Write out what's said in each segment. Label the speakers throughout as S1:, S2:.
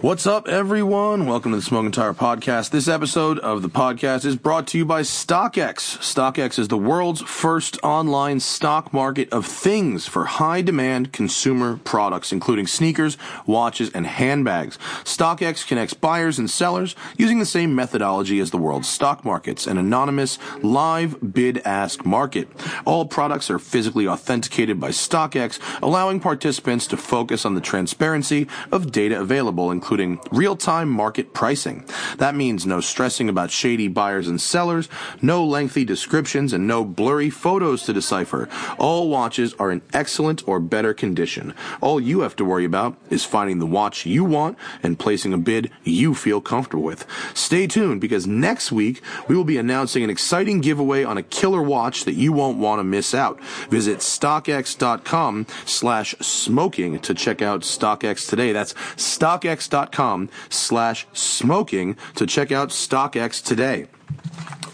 S1: What's up, everyone? Welcome to the Smoking Tire Podcast. This episode of the podcast is brought to you by StockX. StockX is the world's first online stock market of things for high demand consumer products, including sneakers, watches, and handbags. StockX connects buyers and sellers using the same methodology as the world's stock markets, an anonymous live bid ask market. All products are physically authenticated by StockX, allowing participants to focus on the transparency of data available, including real time market pricing. That means no stressing about shady buyers and sellers, no lengthy descriptions, and no blurry photos to decipher. All watches are in excellent or better condition. All you have to worry about is finding the watch you want and placing a bid you feel comfortable with. Stay tuned because next week we will be announcing an exciting giveaway on a killer watch that you won't want to miss out. Visit StockX.com slash smoking to check out StockX today. That's StockX.com slash smoking to check out StockX today.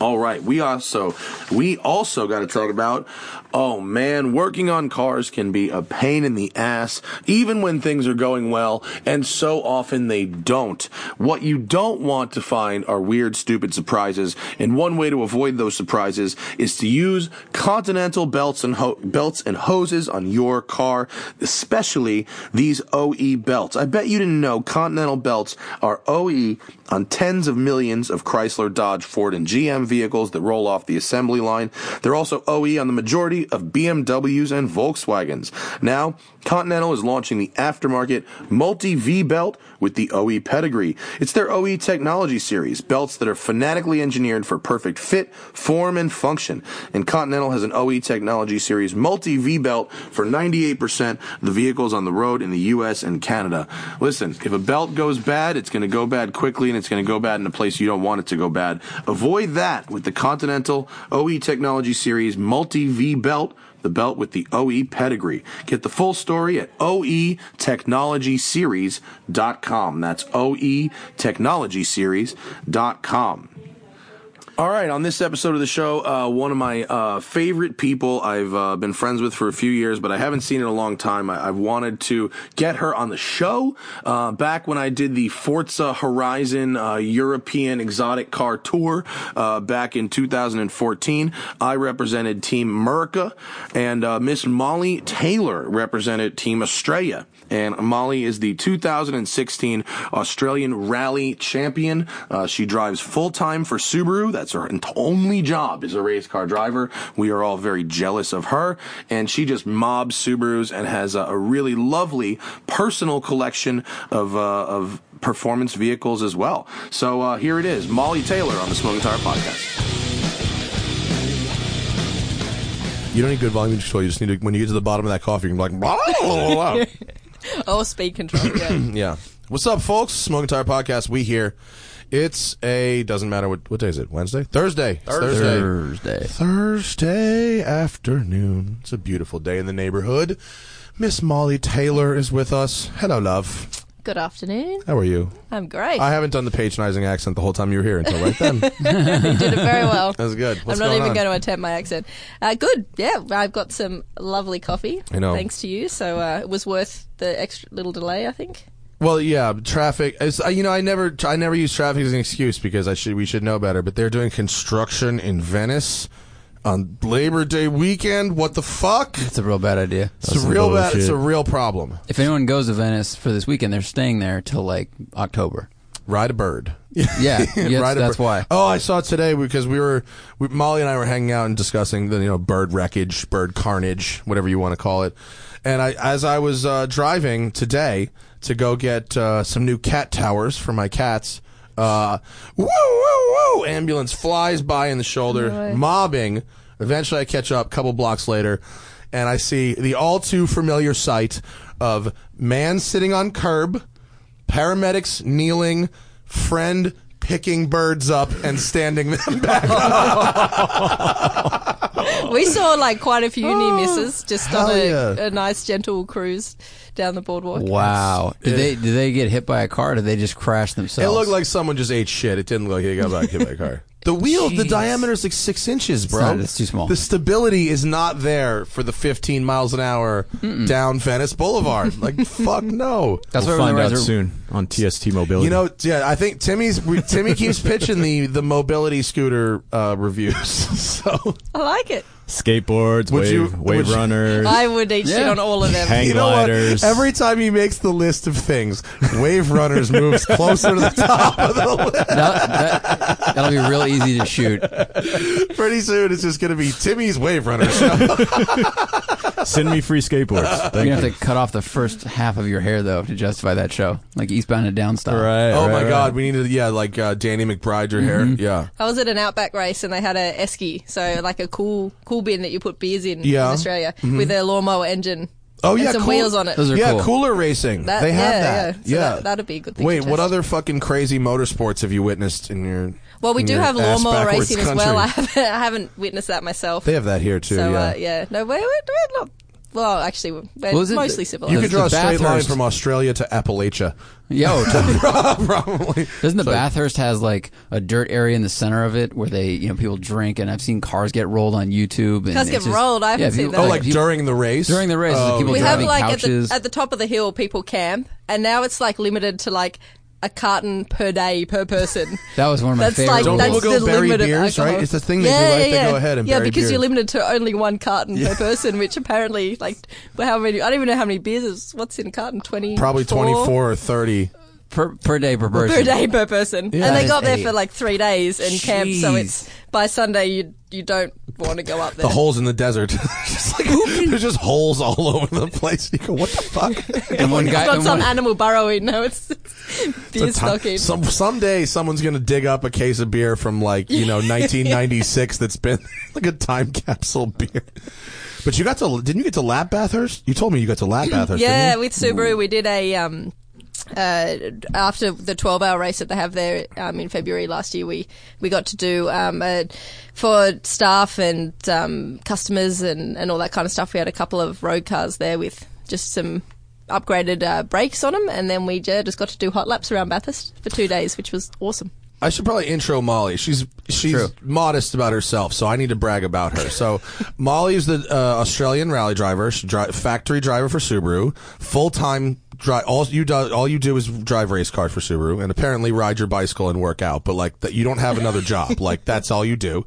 S1: All right, we also we also got to talk about oh man, working on cars can be a pain in the ass even when things are going well and so often they don't. What you don't want to find are weird stupid surprises and one way to avoid those surprises is to use continental belts and ho- belts and hoses on your car, especially these OE belts. I bet you didn't know continental belts are OE on tens of millions of Chrysler, Dodge, Ford, and GM vehicles that roll off the assembly line. They're also OE on the majority of BMWs and Volkswagens. Now, Continental is launching the aftermarket multi V belt with the OE pedigree. It's their OE technology series, belts that are fanatically engineered for perfect fit, form, and function. And Continental has an OE technology series multi V belt for 98% of the vehicles on the road in the US and Canada. Listen, if a belt goes bad, it's going to go bad quickly and it's going to go bad in a place you don't want it to go bad. Avoid that with the Continental OE Technology Series Multi V Belt, the belt with the OE pedigree. Get the full story at E oetechnologyseries.com. That's E oetechnologyseries.com. All right, on this episode of the show, uh, one of my uh, favorite people I've uh, been friends with for a few years, but I haven't seen in a long time. I- I've wanted to get her on the show. Uh, back when I did the Forza Horizon uh, European Exotic Car Tour uh, back in 2014, I represented Team America, and uh, Miss Molly Taylor represented Team Australia. And Molly is the 2016 Australian Rally Champion. Uh, she drives full time for Subaru. That's her ent- only job is a race car driver. We are all very jealous of her. And she just mobs Subarus and has a, a really lovely personal collection of, uh, of performance vehicles as well. So uh, here it is Molly Taylor on the Smoking Tire Podcast.
S2: You don't need good volume control. You just need to, when you get to the bottom of that coffee, you can be like, blah, blah, blah, blah.
S3: Oh, speed control. Yeah.
S2: yeah. What's up, folks? Smoking Tire Podcast. We here. It's a doesn't matter what what day is it? Wednesday, Thursday. It's Thursday.
S4: Thursday.
S2: Thursday afternoon. It's a beautiful day in the neighborhood. Miss Molly Taylor is with us. Hello, love.
S3: Good afternoon.
S2: How are you?
S3: I'm great.
S2: I haven't done the patronizing accent the whole time you were here until right then. that
S3: you did it very well.
S2: was good.
S3: I'm
S2: What's
S3: not
S2: going
S3: even
S2: on?
S3: going to attempt my accent. Uh, good. Yeah, I've got some lovely coffee.
S2: I know.
S3: Thanks to you. So uh, it was worth the extra little delay, I think.
S2: Well, yeah, traffic. Is, uh, you know, I never, I never use traffic as an excuse because I should, we should know better. But they're doing construction in Venice on Labor Day weekend. What the fuck?
S4: It's a real bad idea.
S2: It's a real bad. It's a real problem.
S4: If anyone goes to Venice for this weekend, they're staying there till like October.
S2: Ride a bird.
S4: Yeah, yes,
S2: Ride a
S4: that's
S2: bird.
S4: why.
S2: Oh, I saw it today because we were we, Molly and I were hanging out and discussing the you know bird wreckage, bird carnage, whatever you want to call it. And I, as I was uh, driving today to go get uh, some new cat towers for my cats, uh, woo woo woo! Ambulance flies by in the shoulder,
S3: Right.
S2: mobbing. Eventually, I catch up. Couple blocks later, and I see the all too familiar sight of man sitting on curb paramedics kneeling, friend picking birds up and standing them back.
S3: We saw like quite a few near misses just on
S2: Oh, hell
S3: a,
S2: yeah.
S3: a nice gentle cruise down the boardwalk.
S4: Wow. Did they did they get hit by a car? Or did they just crash
S2: It
S4: themselves?
S2: looked like someone just ate shit. It didn't look like they got back hit by a car. The wheel, the
S4: Jeez.
S2: diameter is like six inches, bro.
S4: not- it's too small.
S2: The stability is not there for the 15 miles an hour down Venice Boulevard. Like, fuck no.
S4: That's
S5: we'll
S4: why when
S5: find
S4: the
S5: out
S4: rides are-
S5: soon on TST Mobility.
S2: You know, yeah, I think Timmy's we, Timmy keeps pitching the the mobility scooter uh, reviews. So
S3: I like it.
S5: skateboards,
S2: Would
S5: wave,
S2: you- would
S5: wave
S2: you-
S5: runners,
S3: I would eat shit
S4: Yeah.
S3: on all of them.
S5: hang
S2: you know what?
S5: gliders.
S2: Every time he makes the list of things, Wave Runners moves closer to the top of the list.
S4: that, will be real easy to shoot.
S2: Pretty soon, it's just going to be Timmy's Wave Runners. No,
S5: Send me free skateboards.
S4: You're
S5: Thank
S4: gonna
S5: you.
S4: have to cut off the first half of your hair though to justify that show, like Eastbound and Down style.
S5: Right,
S2: oh
S5: right,
S2: my
S5: right.
S2: God, we need to yeah, like uh, Danny McBride your hair.
S4: Mm-hmm.
S2: Yeah,
S3: I was at an Outback race and they had a esky, so like a cool cool bin that you put beers in
S2: Yeah. Mm-hmm.
S3: in Australia with a lawnmower engine.
S2: Oh
S3: and
S2: yeah,
S3: some
S2: cool-
S3: wheels on it.
S4: Those are
S2: yeah,
S4: cool.
S2: cooler racing.
S3: That-
S2: they have
S3: yeah,
S2: that.
S3: yeah. So
S2: yeah,
S3: that- that'd be a good thing
S2: Wait,
S3: to
S2: what
S3: test.
S2: other fucking crazy motorsports have you witnessed in your?
S3: well, we
S2: in
S3: do
S2: your
S3: have
S2: ass
S3: lawnmower
S2: backwards
S3: racing as
S2: country?
S3: well. I haven't, I haven't witnessed that myself.
S2: They have that here too.
S3: so
S2: yeah.
S3: uh, yeah, no, we're, we're, we're not. Well, actually, we're, we're
S4: Well, is it-
S3: mostly civilized.
S2: You
S4: The-
S2: could draw
S4: the
S2: a straight line
S4: Bathurst-
S2: from Australia to Appalachia.
S4: Yo, totally.
S2: Probably.
S4: doesn't the Bathurst has like a dirt area in the center of it where they, you know, people drink and I've seen cars get rolled on YouTube. And
S3: Cars get
S4: it's just-
S3: rolled? I haven't
S4: yeah,
S3: seen
S4: people-
S3: that.
S2: Oh, like
S4: people-
S2: during the race?
S4: during the race,
S2: Oh,
S4: people
S3: we
S2: yeah.
S3: have
S4: driving
S3: like at the,
S4: couches.
S3: at the top of the hill people camp and now it's like limited to like a carton per day per person
S4: That was one of my
S3: that's
S4: favorite
S3: like
S4: rules.
S2: Don't
S3: that's
S2: people go
S3: the
S2: bury
S3: limit of
S2: beers,
S3: alcohol.
S2: right? It's the thing they do,
S3: yeah,
S2: right?
S3: yeah,
S2: They
S3: yeah.
S2: go ahead and
S3: yeah
S2: bury
S3: because
S2: beers.
S3: you're limited to only one carton per person which apparently like how many I don't even know how many beers is what's in a carton 20
S2: Probably 24 or 30.
S4: per, per day per person.
S3: per day per person and
S4: That
S3: they
S4: is
S3: go up there for
S4: idiot.
S3: like three days and camp so
S4: Jeez.
S3: it's by Sunday you you don't want to go up there
S2: The holes in the desert. just like, there's just holes all over the place. You go, what the fuck?
S4: And one guy,
S3: it's not
S4: and
S3: some
S4: one-
S3: animal burrowing no it's, it's beer
S2: It's a ton-
S3: stocking
S2: Some someday someone's gonna dig up a case of beer from like you know 1996 that's been like a time capsule beer. But you got to didn't you get to lap Bathurst? You told me you got to lap Bathurst.
S3: Yeah,
S2: didn't
S3: with Subaru, we did a um, uh, after the twelve-hour race that they have there um, in February last year. We we got to do um, a, for staff and um, customers and and all that kind of stuff. We had a couple of road cars there with just some. Upgraded uh, brakes on them, and then we uh, just got to do hot laps around Bathurst for two days, which was awesome.
S2: you? I should probably intro Molly. She's she's
S4: True.
S2: modest about herself, so I need to brag about her. So Molly is the uh, Australian rally driver, she dri- factory driver for Subaru, full time. Dri- all you do, all you do is drive race cars for Subaru, and apparently ride your bicycle and work out. But like that, you don't have another job. Like that's all you do,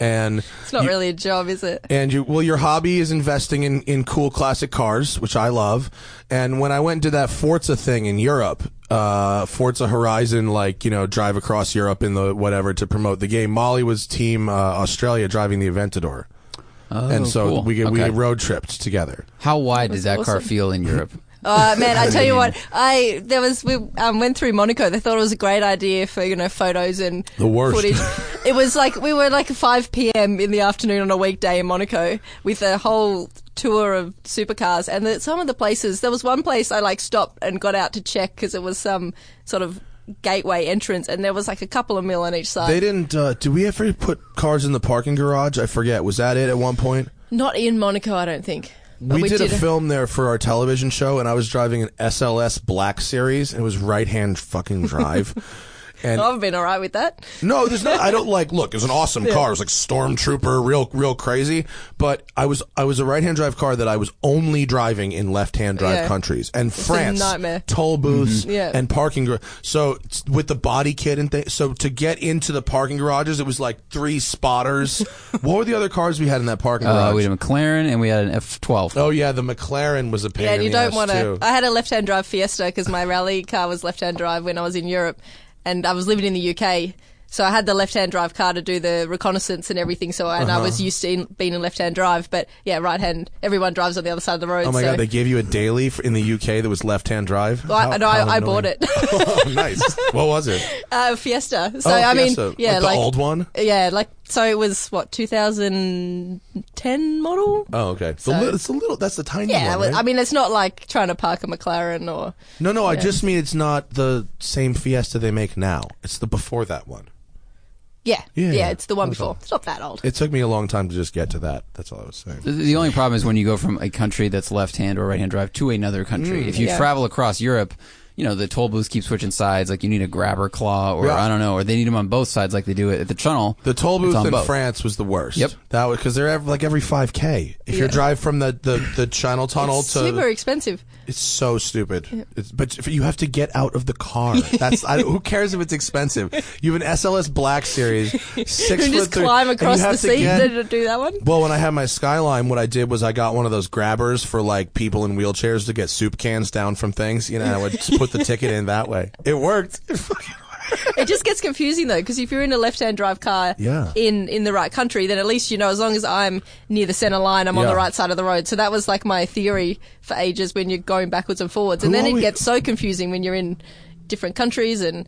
S2: and
S3: It's not really a job, is it?
S2: and you well your hobby is investing in, in cool classic cars which i love and when i went and did that forza thing in europe uh, forza horizon like you know drive across europe in the whatever to promote the game molly was team uh, australia driving the aventador
S4: Oh,
S2: and so
S4: cool.
S2: we we
S4: Okay.
S2: road tripped together
S4: How wide does that car
S3: awesome.
S4: feel in Europe?
S3: Uh, man, I tell you what, I there was we um, went through Monaco. They thought it was a great idea for you know photos and
S2: The worst.
S3: footage. It was like we were like 5 p.m. in the afternoon on a weekday in Monaco with a whole tour of supercars, and the, some of the places. There was one place I like stopped and got out to check because it was some sort of gateway entrance, and there was like a couple of mil on each side.
S2: they didn't uh, do we ever put cars in the parking garage i forget was that it at one point
S3: Not in Monaco, I don't think. But
S2: we, did, a film there for our television show, and I was driving an SLS Black Series, and it was right hand fucking drive. and
S4: Oh,
S3: I've been all right with that.
S2: No, there's not. I don't like. Look, it's an awesome car. It's like stormtrooper, real, real crazy. But I was, I was a right-hand drive car that I was only driving in left-hand drive
S3: Yeah.
S2: countries and France,
S3: nightmare. Mm-hmm.
S2: toll booths,
S3: Yeah.
S2: and parking. Gar- so it's with the body kit and things. So to get into the parking garages, it was like three spotters. what were the other cars we had in that parking
S4: Uh,
S2: garage?
S4: we had a McLaren and we had an F12.
S2: oh yeah, the McLaren was a pain.
S3: Yeah,
S2: in
S3: and you
S2: the
S3: don't
S2: want to.
S3: I had a left-hand drive Fiesta because my rally car was left-hand drive when I was in Europe, and I was living in the UK. So I had the left-hand drive car to do the reconnaissance and everything. So and
S2: Uh-huh.
S3: I was used to in, being in left-hand drive, but yeah, right-hand. Everyone drives on the other side of the road.
S2: Oh my
S3: so
S2: god, they gave you a daily f- in the UK that was left-hand drive.
S3: Well, I-
S2: How-
S3: no, I-
S2: how
S3: I bought
S2: annoying.
S3: it.
S2: oh, nice. What was it?
S3: uh, Fiesta. So
S2: Oh,
S3: I mean,
S2: Fiesta.
S3: yeah,
S2: Like the old one?
S3: Yeah, like so it was what 2010 model.
S2: Oh, okay. It's, a
S3: So-
S2: li- it's a little. That's the tiny
S3: yeah,
S2: one. Right?
S3: I mean, it's not like trying to park a McLaren or
S2: no, no. I just mean it's not the same Fiesta they make now. It's the before that one.
S3: yeah,
S2: Yeah,
S3: yeah,
S2: yeah.
S3: it's the one
S2: That's all.
S3: before. It's not that old.
S2: It took me a long time to just get to that. That's all I was saying.
S4: The- The only problem is when you go from a country that's left hand or right hand drive to another country. if you
S3: Yeah.
S4: travel across Europe, you know the toll booths keep switching sides. Like you need a grabber claw, or
S2: Yeah.
S4: I don't know, or they need them on both sides, like they do it at the tunnel.
S2: The toll
S4: It's
S2: booth
S4: on
S2: in
S4: both.
S2: France was the worst.
S4: Yep.
S2: that was because they're ev- like every five k. If you
S3: Yeah.
S2: drive from the the, the Channel Tunnel
S3: It's
S2: to
S3: super expensive.
S2: It's so stupid. It's, but if you have to get out of the car. That's I, who cares if it's expensive. You have an SLS Black Series, six
S3: You
S2: foot
S3: just
S2: three,
S3: climb
S2: and you
S3: across
S2: have
S3: the
S2: to
S3: seat
S2: get-
S3: to do that one.
S2: well, when I had my Skyline, what I did was I got one of those grabbers for like people in wheelchairs to get soup cans down from things. You know, and I would just put the ticket in that way. It worked. It fucking
S3: It just gets confusing though, because if you're in a left-hand drive car
S2: Yeah.
S3: in in the right country, then at least you know as long as I'm near the center line, I'm on
S2: Yeah.
S3: the right side of the road. So that was like my theory for ages when you're going backwards and forwards, and
S2: Who
S3: then it
S2: always-
S3: gets so confusing when you're in different countries and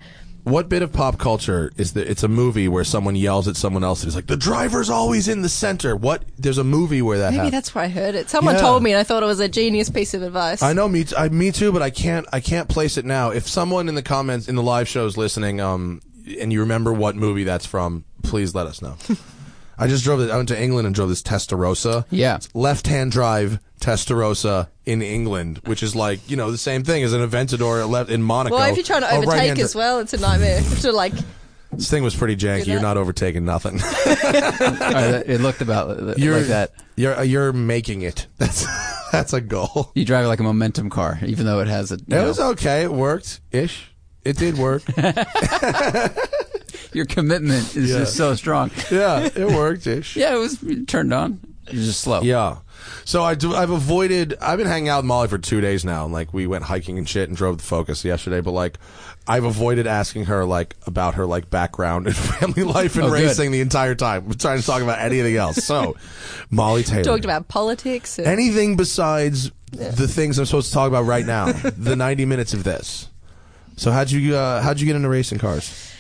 S2: What bit of pop culture is that? It's a movie where someone yells at someone else and is like, "The driver's always in the center." What? There's a movie where that
S3: maybe
S2: happens.
S3: that's where I heard it. Someone
S2: Yeah.
S3: told me, and I thought it was a genius piece of advice.
S2: I know me, t- I, me too, but I can't, I can't place it now. If someone in the comments in the live show is listening, um, and you remember what movie that's from, please let us know. I just drove. It, I went to England and drove this Testarossa.
S4: Yeah.
S2: left hand drive Testarossa in England, which is like you know the same thing as an Aventador at left in Monaco.
S3: well, if you're trying to
S2: A
S3: overtake
S2: right-hand
S3: as well, it's a nightmare. to like,
S2: dri- this thing was pretty janky.
S3: that.
S2: You're not overtaking nothing.
S4: Or Uh, it looked about
S2: you're
S4: like that.
S2: You're uh, you're making it. That's that's a goal.
S4: You drive it like a momentum car, even though it has a. You
S2: It
S4: know,
S2: was okay. It worked ish. It did work.
S4: your commitment is just so strong.
S2: yeah, it worked ish.
S4: Yeah, it was it turned on. You're just slow.
S2: Yeah. So I do, I've avoided. I've been hanging out with Molly for two days now, and like we went hiking and shit, and drove the Focus yesterday. But like, I've avoided asking her like about her like background and family life and
S4: Oh, good.
S2: racing the entire time. We're trying to talk about anything else. So, Molly Taylor
S3: talked about politics. And,
S2: anything besides the things I'm supposed to talk about right now. the 90 minutes of this. So how'd you uh, how'd you get into racing cars?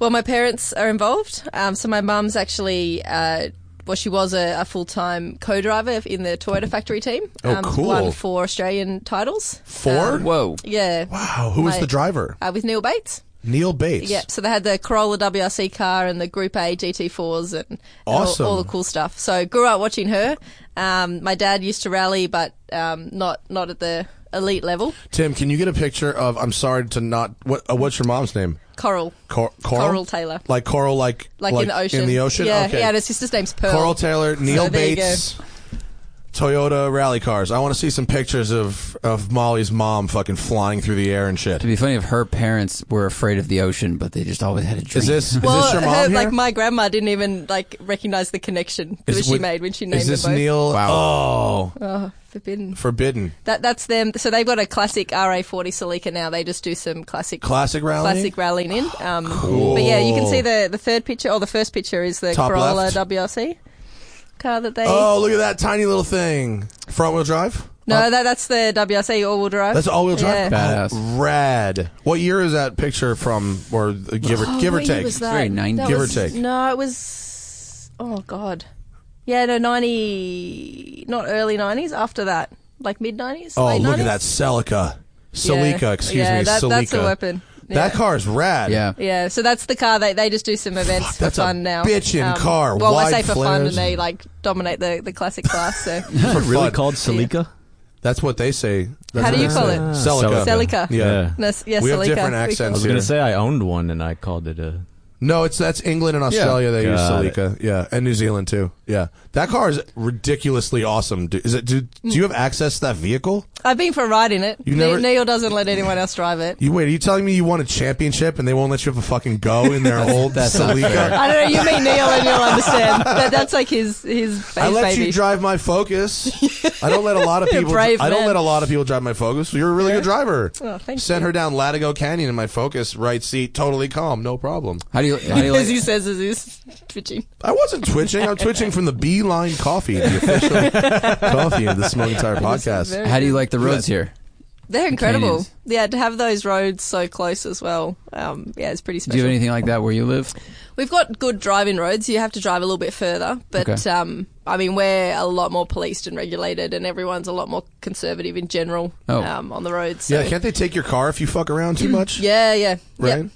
S3: Well, my parents are involved. Um, so my mum's actually, uh, well, she was a, a full time co driver in the Toyota factory team. um,
S2: Oh, cool.
S3: Won four Australian titles.
S2: Four?
S3: Um,
S4: Whoa.
S3: yeah.
S2: Wow, Oh, who was
S3: My-
S2: the driver?
S3: Uh, with Neil Bates.
S2: Neil Bates.
S3: Yeah. So they had the Corolla WRC car and the Group A GT4s and, and
S2: Awesome.
S3: all, all the cool stuff. So grew up watching her. Um, my dad used to rally, but um, not not at the elite level.
S2: Tim, can you get a picture of? I'm sorry to not. What? Uh, what's your mom's name?
S3: Coral.
S2: Cor- coral?
S3: Coral Taylor.
S2: Like coral, like
S3: Like, in the ocean.
S2: In the ocean.
S3: Yeah.
S2: Okay.
S3: Yeah. And his sister's name's Pearl.
S2: coral Taylor, Neil
S3: there you
S2: Bates, Toyota rally cars. I want to see some pictures of of Molly's mom fucking flying through the air and shit.
S4: It'd be funny if her parents were afraid of the ocean, but they just always had a dream.
S2: Is this is
S3: Well,
S2: this your mom
S3: her,
S2: here?
S3: like my grandma didn't even like recognize the connection
S2: Is
S3: that
S2: it
S3: she
S2: with-
S3: made when she named
S2: Is this
S3: them both.
S2: Neil? Wow. Oh,
S3: Oh, forbidden.
S2: forbidden.
S3: That that's them. So they've got a classic RA40 Celica now. They just do some classic
S2: Classic rally?
S3: classic rallying in. Um, But yeah, you can see the the third picture or the first picture is the
S2: Top
S3: Corolla
S2: left.
S3: WRC car that they.
S2: Oh, look at that tiny little thing. Front wheel drive?
S3: no, that, that's the WRC all-wheel drive.
S2: That's all wheel drive.
S3: Yeah.
S4: Badass.
S2: Oh, rad. What year is that picture from or uh, give or
S3: Oh,
S2: give or
S3: what year
S2: take?
S3: was that?
S4: very 90s.
S3: That
S2: Give or
S3: was-
S2: take.
S3: No, it was. Oh God. Yeah, no, ninety, not early nineties. After that, like mid nineties.
S2: Oh, look at that Celica. Celica, excuse
S3: yeah,
S2: me,
S3: That,
S2: Celica.
S3: That's a weapon. Yeah.
S2: That car is rad.
S4: Yeah.
S3: Yeah, so that's the car. They they just do some events for
S2: that's a
S3: fun now. Um,
S2: bitchin' car.
S3: Well,
S2: Wide
S3: I say for fun,
S2: flares.
S3: and they like dominate the, the classic class. So
S5: Is it really
S2: fun.
S5: called Celica?
S2: That's what they say. That's
S3: How do
S2: what
S3: you
S2: they
S3: call
S2: say.
S3: it?
S2: Celica.
S3: Celica.
S2: Yeah.
S5: Yeah.
S3: No, s- yeah,
S2: We have
S3: Celica.
S2: different
S3: We-
S5: I
S2: accents.
S5: was
S2: Yeah.
S5: gonna say I owned one and I called it a.
S2: No, it's that's England and Australia. They use
S5: Got it.
S2: Celica. Yeah, and New Zealand too. Yeah, that car is ridiculously awesome. Do, is it? Do, do you have access to that vehicle?
S3: I've been for riding it.
S2: You
S3: Ne-
S2: never-
S3: Neil doesn't let anyone else drive it.
S2: You wait. Are you telling me you won a championship and they won't let you have a fucking go in their old
S4: that's not
S2: Celica?
S3: I don't know. You meet Neil and you'll understand. But that's like his his, his
S2: I let
S3: baby.
S2: you drive my Focus. I don't let a lot of
S3: You're a
S2: people.
S3: brave
S2: I don't
S3: man.
S2: let a lot of people drive my Focus. You're a really good driver.
S3: Oh, thank
S2: Sent
S3: you.
S2: her down Latigo Canyon in my Focus, right seat, totally calm, no problem.
S4: how do you? How do you
S3: as he
S4: like,
S3: says, as he's twitching.
S2: I wasn't twitching. I'm twitching from the Beeline Coffee, the official coffee of the Smoking Tire podcast.
S3: Very
S4: how do you like the roads here?
S3: They're incredible.
S4: Canyons.
S3: Yeah, to have those roads so close as well. Um, yeah, it's pretty
S4: Do
S3: special.
S4: you have anything like that where you live?
S3: We've got good driving roads. You have to drive a little bit further, but
S4: Okay.
S3: um, I mean, we're a lot more policed and regulated, and everyone's a lot more conservative in general
S4: Oh.
S3: um, on the roads. so-
S2: Yeah, can't they take your car if you fuck around too much?
S3: yeah, yeah, yeah.
S2: Right?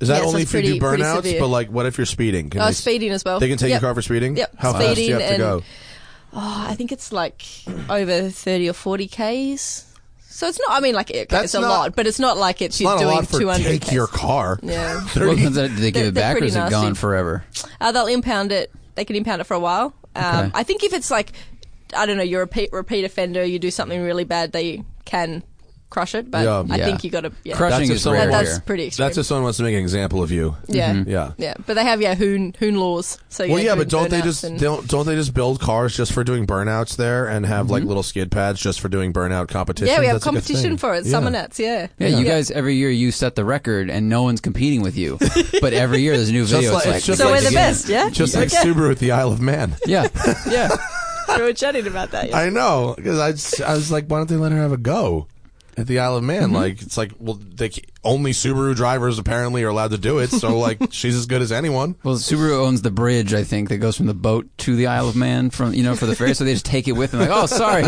S2: Is that
S3: Yeah, so
S2: only
S3: it's
S2: if you do
S3: pretty- pretty
S2: burnouts?
S3: severe.
S2: But like, what if you're speeding? Can
S3: Oh,
S2: they,
S3: speeding as well.
S2: They can take
S3: Yep.
S2: your car for speeding.
S3: Yep.
S2: How fast do you
S3: Speeding oh,
S2: have to
S3: and-
S2: go?
S3: Oh, I think it's like over thirty or forty k's. So it's not. I mean, like it,
S2: That's
S3: it's a
S2: not-
S3: lot, but it's not like it's, she's
S2: Not a
S3: doing
S2: lot for
S3: two hundred.
S2: take your car.
S3: Yeah.
S4: Well, did they give
S3: They're-
S4: it back
S3: they're
S4: or is
S3: pretty
S4: it gone
S3: nasty.
S4: forever?
S3: Uh, they'll impound it. They can impound it for a while. Um,
S4: Okay.
S3: I think if it's like, I don't know, you're a repeat, repeat offender, you do something really bad, they can crush it. But
S2: Yeah.
S3: I
S4: Yeah.
S3: think you got to. Yeah.
S4: Crushing
S2: That's if
S4: is
S2: someone
S4: rare
S3: That- that's
S4: here.
S3: pretty extreme.
S2: That's if someone wants to make an example of you.
S3: yeah.
S4: Mm-hmm.
S2: Yeah.
S3: Yeah, but they have yeah hoon hoon laws. So
S2: Well, yeah,
S3: doing
S2: but don't they
S3: burnouts
S2: just
S3: and-
S2: don't don't they just build cars just for doing burnouts there and have like little skid pads just for doing burnout competitions?
S3: Mm-hmm. yeah, we have
S2: That's like a
S3: competition
S2: thing.
S3: for it.
S2: Yeah.
S3: Summer nuts, yeah.
S4: Yeah, you guys every year you set the record and no one's competing with you. But every year there's a new video.
S2: like-
S4: it's
S2: it's just
S3: So
S2: like
S3: we're the
S2: you-
S3: best, yeah.
S2: Just like
S3: Okay.
S2: Subaru at the Isle of Man.
S4: Yeah, yeah.
S3: we were chatting about that. Yeah.
S2: I know because I, s- I was like, why don't they let her have a go at the Isle of Man?
S3: Mm-hmm.
S2: Like it's like well, they c- only Subaru drivers apparently are allowed to do it. So like she's as good as anyone.
S4: Well, Subaru owns the bridge, I think, that goes from the boat to the Isle of Man from you know for the ferry. So they just take it with them. Like, oh, sorry,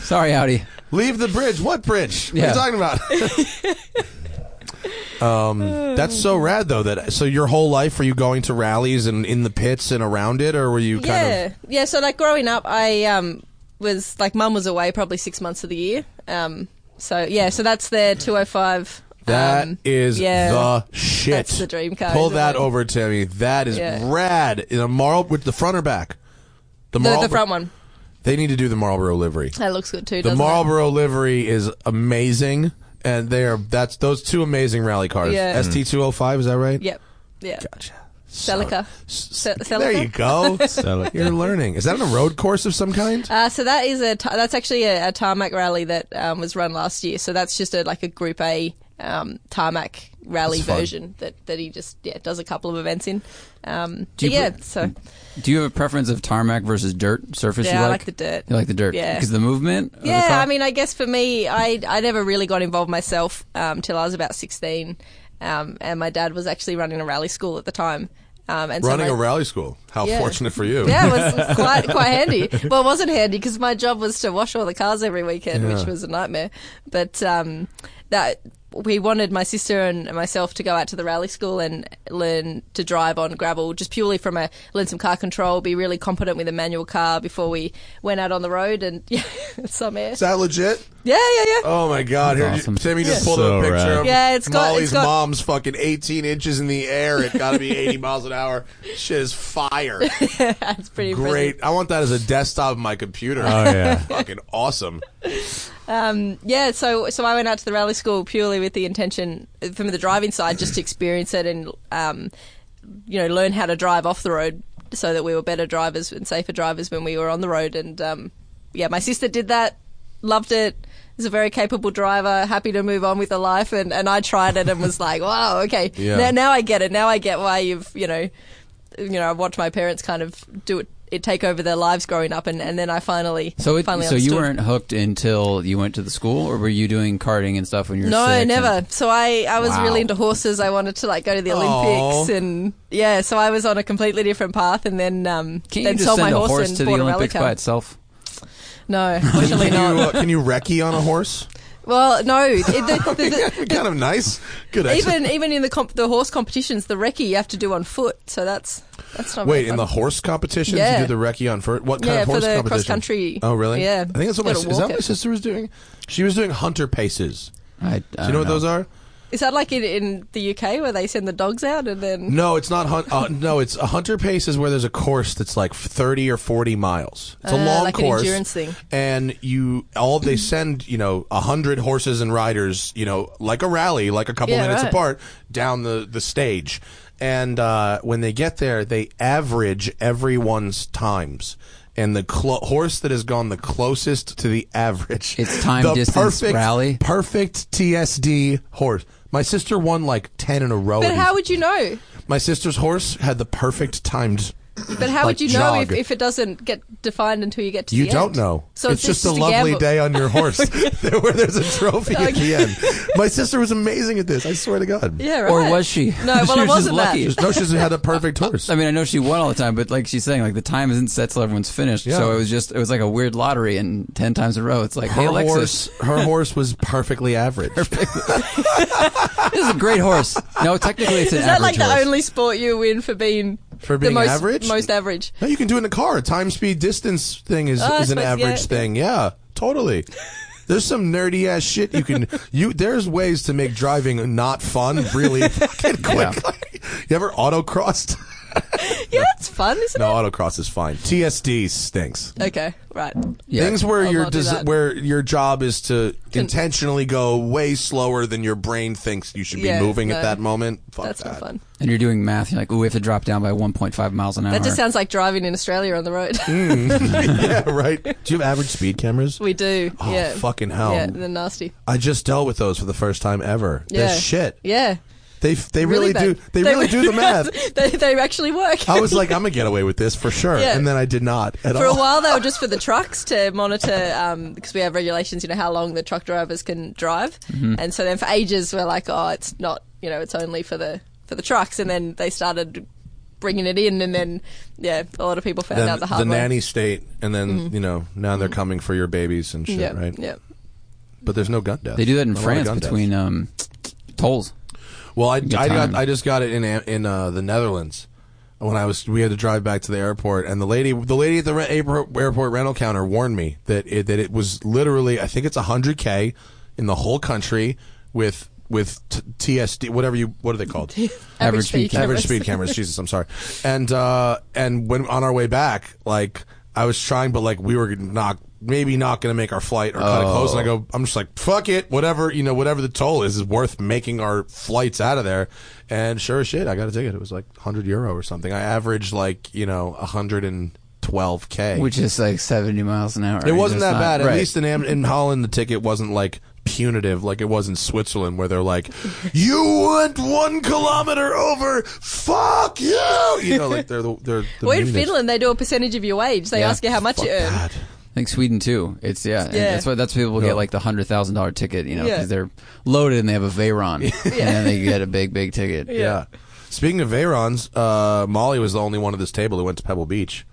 S4: sorry, Audi.
S2: Leave the bridge. What bridge? What
S4: Yeah.
S2: are you talking about? um, that's so rad though. That so your whole life were you going to rallies and in the pits and around it, or were you kind
S3: yeah,
S2: of?
S3: yeah. So like growing up, I um was like mum was away probably six months of the year. Um, so yeah, so that's their two hundred five.
S2: That is
S3: um, yeah.
S2: the shit.
S3: That's the dream car,
S2: Pull
S3: isn't
S2: that
S3: it?
S2: over, Timmy. That is
S3: Yeah.
S2: rad. In a Marl with the front or back.
S3: the,
S2: Marlboro-
S3: the front one
S2: They need to do the Marlboro livery.
S3: that looks good too.
S2: The
S3: doesn't it?
S2: Marlboro livery is amazing, and they are that's those two amazing rally cars.
S3: Yeah.
S2: ST two hundred five, is that right?
S3: Yep. Yeah.
S2: Gotcha.
S3: Celica.
S2: So-
S3: Ce-
S2: there
S3: Celica?
S2: you go.
S5: Celica.
S2: You're learning. Is that on a road course of some kind?
S3: Uh, so that is a ta- that's actually a, a tarmac rally that um, was run last year. So that's just a like a Group A um, tarmac rally
S2: That's fun.
S3: version that, that he just yeah does a couple of events in. Um,
S4: Do
S3: but
S4: you
S3: yeah,
S4: pre-
S3: so
S4: Do you have a preference of tarmac versus dirt surface?
S3: yeah,
S4: you
S3: I
S4: like?
S3: like the dirt.
S4: You like the dirt?
S3: Yeah.
S4: because the movement. of the
S3: Yeah,
S4: car?
S3: I mean, I guess for me, I I never really got involved myself um, till I was about sixteen, um, and my dad was actually running a rally school at the time. Um, and so
S2: Running
S3: my-
S2: a rally school. How
S3: Yeah.
S2: fortunate for you.
S3: Yeah, it was quite quite handy. Well, it wasn't handy because my job was to wash all the cars every weekend,
S2: Yeah.
S3: which was a nightmare. But um, that we wanted my sister and myself to go out to the rally school and learn to drive on gravel, just purely from a learn some car control, be really competent with a manual car before we went out on the road and yeah, some air.
S2: Is that legit?
S3: Yeah, yeah, yeah.
S2: Oh my God! Here,
S4: awesome.
S2: Timmy just pulled
S5: So
S2: up a picture
S5: rad.
S2: of
S3: Yeah, it's got-
S2: Molly's
S3: it's got-
S2: mom's fucking 18 inches in the air. It got to be 80 miles an hour. Shit is fire.
S3: That's pretty impressive.
S2: Great. I want that as a desktop of my computer.
S5: Oh, yeah.
S2: fucking awesome.
S3: Um, yeah, so so I went out to the rally school purely with the intention uh, from the driving side, just to experience it and um, you know learn how to drive off the road, so that we were better drivers and safer drivers when we were on the road. And um, yeah, my sister did that, loved it. Is a very capable driver, happy to move on with her life, and, and I tried it and was like, wow, okay,
S2: Yeah.
S3: now now I get it. Now I get why you've you know you know I watched my parents kind of do it. It take over their lives growing up, and, and then I finally
S4: so it, so
S3: finally
S4: you
S3: understood.
S4: weren't hooked until you went to the school, or were you doing karting and stuff when you were
S3: No,
S4: six? and-
S3: never. So I, I was
S4: Wow.
S3: really into horses. I wanted to like go to the Olympics
S2: Aw.
S3: and yeah. So I was on a completely different path, and then um, then
S4: Can't you just
S3: sold
S4: send
S3: my
S4: a
S3: horse,
S4: horse
S3: and
S4: to the
S3: bought a rally
S4: Olympics
S3: car.
S4: by itself?
S3: No, fortunately
S2: Can you,
S3: not.
S2: uh, can you recce on a horse?
S3: Well, no. It, the, the, the,
S2: kind of nice. Good. exercise.
S3: even even in the comp- the horse competitions, the recce you have to do on foot. So that's that's not
S2: Wait,
S3: very
S2: in
S3: fun.
S2: the horse competition,
S3: Yeah.
S2: you did the recce on first. What kind
S3: Yeah,
S2: of
S3: for
S2: horse
S3: the
S2: competition?
S3: cross-country.
S2: Oh, really?
S3: Yeah.
S2: I think that's what my
S3: Gotta
S2: sis-
S3: walk
S2: is that what my
S3: it.
S2: sister was doing. She was doing hunter paces.
S4: I, I
S2: Do you know what those are?
S3: is that like in, in the UK where they send the dogs out and then
S2: No, it's not. Hun- uh, no, it's a hunter pace is where there's a course that's like thirty or forty miles. It's a
S3: Uh,
S2: long
S3: like an
S2: course,
S3: endurance thing.
S2: and you all they send you know a hundred horses and riders, you know, like a rally, like a couple
S3: Yeah,
S2: minutes
S3: right.
S2: apart down the the stage. And uh, when they get there, they average everyone's times. And the clo- horse that has gone the closest to the average,
S4: It's time,
S2: the
S4: distance,
S2: perfect,
S4: rally.
S2: perfect TSD horse. My sister won like ten in a row.
S3: But
S2: at
S3: how
S2: these
S3: would you know?
S2: my sister's horse had the perfect timed.
S3: But how
S2: like,
S3: would you know if,
S2: jog.
S3: if it doesn't get defined until you get to
S2: you
S3: the
S2: don't
S3: end?
S2: know?
S3: So
S2: it's, just, a lovely
S3: gamble.
S2: day on your horse where there's a trophy at the end. My sister was amazing at this. I swear to God.
S3: Yeah, right.
S4: Or was she?
S3: No, well,
S4: She
S3: it
S4: was just
S3: wasn't that.
S4: lucky.
S2: No, she's had the perfect horse.
S4: I mean, I know she won all the time, but like she's saying, like the time isn't set till everyone's finished.
S2: Yeah.
S4: So it was just, it was like a weird lottery, and ten times in a row, it's like, hey
S2: Her
S4: Alexis,
S2: horse, her horse was perfectly average.
S4: this is a great horse. No, technically, it's an
S3: Is that like
S4: average
S3: the
S4: horse.
S3: only sport you win for being
S2: For being
S3: the most,
S2: average?
S3: Most average.
S2: No, you can do it in a car. Time, speed, distance thing is,
S3: Oh, I
S2: is an
S3: suppose, yeah,
S2: average
S3: yeah.
S2: thing. Yeah, totally. There's some nerdy ass shit you can you. There's ways to make driving not fun really fucking quickly. You ever autocrossed?
S3: yeah, it's fun, isn't
S2: no, autocross is fine. TSD stinks.
S3: it? Okay, right.
S4: Yeah.
S2: Things where
S3: I'll
S2: your
S3: not do
S2: desi-
S3: that.
S2: where your job is to intentionally go way slower than your brain thinks you should be
S3: Yeah,
S2: moving at
S3: no.
S2: that moment. Fuck
S3: That's
S2: that.
S3: not fun.
S4: and you're doing math. You're like, oh, we have to drop down by 1.5 miles an hour.
S3: That just sounds like driving in Australia on the road.
S2: Mm. yeah, right. Do you have average speed cameras?
S3: we do.
S2: Oh,
S3: yeah.
S2: fucking hell.
S3: Yeah, they're nasty.
S2: I just dealt with those for the first time ever. They're
S3: Yeah.
S2: shit.
S3: Yeah.
S2: They they really,
S3: bad.
S2: do they, really do the math.
S3: they, they actually work.
S2: I was like, I'm gonna get away with this for sure,
S3: Yeah.
S2: and then I did not at
S3: for a
S2: all.
S3: while, they were just for the trucks to monitor, um, because we have regulations, you know, how long the truck drivers can drive.
S2: Mm-hmm.
S3: And so then for ages, we're like, oh, it's not, you know, it's only for the for the trucks. And then they started bringing it in, and then yeah, a lot of people found
S2: Then
S3: out the hard way. Mm-hmm.
S2: nanny state, and then you know now they're coming for your babies and shit,
S3: yeah,
S2: right?
S3: yeah.
S2: But there's no gun death.
S4: they do that in
S2: Not a lot of
S4: France
S2: gun deaths.
S4: between um, tolls.
S2: Well, I, I got
S4: time.
S2: I just got it in in uh, the Netherlands when I was we had to drive back to the airport, and the lady the lady at the re- airport airport rental counter warned me that it, that it was literally I think it's hundred k in the whole country with with t- TSD whatever you what are they called
S4: Average speed
S3: cameras.
S2: average speed cameras jesus i'm sorry and uh and when on our way back like i was trying but like we were not maybe not gonna make our flight or cut it close and i go i'm just like fuck it whatever you know whatever the toll is is worth making our flights out of there and sure as shit i got a ticket it was like 100 euro or something i averaged like you know 112k
S4: Which is like 70 miles an hour.
S2: it wasn't that bad. At
S4: right.
S2: least in Am- in Holland, the ticket wasn't like punitive like it was in Switzerland, where they're like, "You went one kilometer over, fuck you!" You know, like they're the, they're. The
S3: Well, in
S2: meanest.
S3: Finland, they do a percentage of your wage. They
S4: Yeah.
S3: ask you how much
S2: Fuck
S3: you earn.
S2: that.
S4: I think Sweden too. It's yeah. and
S3: Yeah.
S4: That's why that's why people
S2: Yeah.
S4: get like the hundred thousand dollar ticket. You know,
S3: Yeah.
S4: because they're loaded and they have a Veyron, and then they get a big big ticket.
S2: Yeah. Speaking of Veyrons, uh, Molly was the only one at this table who went to Pebble Beach.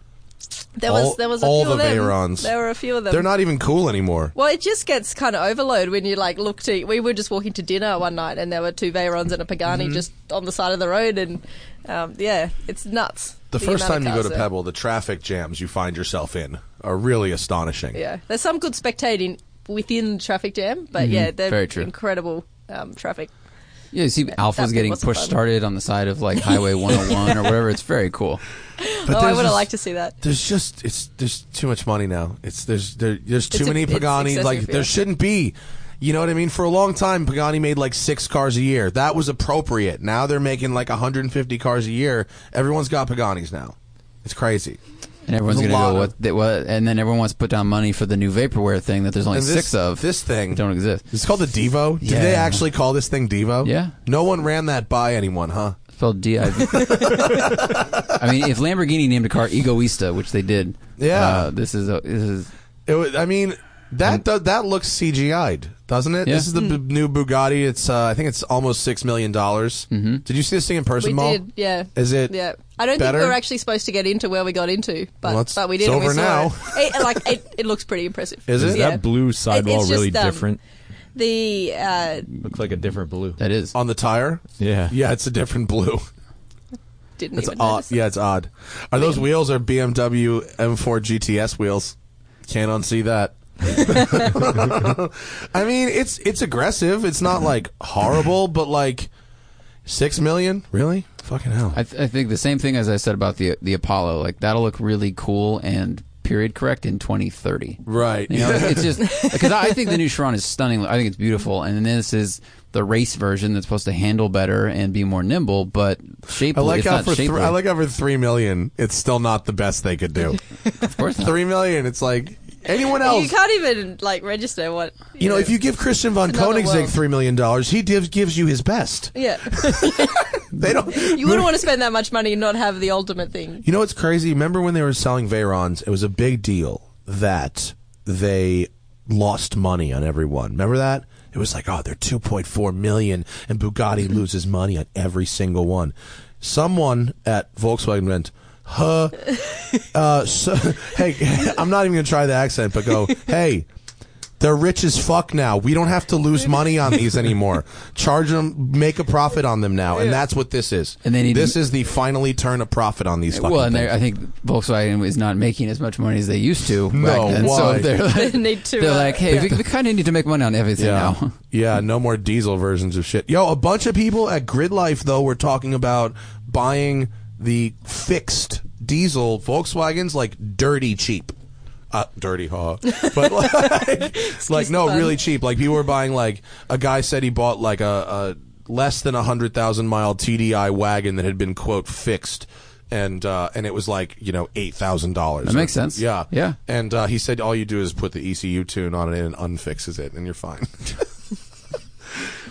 S3: There
S2: All-
S3: was there was a
S2: all
S3: few of
S2: the
S3: them.
S2: Veyrons.
S3: There were a few of them.
S2: They're not even cool anymore.
S3: Well, it just gets kind of overload when you like look to. We were just walking to dinner one night, and there were two Veyrons and a Pagani
S2: Mm-hmm.
S3: just on the side of the road, and um, yeah, it's nuts.
S2: The first time
S3: amount of
S2: you go
S3: cars
S2: to
S3: there.
S2: Pebble, the traffic jams you find yourself in are really astonishing.
S3: yeah, there's some good spectating within the traffic jam, but
S2: Mm-hmm.
S3: yeah, they're
S4: Very true.
S3: incredible um, traffic.
S4: Yeah, you see, Alpha's
S3: bit
S4: getting
S3: wasn't
S4: push
S3: fun.
S4: started on the side of like Highway 101 or whatever. It's very cool.
S2: But
S3: oh, I would
S2: there's
S3: have
S2: this-
S3: liked to see that.
S2: there's just it's there's too much money now. It's there's there, there's too
S3: It's a-
S2: many
S3: it's
S2: Pagani.
S3: excessive,
S2: Like
S3: yeah.
S2: there shouldn't be. You know what I mean? For a long time, Pagani made like six cars a year. That was appropriate. Now they're making like 150 cars a year. Everyone's got Paganis now. It's crazy.
S4: And everyone's
S2: There's a
S4: gonna go
S2: lot
S4: what,
S2: of-
S4: they, what? And then everyone wants to put down money for the new vaporware thing that there's only
S2: And this-
S4: six of.
S2: this thing-
S4: that don't exist.
S2: It's called the Devo. Did they
S4: Yeah.
S2: actually call this thing Devo?
S4: Yeah.
S2: No one ran that by anyone, huh?
S4: Spelled D I V. I mean, if Lamborghini named a car Egoista, which they did,
S2: Yeah.
S4: uh, this is a, this is
S2: It was, I mean, that do, that looks CGI'd, doesn't it?
S4: Yeah.
S2: This is the b- new Bugatti. It's uh, I think it's almost six million dollars. Mm-hmm. Did you see this thing in person,
S3: We
S2: Mo?
S3: did, yeah.
S2: Is it?
S3: Yeah, I don't
S2: better?
S3: think we were actually supposed to get into where we got into, but
S2: Well, it's-
S3: but we
S2: it's
S3: did. and we
S2: over
S3: saw
S2: now.
S3: It. It- like it, it looks pretty impressive.
S2: Is it?
S5: Is
S3: Yeah.
S5: that blue sidewall
S3: just,
S5: really
S3: um,
S5: different?
S3: The uh,
S5: Looks like a different blue.
S4: that is.
S2: on the tire.
S5: Yeah.
S2: Yeah, it's a different blue.
S3: didn't
S2: It's
S3: even
S2: odd.
S3: notice that.
S2: Yeah, it's odd. Are those wheels are BMW M4 GTS wheels? Can't unsee that. I mean, it's it's aggressive. It's not like horrible, but like six million, really? Fucking hell.
S4: I, th- I think the same thing as I said about the the Apollo. Like that'll look really cool and period correct in 2030.
S2: right.
S4: You know, it's just because I think the new Chiron is stunning. I think it's beautiful, and this is the race version that's supposed to handle better and be more nimble, but
S2: I
S4: shapely.
S2: like
S4: it's
S2: how
S4: not
S2: for thr-
S4: shapely.
S2: I like how for three million, it's still not the best they could do.
S4: of course not.
S2: three million, it's like anyone else.
S3: You can't even like register what
S2: you know, if you give Christian von
S3: another
S2: Koenigsegg
S3: world.
S2: three million dollars, he gives gives you his best.
S3: Yeah,
S2: They don't.
S3: you wouldn't want to spend that much money and not have the ultimate thing.
S2: You know what's crazy? Remember when they were selling Veyrons? It was a big deal that they lost money on everyone. Remember that? It was like, oh, they're 2.4 million, and Bugatti loses money on every single one. Someone at Volkswagen went, huh? Uh, so, hey, I'm not even going to try the accent, but go, hey, They're rich as fuck now. We don't have to lose money on these anymore. Charge them, make a profit on them now, and that's what this is.
S4: And they need
S2: this
S4: to-
S2: is the finally turn a profit on these. Fucking
S4: well, and
S2: things.
S4: they're- I think Volkswagen is not making as much money as they used to. back
S2: No,
S4: then. So
S2: why?
S4: they're like,
S3: They need to,
S4: They're
S3: uh,
S4: like, hey, we, we kind of need to make money on everything
S2: Yeah.
S4: now.
S2: yeah, no more diesel versions of shit. Yo, a bunch of people at Grid Life though were talking about buying the fixed diesel Volkswagens like dirty cheap. Uh, dirty huh but like, like
S3: the
S2: no
S3: pun.
S2: really cheap like people were buying like a guy said he bought like a, a less than a hundred thousand mile tdi wagon that had been quote fixed and uh and it was like you know eight thousand dollars
S4: That makes sense.
S2: yeah
S4: Yeah.
S2: and uh, he said all you do is put the ecu tune on it and it unfixes it and you're fine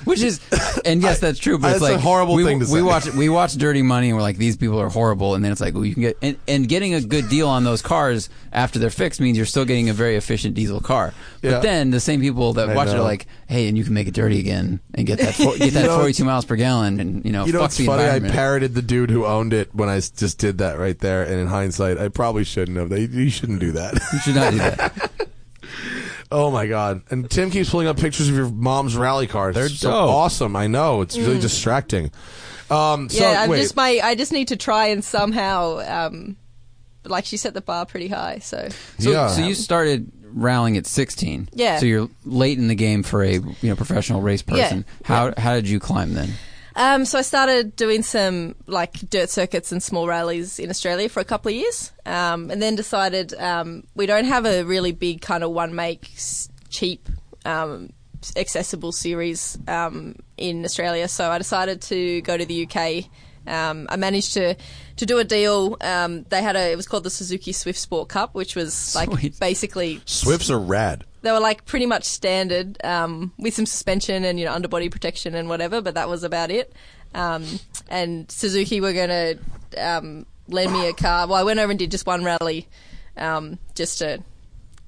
S4: Which is, and yes, that's true. But
S2: I-
S4: it's
S2: that's a
S4: like
S2: horrible
S4: we,
S2: thing to
S4: we
S2: say.
S4: watch we watch Dirty Money, and we're like, these people are horrible. And then it's like, well, you can get and, and getting a good deal on those cars after they're fixed means you're still getting a very efficient diesel car.
S2: Yeah.
S4: But then the same people that
S2: I
S4: watch it
S2: know.
S4: are like, hey, and you can make it dirty again and get that for, get that
S2: know,
S4: 42 miles per gallon, and you know,
S2: You know,
S4: fuck
S2: it's
S4: the
S2: funny. I
S4: environment.
S2: parroted the dude who owned it when I s- just did that right there. And in hindsight, I probably shouldn't have. They, you shouldn't do that.
S4: you should not do that.
S2: oh my god! And Tim keeps pulling up pictures of your mom's rally cars. They're so
S5: dope.
S2: awesome. I know it's really distracting. Um, so
S3: Mm. yeah, I'm
S2: wait,
S3: just my. I just need to try and somehow, um, like she set the bar pretty high. So
S4: So,
S2: Yeah.
S4: so you started rallying at 16.
S3: Yeah.
S4: So you're late in the game for a you know professional race
S3: Yeah.
S4: person. How how did you climb then?
S3: Um, so I started doing some like dirt circuits and small rallies in Australia for a couple of years, um, and then decided um, we don't have a really big kind of one make s- cheap um, s- accessible series um, in Australia. So I decided to go to the UK. Um, I managed to to do a deal. Um, they had a it was called the Suzuki Swift Sport Cup, which was like
S4: Sweet.
S3: basically
S2: Swifts are rad.
S3: they were like pretty much standard um, with some suspension and you know underbody protection and whatever, but that was about it. Um, and Suzuki were going to um, lend me a car. Well, I went over and did just one rally, um, just to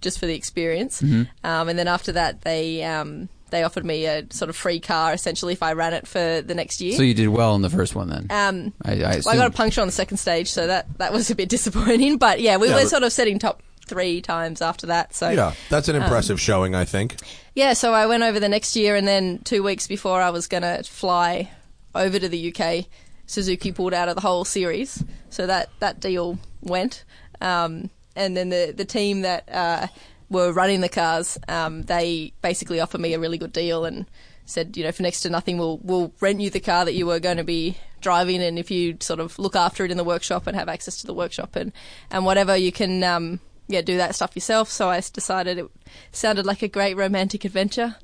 S3: just for the experience.
S2: Mm-hmm.
S3: Um, and then after that, they um, they offered me a sort of free car essentially if I ran it for the next year.
S4: So you did well in the first one then.
S3: um,
S4: I, I,
S3: well, I got a
S4: assumed.
S3: puncture on the second stage, so that, that was a bit disappointing. But yeah, we
S2: Yeah,
S3: were
S2: but-
S3: sort of setting top three times after that. So
S2: Yeah, that's
S3: um,
S2: an impressive showing. I think.
S3: yeah, so I went over the next year, and then two weeks before I was going to fly over to the UK, Suzuki pulled out of the whole series, so that that deal went. Um, and then the the team that uh, were running the cars, um, they basically offered me a really good deal and said, you know, for next to nothing, we'll we'll rent you the car that you were going to be driving, and if you sort of look after it in the workshop and have access to the workshop and and whatever, you can. Um, yeah, do that stuff yourself. So I s- decided it sounded like a great romantic adventure.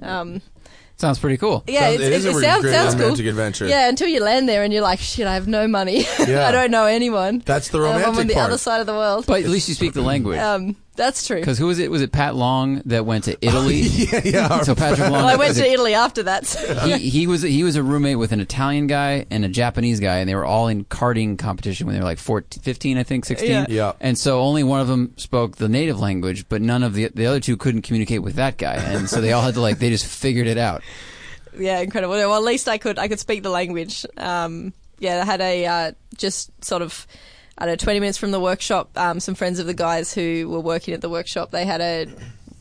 S3: Um,
S4: Sounds pretty cool.
S3: yeah,
S2: Sounds-
S3: it's-
S2: it
S3: it,
S2: is a
S3: it sounds,
S2: great
S3: sounds cool.
S2: romantic adventure.
S3: Yeah, until you land there and you're like, shit, I have no money.
S2: Yeah.
S3: I don't know anyone.
S2: That's the
S3: Um, I'm on
S2: romantic
S3: the
S2: part.
S3: other side of the world.
S4: But at least you speak the language.
S3: um, that's true.
S4: Because who was it? Was it Pat Long that went to Italy?
S2: yeah, yeah.
S4: So Patrick Long.
S3: Well, I went
S4: is
S3: to
S4: a-
S3: Italy after that. so-
S4: he, he was he was a roommate with an Italian guy and a Japanese guy, and they were all in karting competition when they were like 14, 15, I think, sixteen.
S3: Yeah.
S2: Yeah.
S4: And so only one of them spoke the native language, but none of the the other two couldn't communicate with that guy, and so they all had to like they just figured it out.
S3: yeah, incredible. Well, at least I could I could speak the language. Um, yeah, I had a uh, just sort of I don't know twenty minutes from the workshop. Um, some friends of the guys who were working at the workshop, they had a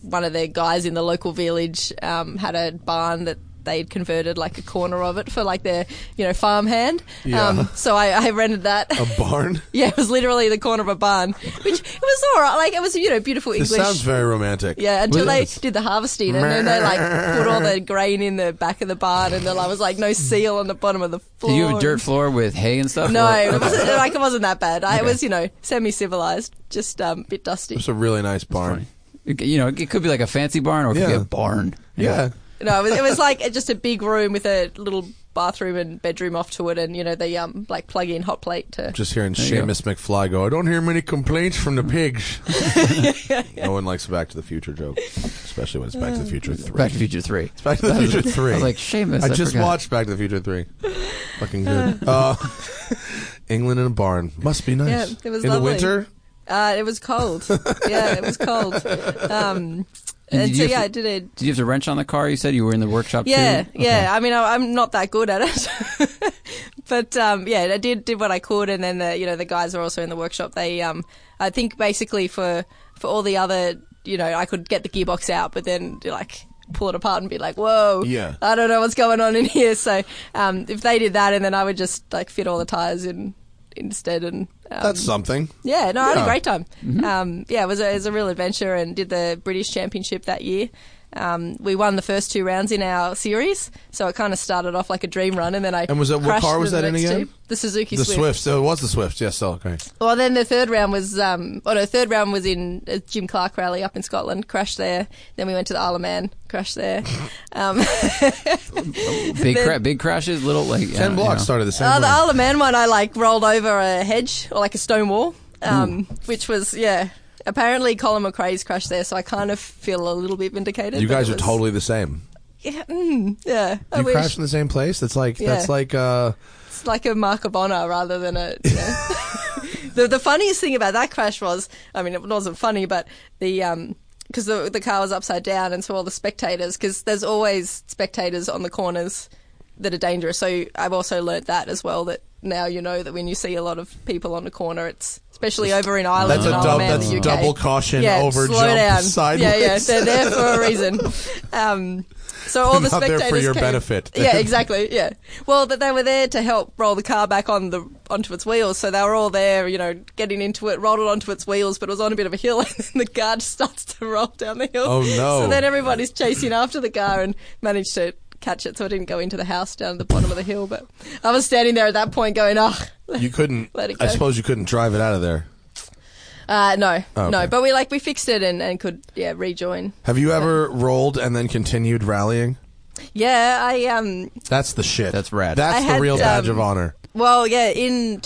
S3: one of their guys in the local village um, had a barn that. They'd converted like a corner of it for like their, you know, farmhand.
S2: Yeah.
S3: Um, so I, I rented that.
S2: a barn.
S3: yeah, it was literally the corner of a barn, which it was all right. Like it was, you know, beautiful
S2: This
S3: English.
S2: sounds very romantic.
S3: Yeah, until they
S2: Yes.
S3: did the harvesting, and then they like put all the grain in the back of the barn, and then I was like, no seal on the bottom of the floor.
S4: Hmm. Did you have a dirt floor with hay and stuff?
S3: No,
S4: Or-
S3: it wasn't, like it wasn't that bad. I it was, you know, semi-civilized, just um, a bit dusty.
S2: It's a really nice barn.
S4: you know, it could be like a fancy barn or it could
S2: Yeah.
S4: be a barn.
S2: Yeah.
S3: No, it was, it was like just a big room with a little bathroom and bedroom off to it, and you know the um like plug-in hot plate to.
S2: Just hearing
S4: you go.
S2: Seamus McFly go, I don't hear many complaints from the pigs. No one likes a Back to the Future joke, especially when it's Back to the Future 3.
S4: Back to the Future Three.
S2: Back to the Future 3.
S4: I was like, Seamus.
S2: I just
S4: forgot.
S2: watched Back to the Future 3. Fucking good. Uh, England in a barn. Must be nice.
S3: Yeah, it was
S2: in the
S3: lovely.
S2: winter?
S3: Uh, it was cold. yeah, it was cold. Um,
S4: And
S3: and,
S4: did
S3: so
S4: you
S3: yeah,
S4: have
S3: I did it.
S4: Did you have to wrench on the car? You said you were in the workshop
S3: Yeah,
S4: too. Oh,
S3: yeah. I mean, I, I'm not that good at it, but um, yeah, I did did what I could, and then the you know the guys are also in the workshop. They um, I think basically for for all the other you know, I could get the gearbox out, but then like pull it apart and be like, whoa,
S6: Yeah.
S3: I don't know what's going on in here. So um, if they did that, and then I would just like fit all the tires in instead, and um,
S2: That's something.
S3: yeah, no, I had
S2: Yeah. Mm-hmm.
S3: a great time. Um, yeah, it was, a, it was a real adventure and did the British Championship that year. Um, we won the first two rounds in our series, so it kind of started off like a dream run, and then I
S2: And was that- what
S3: crashed
S2: car was
S3: into
S2: that
S3: the
S2: in
S3: next
S2: again?
S3: two. The Suzuki
S2: the
S3: Swift.
S2: Swift. So it was the Swift. Yes. So okay.
S3: Well, then the third round was, um, oh no, third round was in uh, Jim Clark Rally up in Scotland, crashed there. Then we went to the Isle of Man, crashed there. Um,
S4: Big
S3: Then-
S4: cra- big crashes, little like I
S2: Ten
S4: don't-
S2: blocks
S4: you know.
S2: started the same.
S3: Uh, the
S2: way.
S3: Isle of Man one, I like rolled over a hedge or like a stone wall, um, which was yeah. Apparently, Colin McRae's crashed there, so I kind of feel a little bit vindicated.
S2: you
S3: but
S2: guys
S3: it
S2: are
S3: was-
S2: totally the same.
S3: yeah. mm, yeah. I
S2: You
S3: wish
S2: crashed in the same place. That's like
S3: Yeah.
S2: that's like uh,
S3: it's like a mark of honor rather than a. You know. the the funniest thing about that crash was, I mean, it wasn't funny, but the um. Because the, the car was upside down, and so all the spectators, because there's always spectators on the corners that are dangerous. So I've also learnt that as well. That now you know that when you see a lot of people on the corner, it's especially over in Ireland.
S2: that's
S3: and
S2: a
S3: Isle of
S2: dub,
S3: Man,
S2: that's
S3: the UK.
S2: double caution over
S3: slow
S2: jump
S3: down.
S2: sideways.
S3: Yeah, yeah, they're there for a reason. Um, so all the
S2: Not there for
S3: spectators
S2: your
S3: came-
S2: benefit.
S3: Yeah, exactly. Yeah. Well, that they were there to help roll the car back on the onto its wheels. So they were all there, you know, getting into it, rolled it onto its wheels, but it was on a bit of a hill, and then the car just starts to roll down the hill.
S2: Oh, no.
S3: So then everybody's chasing after the car and managed to catch it, so it didn't go into the house down at the bottom of the hill. But I was standing there at that point, going, "Oh,
S2: you couldn't.
S3: Let it
S2: I
S3: go.
S2: suppose you couldn't drive it out of there.
S3: uh, no,
S2: Oh, okay.
S3: no." But we like we fixed it and, and could yeah rejoin.
S2: Have you ever rolled and then continued rallying?
S3: Yeah, I um
S2: That's the shit.
S4: That's rad.
S2: That's
S3: I
S2: the
S3: had,
S2: real badge
S3: um,
S2: of honor.
S3: Well, yeah, in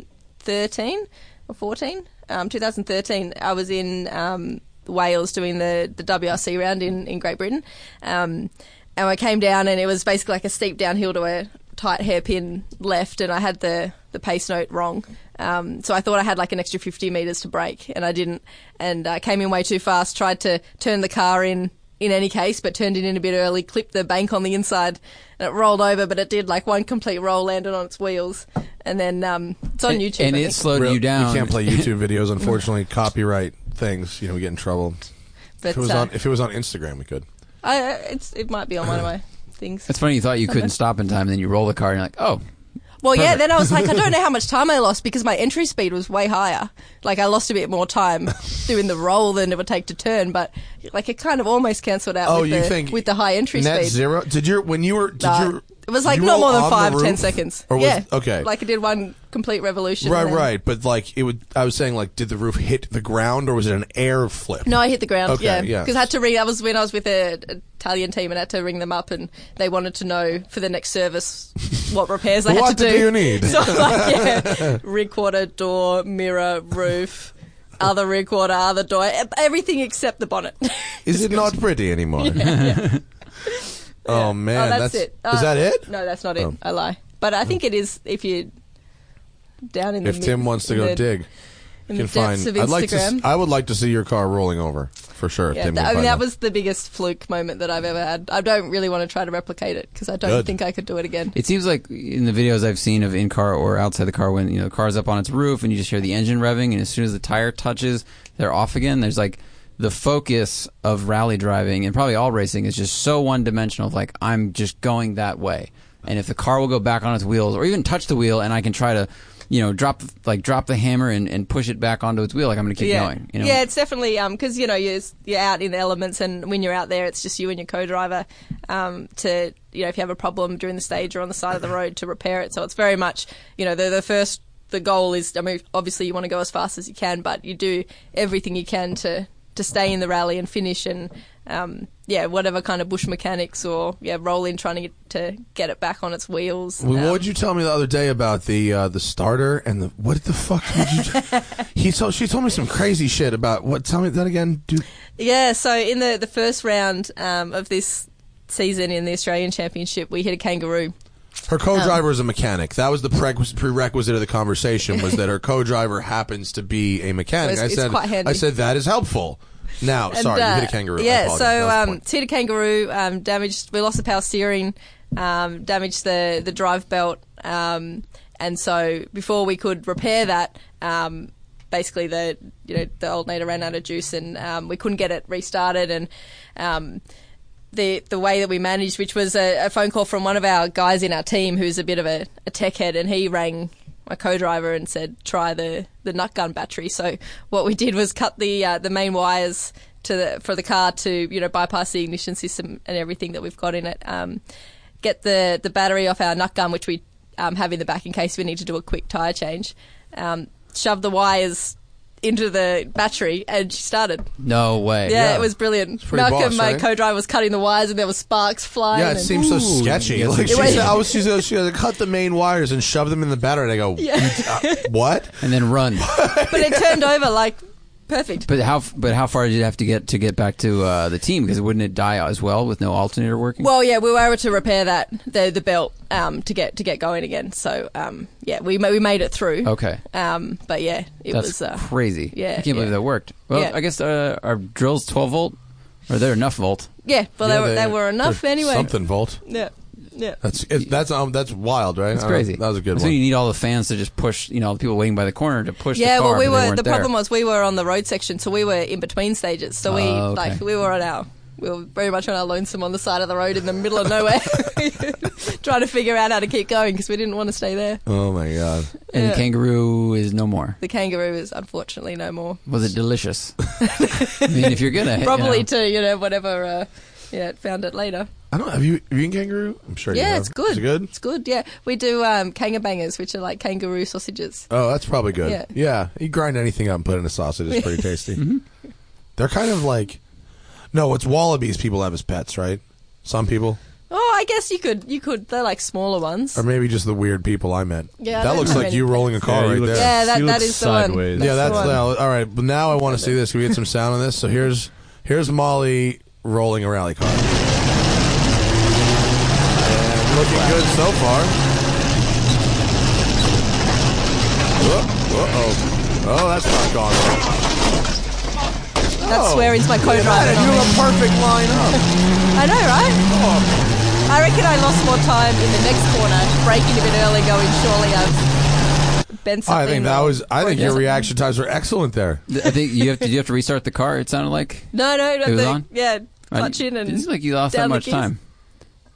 S3: 2013 or 14, um, 2013, I was in um, Wales doing the, the WRC round in, in Great Britain. Um, and I came down, and it was basically like a steep downhill to a tight hairpin left, and I had the, the pace note wrong. Um, so I thought I had like an extra 50 metres to break, and I didn't. And I came in way too fast, tried to turn the car in in any case, but turned it in a bit early, clipped the bank on the inside, and it rolled over. But it did like one complete roll, landed on its wheels, and then um, it's on
S4: And-
S3: YouTube.
S4: and
S3: I
S4: it
S3: think.
S4: slowed
S2: Real-
S4: you down.
S2: can't play YouTube videos, unfortunately. copyright things, you know, we get in trouble.
S3: but
S2: If it was
S3: uh,
S2: on, if it was on Instagram, we could.
S3: I, I- it's, it might be on one of my things.
S4: It's funny you thought you couldn't stop in time, and then you roll the car, and you're like, oh,
S3: Well, yeah. Then I was like, I don't know how much time I lost because my entry speed was way higher. Like I lost a bit more time doing the roll than it would take to turn, but like it kind of almost cancelled out.
S2: Oh,
S3: with
S2: you
S3: the,
S2: think
S3: with the high entry
S2: Net
S3: speed.
S2: zero. Did your when you were did
S3: Uh,
S2: you?
S3: it was like
S2: you
S3: not
S2: roll
S3: more than
S2: on the
S3: five, ten
S2: roof?
S3: seconds.
S2: Or was,
S3: yeah.
S2: okay,
S3: Like I did one complete revolution.
S2: right,
S3: and then-
S2: right. But like it would. I was saying like, did the roof hit the ground or was it an air flip?
S3: No, I hit the ground.
S2: Okay,
S3: yeah,
S2: yeah.
S3: because I had to ring. That was when I was with a Italian team, and I had to ring them up, and they wanted to know for the next service what repairs they
S2: What
S3: had to do.
S2: do you need?
S3: So I'm like, yeah, rear quarter, door, mirror, roof, other rear quarter, other door, e- everything except the bonnet.
S2: Is it not pretty anymore? Oh man,
S3: oh, that's, it.
S2: Is
S3: Uh,
S2: that it?
S3: No, that's not it.
S2: Oh.
S3: I lie. But I think it is if you are down in the
S2: If
S3: mid-
S2: Tim wants to go
S3: the-
S2: dig,
S3: in
S2: you
S3: the
S2: can
S3: depths
S2: find.
S3: of
S2: I'd like to. s-
S3: Instagram.
S2: I would like to see your car rolling over for sure.
S3: Yeah,
S2: Tim
S3: that,
S2: can
S3: I mean,
S2: find
S3: that was the biggest fluke moment that I've ever had. I don't really want to try to replicate it because I don't
S2: Good.
S3: think I could do it again.
S4: It seems like in the videos I've seen of in car or outside the car when you know the car's up on its roof and you just hear the engine revving and as soon as the tire touches they're off again. There's like the focus of rally driving and probably all racing is just so one dimensional of like I'm just going that way. And if the car will go back on its wheels or even touch the wheel and I can try to you know drop like drop the hammer and, and push it back onto its wheel like I'm going to keep
S3: yeah.
S4: going. You know?
S3: Yeah, it's definitely because you know you're you're out in the elements, and when you're out there, it's just you and your co-driver. Um, to you know, if you have a problem during the stage or on the side of the road, to repair it. So it's very much you know the the first the goal is. I mean, obviously you want to go as fast as you can, but you do everything you can to to stay in the rally and finish and. Um, yeah, whatever kind of bush mechanics or yeah, rolling trying to get, to get it back on its wheels.
S2: Well,
S3: Um,
S2: what would you tell me the other day about the uh, the starter and the what the fuck did you? he told she told me some crazy shit about what. Tell me that again. Do
S3: Yeah, so in the, the first round um, of this season in the Australian Championship, we hit a kangaroo.
S2: her co-driver
S3: Um,
S2: is a mechanic. That was the prerequis- prerequisite of the conversation was that her co-driver happens to be a mechanic.
S3: It's-
S2: I
S3: it's
S2: said
S3: quite handy.
S2: I said that is helpful. Now, sorry, you
S3: uh,
S2: hit a kangaroo. I
S3: Yeah,
S2: apologize.
S3: so
S2: That was the
S3: um,
S2: point.
S3: hit a kangaroo, um, damaged. We lost the power steering, um, damaged the the drive belt, um, and so before we could repair that, um, basically the you know the alternator ran out of juice and um, we couldn't get it restarted and. Um, the, the way that we managed, which was a, a phone call from one of our guys in our team who's a bit of a, a tech head, and he rang my co-driver and said try the the nut gun battery. So what we did was cut the uh, the main wires to the, for the car to you know bypass the ignition system and everything that we've got in it. Um, get the the battery off our nut gun, which we um, have in the back in case we need to do a quick tire change. Um, shove the wires into the battery and she started.
S4: No way.
S3: Yeah, it was brilliant.
S2: pretty
S3: Malcolm,
S2: boss,
S3: my
S2: eh?
S3: co-driver, was cutting the wires and there were sparks flying.
S2: Yeah, it
S3: and-
S2: seems so sketchy. Like she
S3: It was-
S2: said, I was, she said, she said, cut the main wires and shove them in the battery. And I go, "You- uh, what?
S4: And then run.
S3: but it turned over like perfect.
S4: but how? But how far did you have to get to get back to uh, the team? Because wouldn't it die as well with no alternator working?
S3: Well, yeah, we were able to repair that the the belt um, to get to get going again. So um, yeah, we ma- we made it through.
S4: okay.
S3: Um, but yeah, it
S4: That's
S3: was. Uh,
S4: crazy.
S3: yeah,
S4: I can't
S3: yeah.
S4: believe that worked. Well,
S3: Yeah.
S4: I guess uh, our drill's 12 volt, or they're enough volt.
S3: yeah, well,
S2: Yeah,
S3: they, were, they were enough
S2: they're
S3: anyway.
S2: Something volt.
S3: Yeah, yeah.
S2: That's it, that's um, that's wild, right?
S4: That's
S2: I don't-
S4: crazy.
S2: That was a good
S4: so
S2: one.
S4: you need all the fans to just push, you know, the people waiting by the corner to push.
S3: Yeah,
S4: the car,
S3: well, we
S4: but they
S3: were.
S4: weren't
S3: The
S4: there.
S3: problem was we were on the road section, so we were in between stages. So we
S4: Oh, okay.
S3: like we were on our we were very much on our lonesome on the side of the road in the middle of nowhere, trying to figure out how to keep going because we didn't want to stay there.
S2: oh my god.
S4: and
S3: Yeah.
S4: the kangaroo is no more.
S3: The kangaroo is unfortunately no more.
S4: Was it delicious? I mean, if you're gonna you
S3: Probably
S4: know.
S3: to you know whatever. Uh, yeah, found it later.
S2: I don't have you have you eaten kangaroo? I'm sure you
S3: Yeah,
S2: have.
S3: it's good.
S2: Is it good?
S3: It's good. Yeah, we do um, kangabangers, which are like kangaroo sausages.
S2: Oh, that's probably good. Yeah.
S3: Yeah. Mm-hmm.
S2: You grind anything up and put it in a sausage, it's pretty tasty. They're kind of like No, it's wallabies people have as pets, right? Some people.
S3: Oh, I guess you could. You could. They're like smaller ones.
S2: Or maybe just the weird people I met.
S3: Yeah, I
S2: that
S3: don't
S2: looks
S3: have
S2: like
S3: any
S2: you rolling a car right
S5: you look-
S2: there.
S3: Yeah, that-
S5: you
S3: that
S5: look
S3: is the one.
S5: sideways.
S3: That's
S2: yeah, that's
S3: the one.
S2: now. All right, but now I want to see this. Can we get some sound on this? So here's here's Molly rolling a rally car. And looking good so far. Uh oh. Oh, that's not gone well.
S3: That's
S2: Oh.
S3: where is my co-driver.
S2: And
S3: not
S2: you're
S3: me.
S2: a perfect line up.
S3: I know, right?
S2: Oh,
S3: I reckon I lost more time in the next corner, braking a bit early, going surely I've bent something.
S2: Oh, I think that
S3: or-
S2: was. I
S3: or
S2: think your
S3: just-
S2: reaction times were excellent there.
S4: I think you have to. You have to restart the car. It sounded like.
S3: No, no, no.
S4: It was
S3: the-
S4: on?
S3: Yeah,
S4: I-
S3: clutch in
S4: it seems
S3: and
S4: like you lost that
S3: down the
S4: much
S3: keys.
S4: time.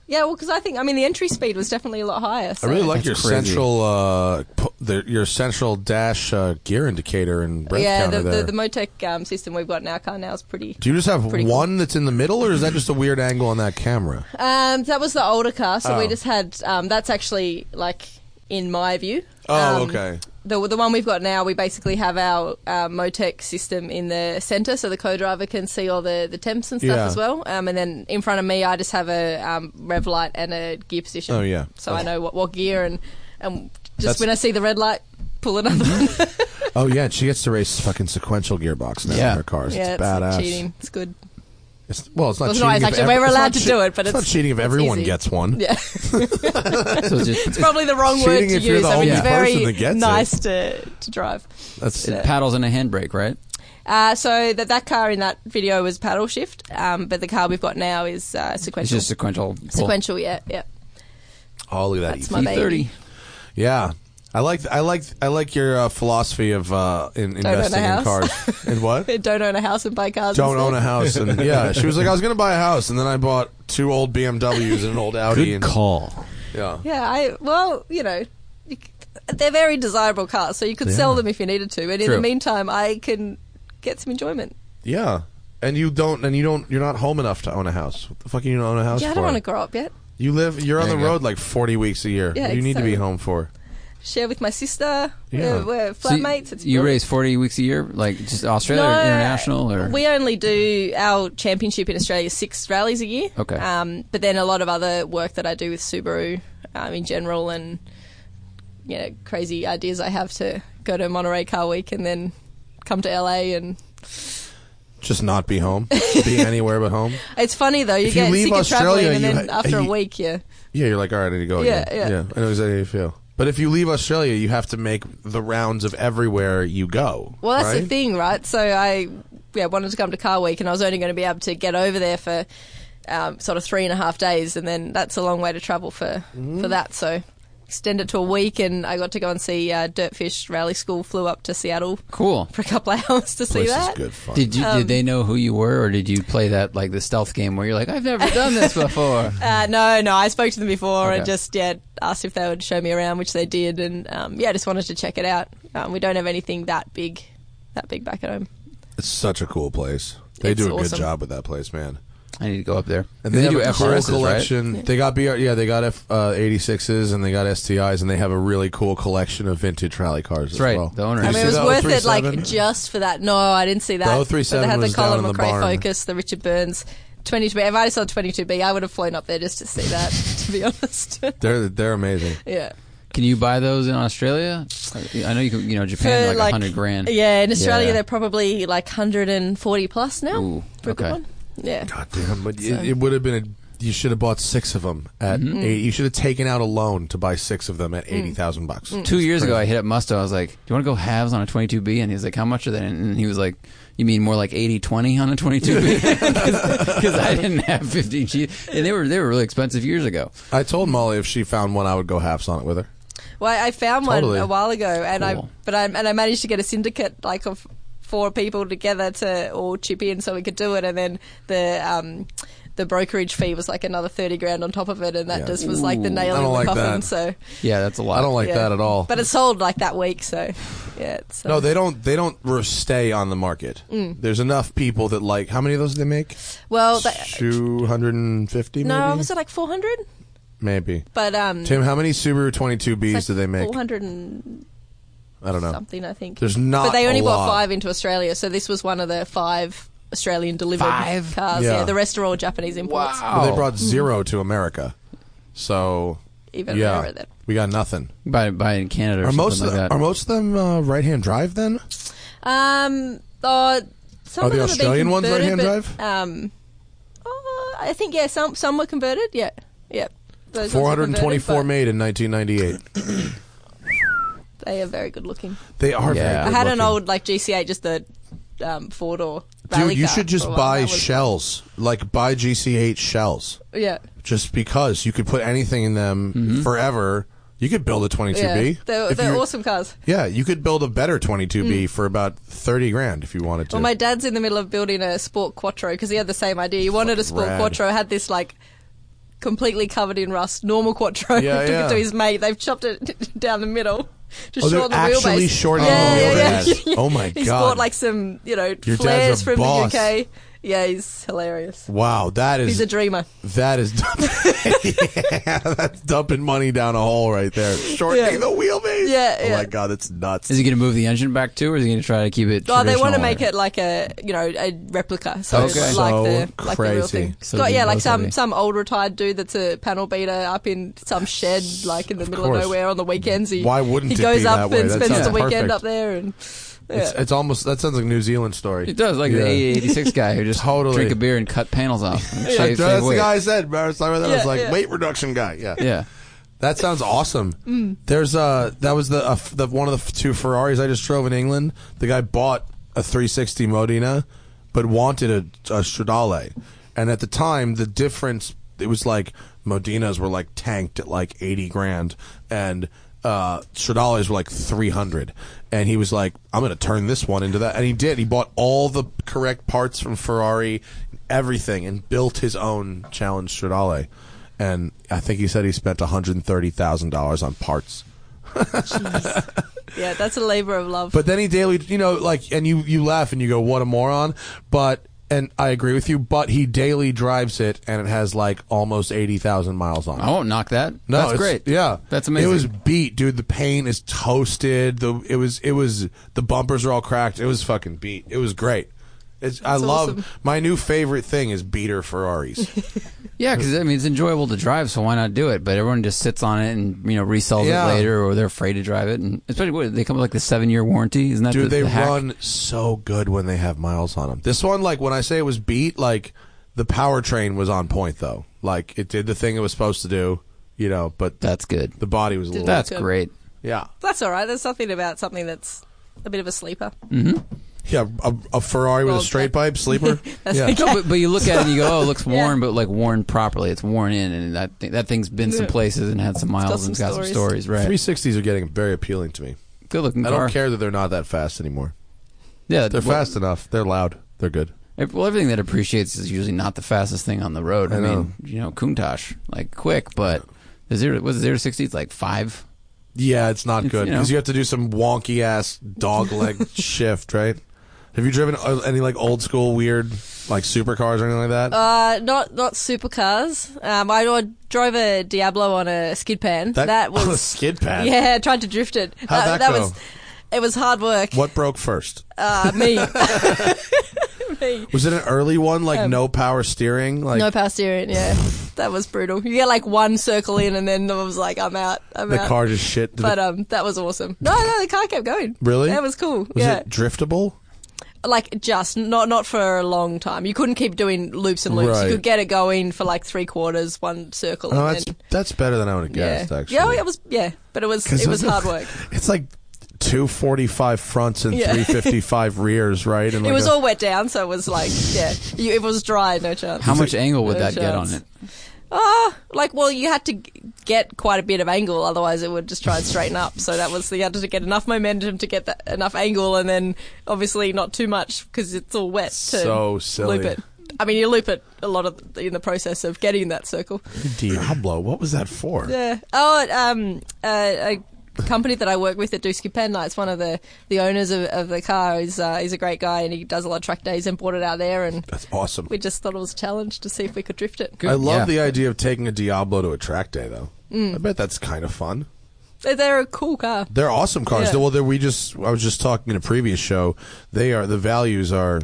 S3: yeah. Well, because I think I mean the entry speed was definitely a lot higher.
S2: I
S3: so-
S2: really like
S4: That's
S2: your
S4: crazy.
S2: central, uh, pu- the, your central dash uh, gear indicator and brake
S3: yeah,
S2: counter
S3: the,
S2: there.
S3: the the Motec um, system we've got in our car now is pretty.
S2: Do you just have
S3: Pretty cool.
S2: one that's in the middle, or is that just a weird angle on that camera?
S3: Um, that was the older car, so
S2: Oh.
S3: we just had. Um, that's actually like in my view.
S2: Oh,
S3: um,
S2: okay.
S3: The, the one we've got now, we basically have our uh, Motec system in the centre, so the co-driver can see all the, the temps and stuff
S2: Yeah.
S3: as well. Um, and then in front of me, I just have a um, rev light and a gear position.
S2: Oh, yeah.
S3: So I know what, what gear and and just
S2: That's-
S3: when I see the red light, pull another one.
S2: Oh yeah, and she gets to race fucking sequential gearbox now
S4: Yeah.
S2: in her cars.
S3: yeah,
S2: it's
S3: it's
S2: badass.
S3: not cheating. It's good.
S2: It's, well, it's not
S3: Well, it's
S2: cheating.
S3: not- it's
S2: if
S3: actually-
S2: every-
S3: we're
S2: it's
S3: allowed
S2: not
S3: to
S2: che-
S3: do it, but
S2: not
S3: it's-
S2: cheating if everyone
S3: easy.
S2: gets one.
S3: Yeah,
S4: So it's just,
S3: it's probably the wrong
S2: Cheating
S3: word to
S2: if you're
S3: use.
S2: the
S3: I mean,
S2: only
S3: it's
S2: person that
S3: very
S2: gets it.
S3: nice to to drive.
S2: That's
S4: it paddles and a handbrake, right?
S3: Uh, so that that car in that video was paddle shift, um, but the car we've got now is uh,
S4: It's
S3: sequential.
S4: just sequential. pull.
S3: sequential, yeah, yeah.
S2: oh look at that.
S3: That's
S2: E-
S3: my baby.
S4: E30.
S2: yeah, I like I like I like your uh, philosophy of uh, in,
S3: own a
S2: investing in
S3: house.
S2: cars. and what?
S3: Don't own a house and buy cars.
S2: Don't
S3: instead.
S2: own a house. And yeah, she was like, I was gonna buy a house, and then I bought two old BMWs and an old Audi.
S5: Good
S2: and,
S5: call.
S2: Yeah.
S3: Yeah, I well, you know, you c- they're very desirable cars, so you could sell them if you needed to. And in
S4: True.
S3: the meantime, I can get some enjoyment.
S2: Yeah. And you don't, and you don't, you're not home enough to own a house. What the fuck are you gonna own a house
S3: yeah, I
S2: for?
S3: don't want to grow up yet.
S2: You live, you're on
S4: There
S2: the
S4: you go.
S2: road like 40 weeks a year.
S3: Yeah,
S2: you need to be
S3: exactly.
S2: home for.
S3: Share with my sister.
S2: Yeah.
S3: We're, we're
S4: So you-
S3: flatmates. it's
S4: you
S3: brilliant.
S4: race 40 weeks a year, like just Australia or international, or
S3: we only do our championship in Australia six rallies a year.
S4: Okay.
S3: Um, but then a lot of other work that I do with Subaru um, in general, and you know, crazy ideas I have to go to Monterey Car Week and then come to LA. And
S2: Just not be home. be anywhere but home.
S3: it's funny though, you
S2: If you
S3: get
S2: leave
S3: sick of
S2: Australia,
S3: traveling, and
S2: you
S3: then
S2: ha-
S3: after
S2: you-
S3: a week, yeah.
S2: Yeah, you're like, all right, I need to go
S3: Yeah,
S2: again.
S3: yeah.
S2: I know exactly how you feel. But if you leave Australia, you have to make the rounds of everywhere you go.
S3: Well, that's
S2: right?
S3: the thing, right? So I yeah, wanted to come to Car Week, and I was only going to be able to get over there for
S2: Mm-hmm.
S3: um, sort of three and a half days, and then that's a long way to travel for for that. So extend it to a week, and I got to go and see uh, Dirtfish Rally School. Flew up to Seattle
S4: Cool.
S3: for a couple of hours to see
S2: Place is
S3: that.
S2: good fun.
S4: Did you did they know who you were, or did you play that like the stealth game where you're like, I've never done this before?
S3: Uh, no, no, I spoke to them before and
S4: Okay.
S3: just yeah asked if they would show me around, which they did, and um, yeah, just wanted to check it out. Um, we don't have anything that big, that big back at home.
S2: it's such a cool place. They
S3: It's
S2: do a good
S3: awesome.
S2: job with that place, man.
S4: I need to go up there.
S2: And they,
S4: do
S2: have a cool
S4: FRSs, right?
S2: collection. They got BR, yeah, they got F uh, 86s and they got STIs and they have a really cool collection of vintage rally cars as
S4: right.
S2: well.
S4: The owner
S2: Did
S3: I
S4: You
S3: mean,
S2: you
S3: it was
S2: see
S3: worth
S2: the
S3: it,
S2: 037?
S3: like just for that. No, I didn't see that.
S2: The 037
S3: but they had
S2: was
S3: the Colin
S2: down in the
S3: McRae
S2: barn.
S3: Focus, the Richard Burns 22B. If I saw 22B, I would have flown up there just to see that. to be honest,
S2: They're they're amazing.
S3: yeah.
S4: Can you buy those in Australia? I know you can. You know, Japan they're like a hundred grand.
S3: Yeah, in Australia
S4: Yeah.
S3: they're probably like 140 plus now
S4: Ooh,
S3: for a good
S4: okay.
S3: one. Yeah.
S2: God damn! But it, it would have been a, you should have bought six of them at
S4: Mm-hmm.
S2: eight, you should have taken out a loan to buy six of them
S3: Mm.
S2: at eighty thousand bucks.
S4: Two years ago, I hit up Musto. I was like, "Do you want to go halves on a 22B?" And he's like, "How much are they?" And he was like, "You mean more like 80-20 on a 22B?" Because I didn't have 15 G, and they were they were really expensive years ago.
S2: I told Molly if she found one, I would go halves on it with her.
S3: Well, I found
S2: Totally.
S3: one a while ago, and I
S4: Cool.
S3: but I and I managed to get a syndicate like of four people together to all chip in so we could do it, and then the. Um, the brokerage fee was like another thirty grand on top of it, and that
S2: Yeah.
S3: just was like the
S4: Ooh.
S3: nail
S2: I
S3: in
S2: don't
S3: the
S2: like
S3: coffin.
S2: that.
S3: So
S4: Yeah, that's a lot.
S2: I don't like
S3: yeah.
S2: that at all.
S3: But it sold like that week, so yeah. It's, uh,
S2: no, they don't. They don't re- stay on the market.
S3: Mm.
S2: There's enough people that like. How many of those do they make?
S3: well, they,
S2: Two hundred and fifty.
S3: no,
S2: maybe?
S3: was it like four hundred?
S2: maybe.
S3: But um,
S2: Tim, how many Subaru 22Bs do they make?
S3: Four hundred and
S2: I don't know.
S3: something, I think.
S2: There's not.
S3: but they only
S2: a
S3: bought
S2: lot.
S3: five into Australia, so this was one of the five Australian delivered
S4: Five?
S3: cars. Yeah.
S2: Yeah.
S3: the rest are all Japanese imports.
S2: But
S4: Wow.
S2: they brought zero to America, so
S3: Oh. Even
S2: yeah,
S3: rarer than-
S2: we got nothing.
S4: buy buy in Canada. Or
S2: Are
S4: something
S2: most of
S4: like
S2: the,
S4: that.
S2: are most of them uh, right hand drive then?
S3: Um, uh, some
S2: Are
S3: of them have
S2: the
S3: been
S2: Australian ones
S3: converted,
S2: right-hand
S3: but, Um, oh, I think yeah, some some were converted. Yeah, yeah. Those ones were
S2: Four hundred and twenty four
S3: converted,
S2: made in nineteen ninety eight.
S3: but They are very good looking.
S2: They are.
S4: Yeah.
S2: Very
S4: I
S3: I
S2: good
S3: had an
S2: looking.
S3: old like GC8, just the um, four door.
S2: dude. You should just buy shells, like buy GC eight shells,
S3: Yeah,
S2: just because you could put anything in them forever. You could build a twenty two
S3: Mm-hmm. yeah.
S2: B.
S3: They're, they're awesome cars.
S2: Yeah, you could build a better 22B for about 30 grand if you wanted to.
S3: Well, my dad's in the middle of building a sport quattro because he had the same idea. He wanted a sport
S2: Rad.
S3: quattro, had this like completely covered in rust, normal quattro.
S2: Yeah,
S3: took
S2: yeah.
S3: it to his mate. They've chopped it down the middle to
S2: Oh, they're
S3: shorten the
S2: actually
S3: wheelbase.
S2: shortening
S4: the
S2: wheelbase. Oh, my
S3: He's
S2: God.
S3: bought like some you know
S2: Your dad's
S3: flares
S2: a
S3: from
S2: boss.
S3: the UK. Yeah, he's hilarious.
S2: wow, that is
S3: He's a dreamer.
S2: That is yeah, that's dumping money down a hole right there. Shortening
S3: Yeah.
S2: the wheelbase.
S3: Yeah,
S2: Oh
S3: yeah.
S2: my god, that's nuts.
S4: is he going to move the engine back too, or is he going to try to keep it?
S3: Oh, they want to
S4: traditional
S3: make
S4: way?
S3: it like a you know a replica, so it's
S4: Okay.
S3: like the
S2: So
S3: like the real
S2: crazy.
S3: thing.
S4: So
S3: Got- yeah,
S4: it'd be
S3: like
S4: most
S3: some
S4: likely.
S3: some old retired dude that's a panel beater up in some shed, like in the middle
S2: course.
S3: of nowhere on the weekends. He,
S2: Why wouldn't
S3: he
S2: it
S3: goes
S2: be
S3: up
S2: that way?
S3: and
S2: That
S3: spends
S2: sounds
S3: the weekend
S2: perfect.
S3: up there? And yeah,
S2: It's, it's almost that sounds like a New Zealand story.
S4: It does, like
S2: Yeah.
S4: the AA86 guy who just
S2: Totally.
S4: drink a beer and cut panels off. and
S2: Yeah,
S4: shave-
S2: that's
S4: shave
S2: the
S4: weight.
S2: guy I said, bro. It's like, that was
S3: Yeah,
S2: like
S3: yeah.
S2: weight reduction guy. Yeah.
S4: Yeah.
S2: That sounds awesome. There's uh that was the, uh, f- the one of the f- two Ferraris I just drove in England. The guy bought a 360 Modena, but wanted a, a Stradale, and at the time the difference it was like Modenas were like tanked at like 80 grand, and uh, Stradales were like 300. And he was like, I'm going to turn this one into that, and he did. He bought all the correct parts from Ferrari, everything, and built his own Challenge Stradale and I think he said he spent one hundred thirty thousand dollars on parts.
S3: yeah, that's a labor of love.
S2: But then he daily, you know, like, and you you laugh and you go, "What a moron!" But and I agree with you. But he daily drives it, and it has like almost eighty thousand miles on it.
S4: I won't knock that.
S2: No,
S4: Oh, that's
S2: it's-
S4: great.
S2: Yeah,
S4: That's amazing.
S2: It was beat, dude. The paint is toasted. The it was it was the bumpers are all cracked. It was fucking beat. It was great. It's, I
S3: That's
S2: love
S3: awesome.
S2: my new favorite thing is beater Ferraris.
S4: Yeah, because I mean it's enjoyable to drive, so why not do it? But everyone just sits on it and you know resells
S2: Yeah.
S4: it later, or they're afraid to drive it. And especially what, they come with like the seven year warranty, isn't that
S2: Dude,
S4: the,
S2: they
S4: the hack?
S2: run so good when they have miles on them. This one, like when I say it was beat, like the powertrain was on point though. Like it did the thing it was supposed to do, you know. But
S4: That's good.
S2: the body was a little,
S4: That's
S3: good.
S4: great.
S2: yeah.
S3: that's all right. There's something about something that's a bit of a sleeper.
S2: Yeah, a, a Ferrari with
S3: Well,
S2: a straight pipe sleeper. yeah.
S4: No, but, but you look at it and you go, oh, it looks
S3: Yeah.
S4: worn, but like worn properly. It's worn in, and that thi- that thing's been some
S3: Yeah.
S4: places and had some miles and
S3: some
S4: it's got some
S3: stories.
S4: stories, right?
S2: 360s are getting very appealing to me.
S4: Good looking
S2: I
S4: car.
S2: don't care that they're not that fast anymore.
S4: Yeah,
S2: They're
S4: well,
S2: fast enough. They're loud. They're good.
S4: ev- Well, everything that appreciates is usually not the fastest thing on the road. I,
S2: I know.
S4: mean, you know, Countach, like quick, but the zero was zero to sixty. It's like five.
S2: Yeah, it's not
S4: It's,
S2: good
S4: you know.
S2: because you, have to do some wonky ass dog leg shift, right? Have you driven uh, any like old school weird like supercars or anything like that?
S3: Uh, not not supercars. Um, I I drove a Diablo on a skid pan. That, was
S2: on a skid pad.
S3: Yeah, I tried to drift it.
S2: How'd that go?
S3: was it was hard work.
S2: What broke first?
S3: Uh, me. me.
S2: Was it an early one like no power steering? Like
S3: Um, no power steering, yeah. that was brutal. You get like one circle in and then I was like, I'm out. I'm
S2: the
S3: out.
S2: car just shit. Did
S3: but
S2: it-
S3: um that was awesome. No, no, the car kept going.
S2: Really?
S3: That was cool.
S2: was
S3: yeah.
S2: it driftable?
S3: like just not not for a long time. You couldn't keep doing loops and loops.
S2: Right.
S3: You could get it going for like three quarters, one circle
S2: Oh,
S3: and
S2: that's
S3: then
S2: that's better than I would have guessed.
S3: yeah.
S2: Actually,
S3: Yeah, it was yeah, but it was
S2: 'Cause
S3: it was
S2: those-
S3: hard work.
S2: It's like two forty five fronts and
S3: Yeah.
S2: three fifty five rears, right? And
S3: it
S2: like
S3: was
S2: a-
S3: all wet down, so it was like yeah, you, it was dry, no chance.
S4: How much angle would
S3: No
S4: that get on
S3: chance.
S4: it?
S3: Ah, like well, you had to g- get quite a bit of angle, otherwise it would just try and straighten up. So that was you had to get enough momentum to get that enough angle, and then obviously not too much because it's all wet. To
S2: So silly.
S3: Loop it. I mean, you loop it a lot of in the process of getting that circle.
S2: Diablo. What was that for?
S3: Yeah. Oh, um, uh, a company that I work with at Dusky Pen Lights, one of the, the owners of, of the car, is uh, he's a great guy and he does a lot of track days and bought it out there. And
S2: That's awesome.
S3: we just thought it was a challenge to see if we could drift it.
S4: Good.
S2: I love
S4: Yeah.
S2: the idea of taking a Diablo to a track day, though.
S3: Mm.
S2: I bet that's kind of fun.
S3: They're, they're a cool car.
S2: They're awesome cars.
S3: Yeah.
S2: Well, they're, we just I was just talking in a previous show. They are the values are,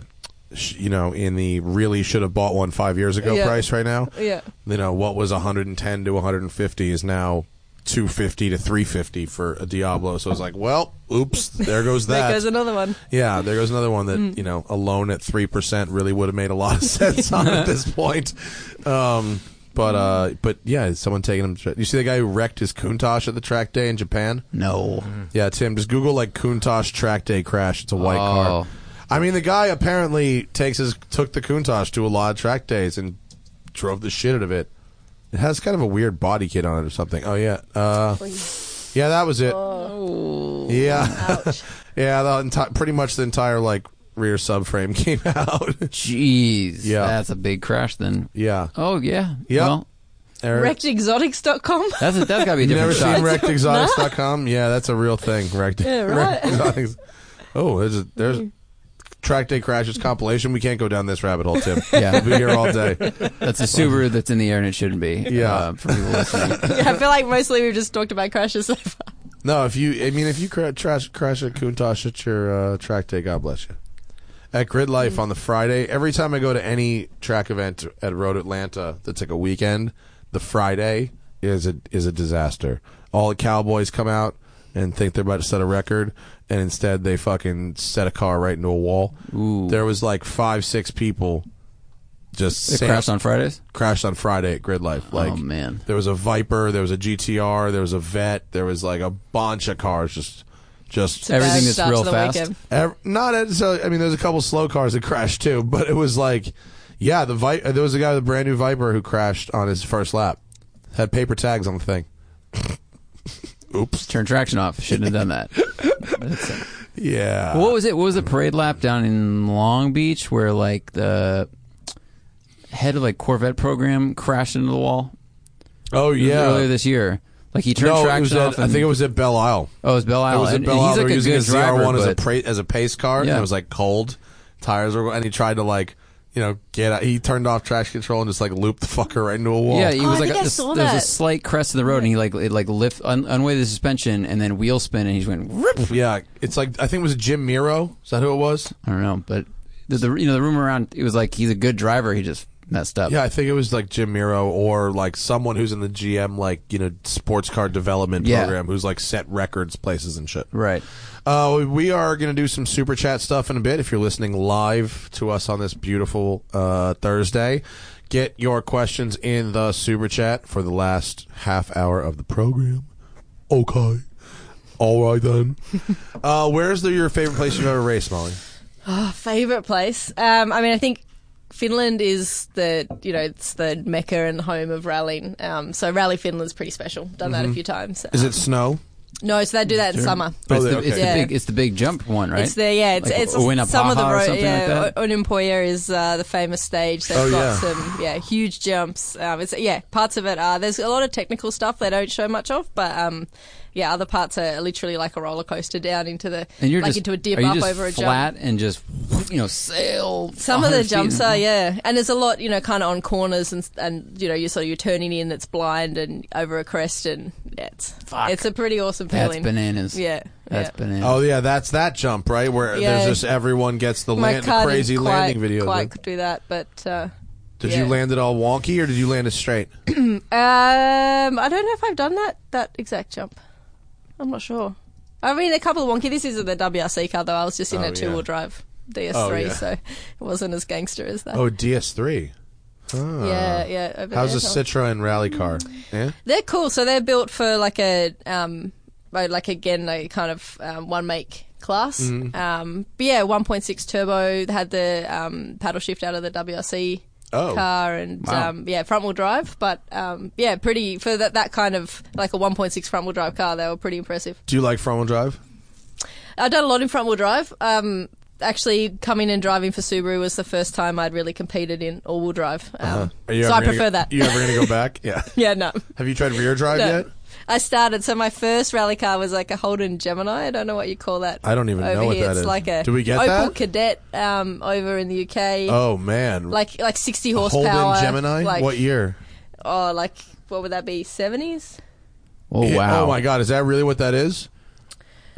S2: sh- you know, in the really should have bought one five years ago
S3: Yeah.
S2: price right now.
S3: Yeah.
S2: You know what was 110 to 150 is now 250 to 350 for a Diablo. So it's like, well, oops, there goes that.
S3: There goes Mm. another one.
S2: Yeah, there goes another one that you know a loan at three percent really would have made a lot of sense on at this point. Um, but uh, but yeah, someone taking him. To, you see the guy who wrecked his Countach at the track day in Japan?
S4: No.
S2: Yeah, Tim, just Google like Countach track day crash. It's a white
S4: Oh.
S2: car. I mean, the guy apparently takes his took the Countach to a lot of track days and drove the shit out of it. It has kind of a weird body kit on it or something. Oh yeah, uh, yeah, that was it.
S3: Oh.
S2: Yeah.
S3: Ouch.
S2: Yeah, the enti- pretty much the entire like rear subframe came out.
S4: Jeez.
S2: Yeah.
S4: That's a big crash then.
S2: yeah,
S4: Oh yeah.
S2: Yep.
S4: Well,
S2: Eric,
S3: Wreckedexotics.com.
S4: that's a, that's got to be a
S2: you
S4: different
S2: never seen
S4: shot.
S2: wrectexotics.com? Yeah, that's a real thing. Wrecked,
S3: Yeah, right.
S2: Wreckexotics. Oh, there's a, there's
S4: Hmm.
S2: track day crashes compilation. We can't go down this rabbit hole, Tim.
S4: Yeah.
S2: we'll be here all day.
S4: that's a Subaru that's in the air and it shouldn't be.
S2: Yeah.
S4: Uh, for people listening.
S3: yeah, I feel like mostly we've just talked about crashes so far.
S2: No, if you, I mean, if you cra- trash, crash at Countach at your uh, track day, God bless you. At Grid Life on the Friday, every time I go to any track event at Road Atlanta that's like a weekend, the Friday is a is a disaster. All the Cowboys come out and think they're about to set a record, and instead they fucking set a car right into a wall.
S4: Ooh.
S2: There was like five, six people just
S4: It
S2: sam-
S4: crashed on Fridays.
S2: crashed on Friday at Grid Life. Like,
S4: oh man.
S2: there was a Viper, there was a GTR, there was a Vet, there was like a bunch of cars just just
S3: It's a
S4: Everything
S3: bad
S4: that's
S3: start to
S4: real
S3: the
S4: fast.
S3: weekend.
S2: ev- not at, so I mean there's a couple slow cars that crashed too, but it was like yeah, the Vi- uh, there was a guy with a brand new Viper who crashed on his first lap. Had paper tags on the thing. Oops.
S4: Turn traction off. Shouldn't have done that. That's it.
S2: Yeah.
S4: What was it? What was the parade lap down in Long Beach where like the head of like Corvette program crashed into the wall?
S2: Oh
S4: It was
S2: yeah.
S4: earlier this year. Like he turned
S2: no, it
S4: traction
S2: was
S4: off.
S2: at, I
S4: and-
S2: think it was at Belle Isle.
S4: Oh, it was Belle
S2: It
S4: Isle.
S2: was at
S4: And
S2: Belle Isle.
S4: he's
S2: they
S4: like
S2: were
S4: a
S2: using
S4: good
S2: a
S4: driver,
S2: ZR1 as a
S4: but-
S2: pra- as a pace car, and
S4: Yeah.
S2: it was like cold. Tires were, and he tried to like, you know, get. out. He turned off traction control and just like looped the fucker right into a wall.
S4: Yeah, he
S3: Oh,
S4: was
S3: I
S4: like
S3: think I
S4: a, this,
S3: saw
S4: there's a
S3: that.
S4: slight crest of the road, and he like it like lift un, unweighed the suspension and then wheel spin, and he just went. Rip.
S2: yeah. It's like I think it was Jim Miro. Is that who it was?
S4: I don't know, but the, the you know the rumor around it was like he's a good driver, he just messed up.
S2: Yeah, I think it was like Jim Miro or like someone who's in the GM like you know sports car development
S4: Yeah.
S2: program who's like set records places and shit.
S4: right.
S2: Uh, we are going to do some super chat stuff in a bit. If you're listening live to us on this beautiful uh, Thursday, get your questions in the super chat for the last half hour of the program. Okay. All right then. uh, where's the, your favorite place you've ever raced, Molly?
S3: Oh, favorite place. Um, I mean, I think Finland is the you know it's the mecca and home of rallying. Um, so Rally Finland's pretty special. Done that
S4: Mm-hmm.
S3: a few times.
S2: Is it snow?
S3: No, so they do that in summer.
S4: But it's,
S2: Oh,
S4: the,
S2: okay.
S4: it's
S3: Yeah.
S4: the big it's the big jump one, right?
S3: It's the yeah, it's
S4: Like
S3: it's
S4: Oinapaha
S3: some of the
S4: or
S3: road.
S4: something like
S3: yeah,
S4: that?
S3: O- Oninpoya is uh, the famous stage. They've
S2: Oh,
S3: got
S2: yeah.
S3: some yeah huge jumps. Um, it's yeah, parts of it are there's a lot of technical stuff they don't show much of, but um, yeah, other parts are literally like a roller coaster down into the
S4: and you're
S3: like
S4: just
S3: into a dip
S4: are you
S3: up
S4: just
S3: over a jump.
S4: flat and just you know sail.
S3: Some of the
S4: 100 feet
S3: jumps
S4: in-
S3: are yeah, and there's a lot you know kind of on corners and and you know you sort of you're turning in that's blind and over a crest and yeah, it's
S4: Fuck.
S3: it's a pretty awesome
S4: That's
S3: feeling.
S4: bananas.
S3: Yeah,
S4: that's
S3: yeah.
S4: bananas.
S2: Oh yeah, that's that jump right where
S3: Yeah.
S2: there's just everyone gets the,
S3: My
S2: land, the
S3: car didn't
S2: crazy
S3: quite,
S2: landing video.
S3: Quite
S2: Did-
S3: could do that, but. Uh,
S2: Did
S3: yeah.
S2: you land it all wonky or did you land it straight?
S3: Um, I don't know if I've done that that exact jump. I'm not sure. I mean, a couple of wonky. This isn't the WRC car though. I was just in
S2: Oh,
S3: a two wheel
S2: yeah.
S3: drive DS3,
S2: Oh, yeah.
S3: so it wasn't as gangster as that.
S2: Oh, DS3. Ah.
S3: yeah, yeah. Over
S2: How's
S3: there,
S2: a
S3: so-
S2: Citroen rally car? Yeah.
S3: They're cool. So they're built for like a um, oh, like again a kind of um, one make class.
S2: Mm.
S3: Um, but yeah, 1.6 turbo. They had the um, paddle shift out of the WRC
S2: Oh.
S3: car and
S4: Wow.
S3: um, yeah, front wheel drive. But um, yeah, pretty for that that kind of like a 1.6 front wheel drive car. They were pretty impressive.
S2: Do you like front wheel drive?
S3: I've done a lot in front wheel drive. Um, actually, coming and driving for Subaru was the first time I'd really competed in all wheel drive. Um,
S2: Uh-huh. Are you
S3: so
S2: ever
S3: I
S2: gonna
S3: prefer
S2: go-
S3: that.
S2: You ever gonna go back? Yeah.
S3: yeah, no.
S2: Have you tried rear drive
S3: No.
S2: yet?
S3: I started. So my first rally car was like a Holden Gemini. I don't know what you call that.
S2: I don't even
S3: over
S2: know what
S3: here.
S2: that
S3: it's
S2: is.
S3: like a
S2: Do we get
S3: Opel
S2: that?
S3: Cadet um, over in the UK.
S2: Oh man.
S3: Like like sixty horsepower.
S2: Holden Gemini.
S3: Like,
S2: what year?
S3: Oh, like what would that be? Seventies.
S4: oh
S2: Yeah,
S4: wow!
S2: Oh my god. Is that really what that is?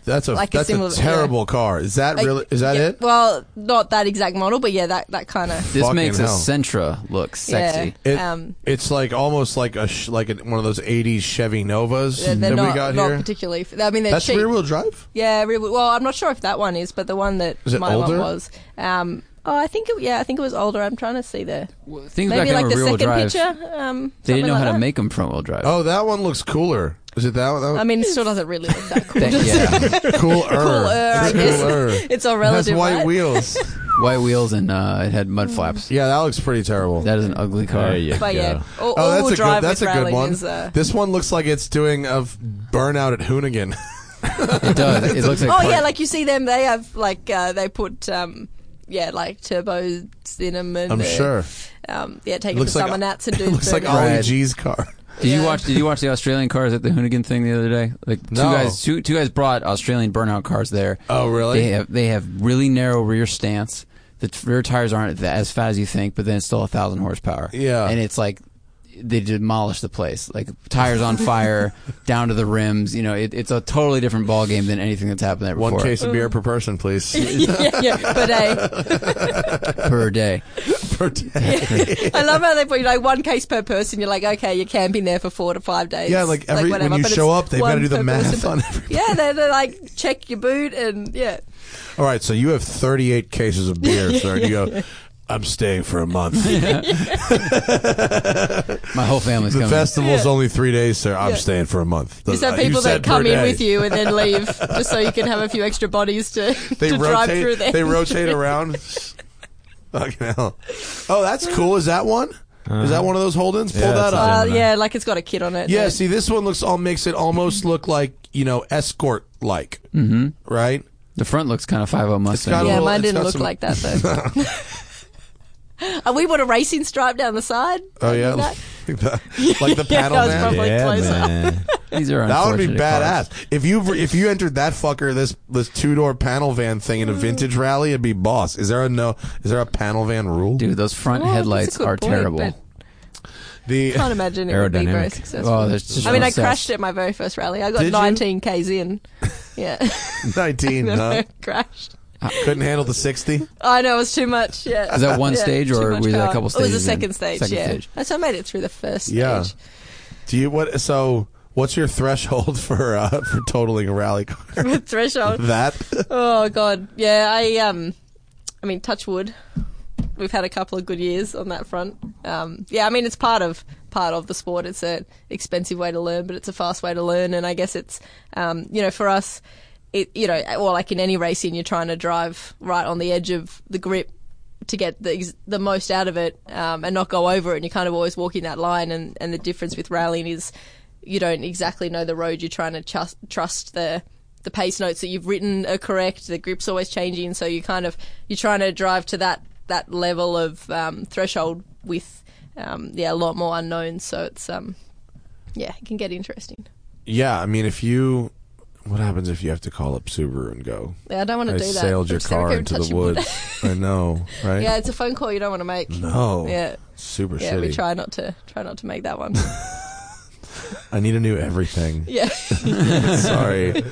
S2: That's a
S3: Like a
S2: that's a,
S3: similar- yeah.
S2: terrible car. Is that really? Is that it?
S3: Well, not that exact model, but yeah, that that kind of.
S4: This
S2: Fucking
S4: makes
S2: hell.
S4: a Sentra look sexy.
S3: Yeah.
S2: It-
S3: um,
S2: it's like almost like a sh- like a, one of those '80s Chevy Novas
S3: they're, they're
S2: that
S3: not,
S2: we got
S3: not
S2: here.
S3: particularly. I mean, they're
S2: That's
S3: cheap.
S2: rear wheel drive.
S3: Yeah, rear wheel. Well, I'm not sure if that one is, but the one that
S2: Is it
S3: my
S2: older?
S3: one was. Um, oh, I think it, yeah, I think it was older. I'm trying to see there.
S4: Well, Things back
S3: Maybe
S4: then
S3: like
S4: were
S3: the
S4: rear-wheel
S3: second
S4: drive.
S3: picture. Um,
S4: They
S3: something
S4: didn't know
S3: like
S4: how
S3: that.
S4: to make them front wheel drive.
S2: Oh, that one looks cooler. Is it that one? That one?
S3: I mean, it still doesn't really look that cool.
S4: That- yeah,
S2: cooler.
S3: Cooler, I guess. It's all
S2: That's
S3: relative.
S2: white
S3: right?
S2: wheels.
S4: white wheels and uh, it had mud flaps.
S2: yeah, that looks pretty terrible.
S4: That is an ugly car.
S5: There you
S3: But
S5: go.
S3: yeah, all,
S2: oh, that's
S3: all-wheel
S2: a
S3: drive
S2: good. That's a
S3: with
S2: good
S3: railing
S2: one.
S3: is. Uh,
S2: this one looks like it's doing a f- burnout at Hoonigan.
S4: It does. It looks like.
S3: oh
S4: part-
S3: yeah, like you see them. They have like uh, they put um, yeah, like turbos in them. And,
S2: I'm
S3: uh,
S2: sure.
S3: Um, yeah, take it for
S2: Looks like
S3: summer nats and do.
S2: It looks like
S3: burnout.
S2: Ollie
S4: Right.
S2: G's car.
S4: Did you
S3: Yeah.
S4: watch? Did you watch the Australian cars at the Hoonigan thing the other day? Like two
S2: No.
S4: guys, two two guys brought Australian burnout cars there.
S2: Oh, really?
S4: They have they have really narrow rear stance. The t- rear tires aren't tha- as fat as you think, but then it's still a thousand horsepower.
S2: Yeah.
S4: and it's like they demolish the place. Like tires on fire, down to the rims. You know, it, it's a totally different ball game than anything that's happened there before.
S2: One case of
S3: Mm.
S2: beer per person, please,
S3: yeah, yeah, but uh, hey,
S4: per day.
S2: per day.
S3: I love how they put like one case per person. You're like, okay, you're camping there for four to five days.
S2: Yeah, like every
S3: whatever,
S2: when you
S3: but
S2: show
S3: it's
S2: up, they've got to
S3: one
S2: do the
S3: per
S2: math
S3: person.
S2: on every.
S3: Yeah, they they like check your boot and yeah.
S2: All right, so you have 38 cases of beer, sir. You go. I'm staying for a month.
S4: My whole family's
S2: The
S4: coming.
S2: festival is
S3: Yeah.
S2: only three days, sir. I'm
S3: Yeah.
S2: staying for a month.
S3: You
S2: Uh,
S3: just have people that come in with you and then leave just so you can have a few extra bodies to,
S2: They
S3: to
S2: rotate.
S3: drive through there.
S2: They rotate around. Fucking hell. Oh, that's cool. Is that one? Is that one of those Holdens? Pull
S5: Yeah,
S2: that
S5: that's a
S2: up.
S3: Uh,
S5: Gemini.
S3: yeah, like it's got a kid on it.
S2: Yeah. See, this one looks all makes it almost look like you know escort like. Mm-hmm. Right.
S4: The front looks kind of five oh
S2: got
S4: Mustang.
S2: a
S3: Yeah,
S2: little-
S3: mine
S2: it's
S3: didn't
S2: got
S3: look
S2: some-
S3: like that though. Uh, we want a racing stripe down the side.
S2: Oh yeah.
S3: Like
S2: Like the, like the
S3: Yeah,
S2: paddle
S3: that was
S2: man.
S3: probably- Like
S5: yeah,
S3: close up.
S5: man.
S4: These are
S2: That would be
S4: unfortunate cars.
S2: badass. If you if you entered that fucker this this two door panel van thing
S3: Mm.
S2: in a vintage rally, it'd be boss. Is there a no? Is there a panel van rule?
S4: Dude, those front
S3: Well, Oh, that's a
S4: headlights
S3: good
S4: are
S3: point,
S4: terrible.
S3: but-
S2: the
S3: Can't imagine it would be very
S5: Aerodynamic.
S3: successful.
S4: Oh, there's just
S3: I mean,
S4: no
S3: I
S4: sense.
S3: crashed at my very first rally. I got
S2: Did you?
S3: 19 k's in. Yeah,
S2: 19
S3: Then
S2: huh?
S3: I crashed.
S2: couldn't handle the 60.
S3: I know it was too much. Yeah,
S4: Is that one
S3: Yeah,
S4: stage
S3: too
S4: or
S3: much
S4: was that a
S3: power.
S4: couple
S3: It was
S4: stages
S3: the
S4: in?
S3: second stage.
S4: Second
S3: yeah,
S4: stage.
S3: That's- I made it through the first
S2: Yeah.
S3: stage.
S2: Do you what? So what's your threshold for uh, for totaling a rally car?
S3: With threshold.
S2: that
S3: Oh god, yeah. I um, I mean, touch wood. We've had a couple of good years on that front. Um, yeah, I mean, it's part of part of the sport. It's an expensive way to learn, but it's a fast way to learn, and I guess it's um, you know, for us. it, you know, or like in any racing, you're trying to drive right on the edge of the grip to get the, ex- the most out of it um, and not go over it. And you're kind of always walking that line. And, and the difference with rallying is you don't exactly know the road. You're trying to trust, trust the the pace notes that you've written are correct. The grip's always changing, so you kind of you're trying to drive to that that level of um, threshold with um, yeah a lot more unknowns. So it's um yeah it can get interesting.
S2: Yeah, I mean, if you, what happens if you have to call up Subaru and go?
S3: Yeah, I don't want
S2: I
S3: to do that.
S2: sailed your
S3: I'm just never
S2: car
S3: gonna
S2: into
S3: touch
S2: the
S3: wood.
S2: woods. I know, right?
S3: yeah, it's a phone call you don't want to make.
S2: no,
S3: Yeah.
S2: super
S3: Yeah,
S2: shitty.
S3: we try not to try not to make that one.
S2: I need a new everything.
S3: yeah.
S2: Sorry,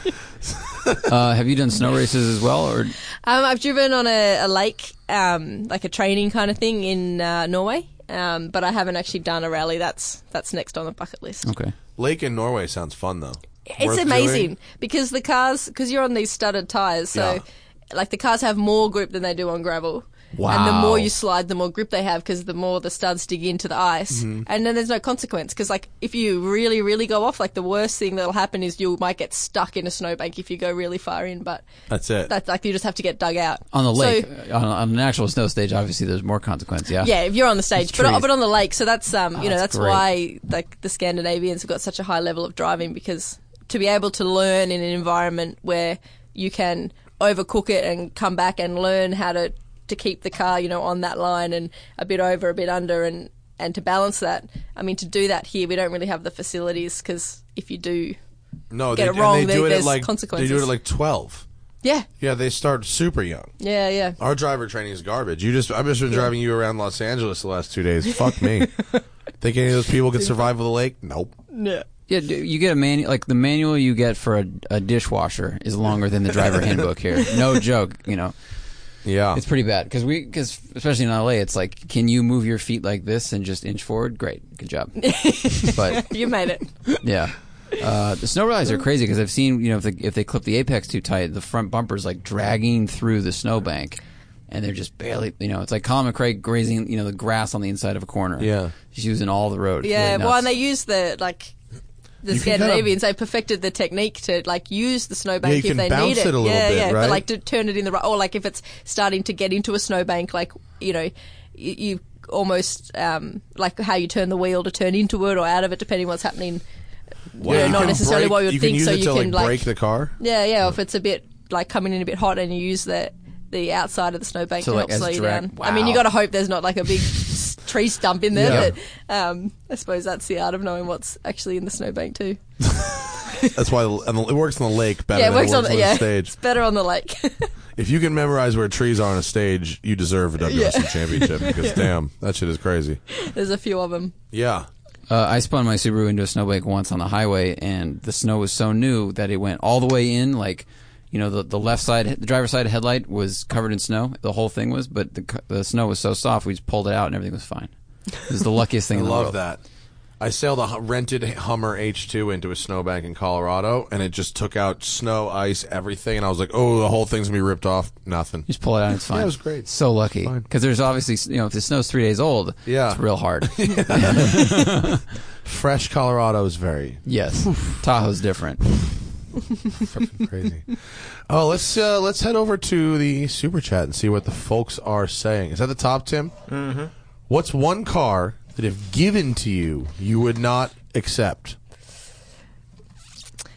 S4: Uh, have you done snow races as well, or
S3: Um, I've driven on a, a lake, um, like a training kind of thing in uh, Norway, um, but I haven't actually done a rally. That's that's next on the bucket list.
S4: okay?
S2: Lake in Norway sounds fun though.
S3: It's amazing because the cars, because you're on these studded tires, so
S2: Yeah.
S3: like the cars have more grip than they do on gravel. And the
S4: Wow.
S3: more you slide, the more grip they have because the more the studs dig into the ice.
S4: Mm-hmm.
S3: And then there's no consequence because, like, if you really, really go off, like, the worst thing that'll happen is you might get stuck in a snowbank if you go really far in. But
S2: That's it.
S3: that's like you just have to get dug out
S4: On the
S3: So-
S4: lake, on, on an actual snow stage, obviously there's more consequence. Yeah,
S3: yeah, if you're on the stage,
S4: It's
S3: but
S4: trees.
S3: but on the lake, so that's um, you know
S4: that's
S3: that's why like the Scandinavians have got such a high level of driving because to be able to learn in an environment where you can overcook it and come back and learn how to to keep the car you know on that line and a bit over, a bit under, and and to balance that. I mean, to do that here, we don't really have the facilities because if you do,
S2: no,
S3: get
S2: they,
S3: it wrong,
S2: and they
S3: there-
S2: do it at
S3: there's
S2: like
S3: consequences.
S2: they do it at like twelve.
S3: yeah,
S2: Yeah, they start super young.
S3: yeah, yeah.
S2: Our driver training is garbage. You just I've just been driving you around Los Angeles the last two days. Fuck me. Think any of those people could survive with a lake? Nope.
S4: yeah. d- You get a manual, like the manual you get for a, a dishwasher is longer than the driver handbook here. No joke. You know,
S2: Yeah.
S4: it's pretty bad because we, because especially in LA, it's like, can you move your feet like this and just inch forward? Great, good job. but
S3: You made it.
S4: Yeah. Uh, the snow rallies are crazy because I've seen you know if they, if they clip the apex too tight, the front bumper's like dragging through the snowbank, and they're just barely you know it's like Colin McRae grazing you know the grass on the inside of a corner.
S2: Yeah.
S4: she's using all the road. It's
S3: Yeah,
S4: really nuts.
S3: well, and they use the like the
S2: You can kinda-
S3: Scandinavians. They perfected the technique to like use the
S2: Yeah, you
S3: snowbank
S2: can
S3: if they
S2: bounce
S3: need it.
S2: it a little
S3: yeah,
S2: bit,
S3: yeah,
S2: right?
S3: but like to turn it in the right, or like if it's starting to get into a snowbank, like you know, you. you almost um, like how you turn the wheel to turn into it or out of it depending what's happening
S2: Wow.
S3: you know, not necessarily what you would
S2: you
S3: think
S2: Can use
S3: so
S2: it
S3: you
S2: to,
S3: can
S2: like
S3: like
S2: break the car.
S3: yeah yeah if it's a bit like coming in a bit hot and you use the the outside of the snowbank
S4: So,
S3: to
S4: like,
S3: help
S4: as
S3: slow you
S4: drag-
S3: down I mean you
S4: wow.
S3: got to hope there's not like a big s- tree stump in there
S2: Yeah.
S3: but um, I suppose that's the art of knowing what's actually in the snowbank too
S2: That's why the- and the- it works on the lake better
S3: yeah, it
S2: than
S3: works, on, the, yeah,
S2: stage.
S3: It's better on the lake.
S2: If you can memorize where trees are on a stage, you deserve a WRC
S3: Yeah.
S2: championship because damn, that shit is crazy.
S3: There's a few of them.
S2: Yeah.
S4: Uh, I spun my Subaru into a snowbank once on the highway, and the snow was so new that it went all the way in. Like, you know, the, the left side, the driver's side headlight was covered in snow. The whole thing was, but the, c- the snow was so soft, we just pulled it out and everything was fine. It was the luckiest thing
S2: I
S4: in the
S2: love
S4: world.
S2: that. I sailed a hu- rented Hummer H2 into a snowbank in Colorado, and it just took out snow, ice, everything. And I was like, "Oh, the whole thing's gonna be ripped off." Nothing.
S4: Just pull it out. and It's fine.
S2: it was great.
S4: So lucky because there's obviously you know if the snow's three days old,
S2: Yeah.
S4: it's real hard.
S2: Fresh Colorado is very
S4: yes, Tahoe's different.
S2: fucking crazy. oh, let's uh, let's head over to the super chat and see what the folks are saying. Is that the top, Tim? Mm-hmm. What's one car that, if given to you, you would not accept?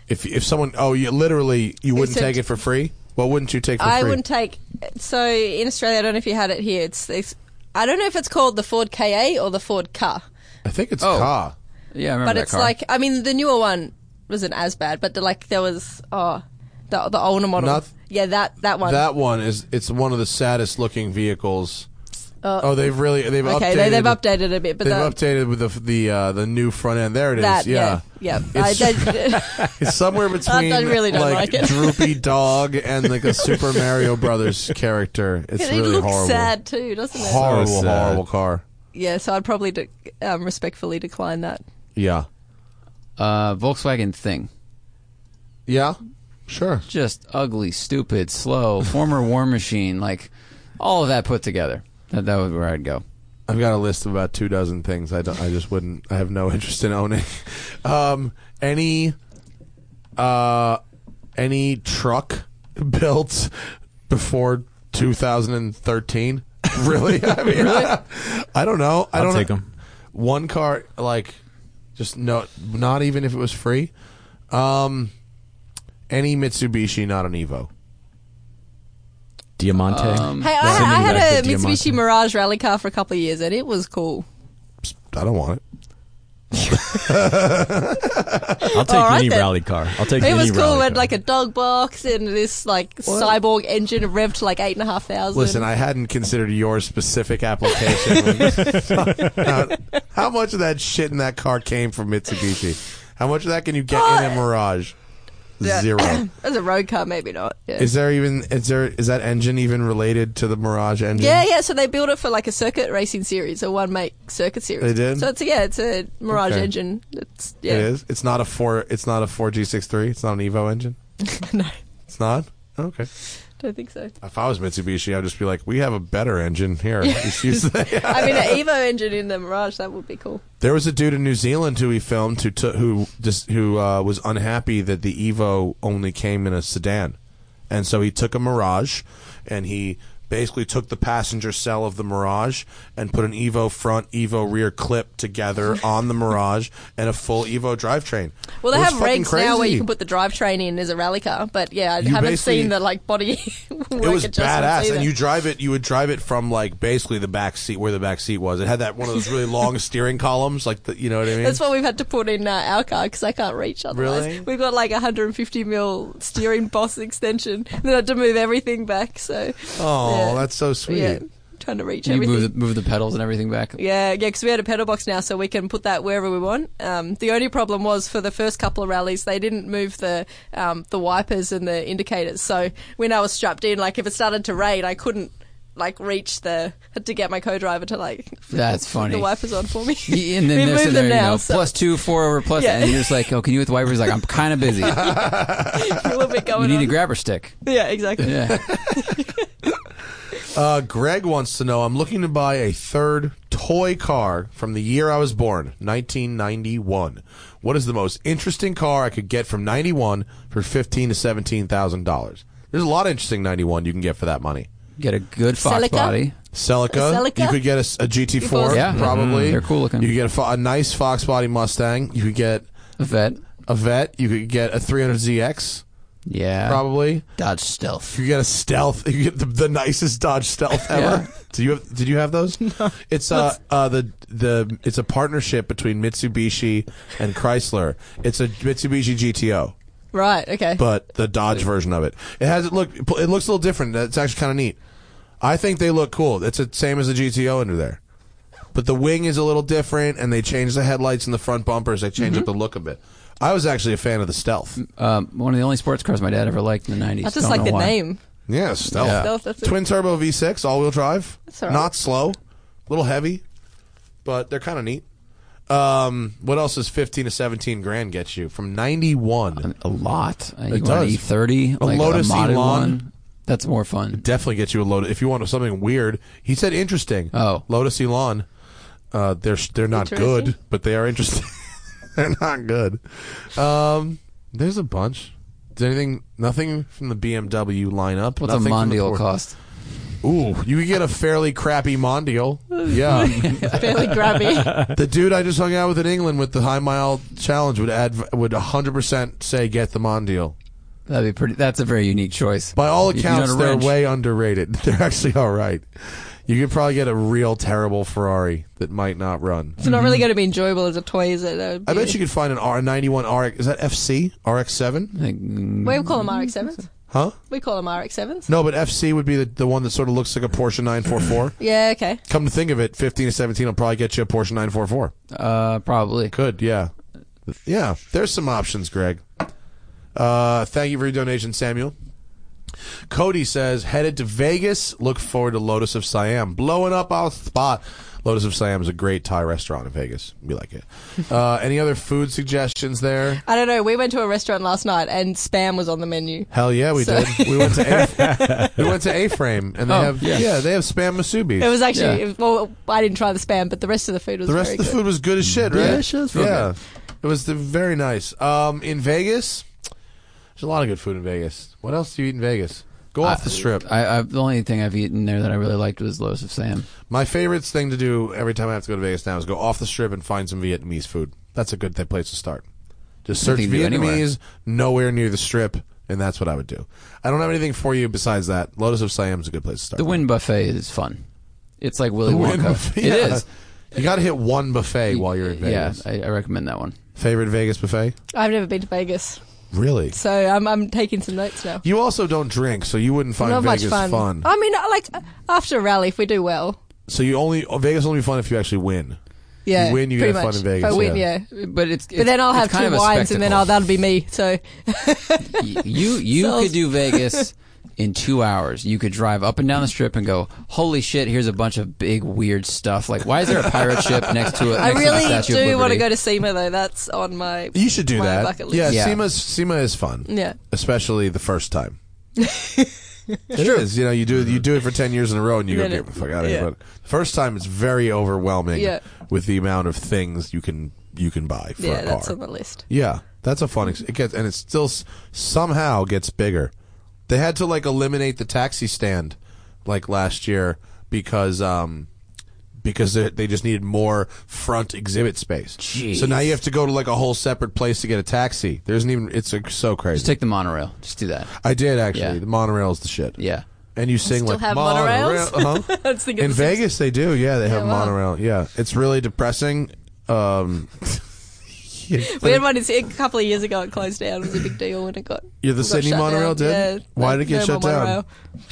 S2: If if someone, oh, you literally, you wouldn't
S3: Except-
S2: take it for free. What wouldn't you take for
S3: I
S2: free?
S3: wouldn't take. So in Australia, I don't know if you had it here. It's, it's I don't know if it's called the Ford Ka or the Ford Ka,
S2: I think it's
S4: Oh.
S2: car.
S4: Yeah, I remember
S3: but
S4: that
S3: it's
S4: car.
S3: like I mean the newer one wasn't as bad, but the, like there was oh the the older model.
S2: Not-
S3: yeah, that that one.
S2: That one is it's one of the saddest looking vehicles. oh, they've really they've
S3: Uh, okay,
S2: updated.
S3: they, they've updated a bit, but
S2: They've
S3: that,
S2: updated with the the uh, the new front end. There it is.
S3: that yeah yeah. I,
S2: It's-
S3: that-
S2: It's somewhere between
S3: I really don't
S2: like,
S3: like it.
S2: droopy dog and like a Super Mario Brothers character. It's
S3: it
S2: really
S3: looks
S2: horrible.
S3: sad too, doesn't it?
S2: Horrible,
S5: So sad.
S2: horrible car.
S3: Yeah, so I'd probably de- um, respectfully decline that.
S2: Yeah.
S4: uh, Volkswagen thing.
S2: Yeah. Sure.
S4: Just ugly, stupid, slow. Former War Machine. Like all of that put together. That that was where I'd go.
S2: I've got a list of about two dozen things I don't I just wouldn't I have no interest in owning. Um any uh any truck built before 2013? Really? I mean, I don't know. I
S5: I'll
S2: don't
S5: take
S2: know.
S5: 'em.
S2: One car, like, just no, not even if it was free. Um, any Mitsubishi, not an Evo.
S5: Diamante.
S2: Um,
S3: Hey, I,
S5: Sending
S3: I
S5: back
S3: had a
S5: the Diamante.
S3: Mitsubishi Mirage rally car for a couple of years, and it was cool.
S2: I don't want it.
S5: I'll take
S3: All right
S5: any
S3: then.
S5: rally car. I'll take
S3: It
S5: any
S3: was cool.
S5: rally
S3: We had
S5: car.
S3: like a dog box and this like cyborg engine revved to like eight and a half thousand.
S2: Listen, I hadn't considered your specific application. when- how, how much of that shit in that car came from Mitsubishi? How much of that can you get in
S3: Uh,
S2: a Mirage? Zero.
S3: as a road car, maybe not. Yeah.
S2: Is there even is there is that engine even related to the Mirage engine?
S3: yeah, yeah. So they built it for like a circuit racing series, a one make circuit series.
S2: They did?
S3: So it's yeah, it's a Mirage
S2: Okay.
S3: engine. It's yeah,
S2: It is. It's not a four. It's not a four G six three. It's not an Evo engine.
S3: no,
S2: It's not. Okay.
S3: don't think so.
S2: If I was Mitsubishi, I'd just be like, "We have a better engine here." Just use that.
S3: I mean, an Evo engine in the Mirage that would be cool.
S2: There was a dude in New Zealand who we filmed who took who just who uh, was unhappy that the Evo only came in a sedan, and so he took a Mirage, and he basically took the passenger cell of the Mirage and put an Evo front, Evo rear clip together on the Mirage and a full Evo drivetrain.
S3: Well, they
S2: It was
S3: have
S2: fucking
S3: rigs now where
S2: crazy.
S3: you can put the drivetrain in as a rally car, but yeah, I
S2: You
S3: haven't
S2: basically-
S3: seen the like body work
S2: it was
S3: adjustments
S2: badass,
S3: either.
S2: and you drive it. You would drive it from like basically the back seat where the back seat was. It had that one of those really long steering columns, like the, you know what I mean.
S3: That's what we've had to put in uh, our car because I can't reach otherwise.
S2: Really?
S3: We've got like a 150 mil steering boss extension. Then I had to move everything back. So.
S2: oh,
S3: yeah.
S2: that's so sweet.
S3: Yeah, trying to reach
S4: You
S3: everything.
S4: move the, move the pedals and everything back.
S3: Yeah, yeah, because we had a pedal box now, so we can put that wherever we want. Um, the only problem was for the first couple of rallies, they didn't move the um, the wipers and the indicators. So when I was strapped in, like if it started to rain, I couldn't like reach the had to get my co-driver to like
S4: That's
S3: put
S4: funny.
S3: the wipers on for me.
S4: Y- And then
S3: we
S4: they're
S3: moved
S4: sitting
S3: them
S4: there, you
S3: now,
S4: know,
S3: so
S4: plus two, four over plus,
S3: Yeah.
S4: and you're just like, oh, can you with wipers? He's Like, I'm kind of busy. You
S3: a little bit going
S4: need a
S3: on.
S4: grabber stick.
S3: yeah, exactly.
S4: Yeah.
S2: Uh, Greg wants to know I'm looking to buy a third toy car from the year I was born, 1991. What is the most interesting car I could get from 91 for 15 to 17,000 dollars? There's a lot of interesting 91 you can get for that money.
S4: Get a good fox
S3: Celica?
S4: body.
S2: Celica,
S3: Celica?
S2: you could get a, a GT4
S4: Yeah.
S2: probably.
S4: Mhm. They're cool looking.
S2: You could get a, fo- a nice Fox body Mustang. You could get
S4: A vet.
S2: a Vet. You could get a 300ZX
S4: Yeah.
S2: probably.
S4: Dodge Stealth.
S2: You get a stealth. You get the, the nicest Dodge stealth ever. Did you have, did you have those? It's uh, uh the the it's a partnership between Mitsubishi and Chrysler. It's a Mitsubishi GTO,
S3: Right. Okay.
S2: but the Dodge version of it. It has it look it looks a little different. It's actually kind of neat. I think they look cool. It's the same as the GTO under there. But the wing is a little different and they changed the headlights and the front bumpers. They changed up the look a bit. I was actually a fan of the stealth.
S4: Um, one of the only sports cars my dad ever liked in the 90s.
S3: I just
S4: Don't
S3: like
S4: know
S3: the
S4: why.
S3: name.
S2: Yeah, stealth.
S4: Yeah.
S3: Stealth, that's it.
S2: Twin turbo V6, all wheel drive.
S3: That's all right.
S2: Not slow, a little heavy, but they're kind of neat. Um, what else does 15 to 17 grand get you from 91?
S4: A lot. Uh, you
S2: It
S4: want an
S2: does.
S4: E30,
S2: A
S4: like
S2: Lotus
S4: a modded
S2: Elan.
S4: one. That's more fun.
S2: Definitely get you a Lotus. If you want something weird, he said interesting.
S4: Oh.
S2: Lotus Elan. Uh, they're they're not
S3: Interesting.
S2: good, but they are interesting. they're not good. Um, there's a bunch. Is anything nothing from the BMW lineup?
S4: What's
S2: nothing
S4: a
S2: from the
S4: Mondial
S2: Ford-
S4: cost?
S2: Ooh, you could get a fairly crappy Mondial. Yeah.
S3: Fairly grabby.
S2: The dude I just hung out with in England with the high mile challenge would adv- would 100% say get the Mondial.
S4: That'd be pretty. That's a very unique choice.
S2: By all
S4: You- you know how
S2: accounts,
S4: to
S2: they're
S4: wrench.
S2: way underrated. They're actually all right. You could probably get a real terrible Ferrari that might not run.
S3: It's not really going to be enjoyable as a toy, is it? That would
S2: I
S3: be-
S2: bet you could find an R91 RX. Is that FC? RX7?
S4: I think, mm,
S3: We call them RX-7s.
S2: Huh?
S3: We call them RX-7s.
S2: No, but FC would be the, the one that sort of looks like a Porsche 944.
S3: Yeah. Okay.
S2: Come to think of it, 15 to 17 will probably get you a Porsche 944.
S4: uh, probably.
S2: Could, yeah. Yeah, there's some options, Greg. Uh, thank you for your donation, Samuel. Cody says, headed to Vegas. Look forward to Lotus of Siam. Blowing up our spot. Lotus of Siam is a great Thai restaurant in Vegas. We like it. Uh, any other food suggestions there?
S3: I don't know. We went to a restaurant last night and spam was on the menu.
S2: Hell yeah, we
S3: So-
S2: did. We went to A- we went to A Frame, and they
S4: Oh,
S2: have
S4: yeah.
S2: yeah they have spam
S3: It
S2: masubi.
S3: was actually
S4: Yeah.
S3: it was- well, I didn't try the spam, but the rest of the food was
S2: The rest
S3: very
S2: of the
S3: good.
S2: food was good as shit, right?
S4: Yeah, it was real
S2: Yeah. it was the, very nice. Um, in Vegas, There's a lot of good food in Vegas. What else do you eat in Vegas? Go off the strip.
S4: I, I, the only thing I've eaten there that I really liked was Loaves of Sam.
S2: My favorite thing to do every time I have to go to Vegas now is go off the strip and find some Vietnamese food. That's a good th- place to start. Just
S4: I
S2: search
S4: think you do anywhere.
S2: Vietnamese nowhere near the strip, and that's what I would do. I don't have anything for you besides that. Lotus of Siam is a good place to start.
S4: The Wind Buffet is fun. It's like Willy
S2: Win
S4: Wonka.
S2: buffet.
S4: It
S2: Yeah.
S4: is.
S2: You got to hit one buffet while you're in Vegas.
S4: Yeah, I, I recommend that one.
S2: Favorite Vegas buffet?
S3: I've never been to Vegas,
S2: Really?
S3: so I'm, I'm taking some notes now.
S2: You also don't drink, so you wouldn't find
S3: Not much
S2: Vegas
S3: fun. Oh. I mean, I like after a rally, if we do well,
S2: So you only oh, Vegas will only be fun if you actually win.
S3: yeah,
S2: You win, you
S3: pretty
S2: get
S3: much.
S2: fun in Vegas,
S3: If I win,
S2: yeah.
S3: yeah.
S4: But it's,
S3: But then I'll have
S4: kind
S3: two wines, and then I'll, that'll be me. So
S4: you you
S3: So-
S4: could do Vegas in two hours. You could drive up and down the strip and go, holy shit! Here's a bunch of big weird stuff. Like, why is there a pirate ship next to it?
S3: I really do want to go to SEMA though. That's on my.
S2: You should do
S3: my
S2: that.
S3: Bucket list.
S2: Yeah,
S4: Yeah.
S2: SEMA's, SEMA is fun.
S3: Yeah.
S2: especially the first time. It is, You know, you do you do it for ten years in a row, and you go
S3: Then
S2: get
S3: it-
S2: the fuck out of here.
S3: yeah.
S2: But the first time, it's very overwhelming.
S3: Yeah.
S2: with the amount of things you can you can buy for
S3: Yeah,
S2: a car.
S3: that's on the list.
S2: yeah, that's a fun. Ex- it gets and it still s- somehow gets bigger. They had to like eliminate the taxi stand like last year because um because they, they just needed more front exhibit space.
S4: Jeez.
S2: So now you have to go to like a whole separate place to get a taxi. There isn't even. It's like, so crazy.
S4: Just take the monorail. Just do that.
S2: I did actually.
S4: Yeah.
S2: The monorail's the shit.
S4: Yeah.
S2: And you sing
S3: still
S2: like
S3: have
S2: monorail.
S3: monorails?
S2: Uh-huh.
S3: I was thinking
S2: In
S3: the Simpsons.
S2: Vegas, they do. Yeah, they have
S3: wow.
S2: monorail. Yeah, it's really depressing. Um, yeah,
S3: We had one in Sy- a couple of years ago. It closed down. It was a big deal when it got.
S2: Yeah, the
S3: got
S2: Sydney
S3: shut
S2: monorail
S3: down.
S2: did?
S3: Yeah,
S2: Why
S3: no-
S2: did it get
S3: no
S2: shut
S3: more
S2: down?
S3: monorail.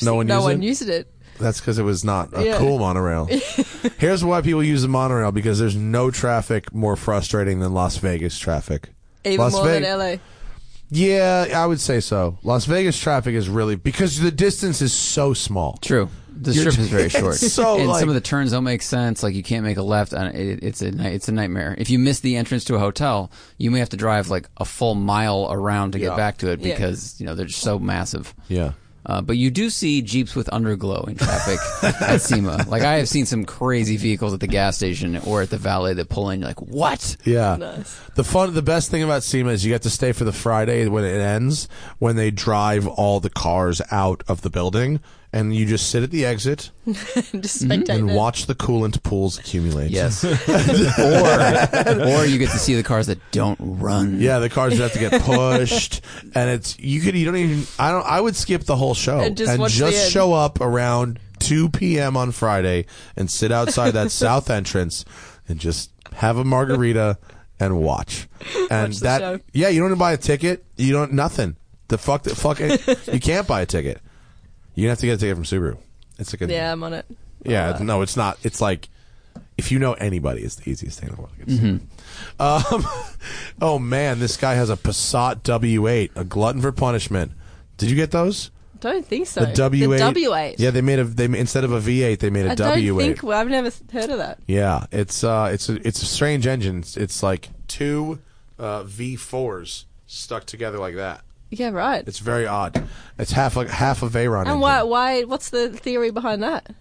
S2: No one
S3: no
S2: used
S3: one
S2: it?
S3: used it.
S2: that's because it was not a
S3: Yeah.
S2: cool monorail. Here's why people use the monorail because there's no traffic more frustrating than Las Vegas traffic.
S3: Even
S2: Las
S3: more
S2: Vegas-
S3: than LA.
S2: Yeah, I would say so. Las Vegas traffic is really because the distance is so small.
S4: True. The
S2: You're-
S4: strip is very
S2: it's
S4: short,
S2: so,
S4: and
S2: like-
S4: some of the turns don't make sense. Like you can't make a left, and it, it's a ni- it's a nightmare. If you miss the entrance to a hotel, you may have to drive like a full mile around to
S2: Yeah.
S4: get back to it
S3: Yeah.
S4: because you know they're just so massive.
S2: Yeah.
S4: Uh, but you do see Jeeps with underglow in traffic at SEMA. Like I have seen some crazy vehicles at the gas station or at the valet that pull in. You're like, what?
S2: Yeah.
S3: Nice.
S2: The fun, the best thing about SEMA is you get to stay for the Friday when it ends, when they drive all the cars out of the building, and you just sit at the exit
S3: Just spectate
S2: Mm-hmm. and
S3: it.
S2: watch the coolant pools accumulate.
S4: Yes. or or you get to see the cars that don't run.
S2: Yeah, the cars have to get pushed, and it's you could you don't even I don't I would skip the whole show
S3: And just watch the end.
S2: show up around 2 p.m. on Friday and sit outside that south entrance and just have a margarita and watch. And
S3: the
S2: that
S3: show.
S2: yeah, you don't even buy a ticket. You don't nothing. The fuck the fuck you can't buy a ticket. You have to get a ticket from Subaru. It's like a
S3: Yeah, I'm on it.
S2: yeah,
S3: Uh,
S2: it's- no, it's not. It's like if you know anybody, it's the easiest thing in the world. to get
S3: Mm-hmm.
S2: Um, oh man, this guy has a Passat W8, a glutton for punishment. Did you get those?
S3: Don't think so.
S2: The W8.
S3: The W8.
S2: Yeah, they made a they instead of a V8, they made a
S3: I
S2: W8.
S3: don't think well, I've never s- heard of that.
S2: Yeah, it's uh, it's a, it's a strange engine. It's, it's like two uh, V4s stuck together like that.
S3: Yeah, right.
S2: It's very odd. It's half like half a Veyron. engine.
S3: and why? Why? What's the theory behind that?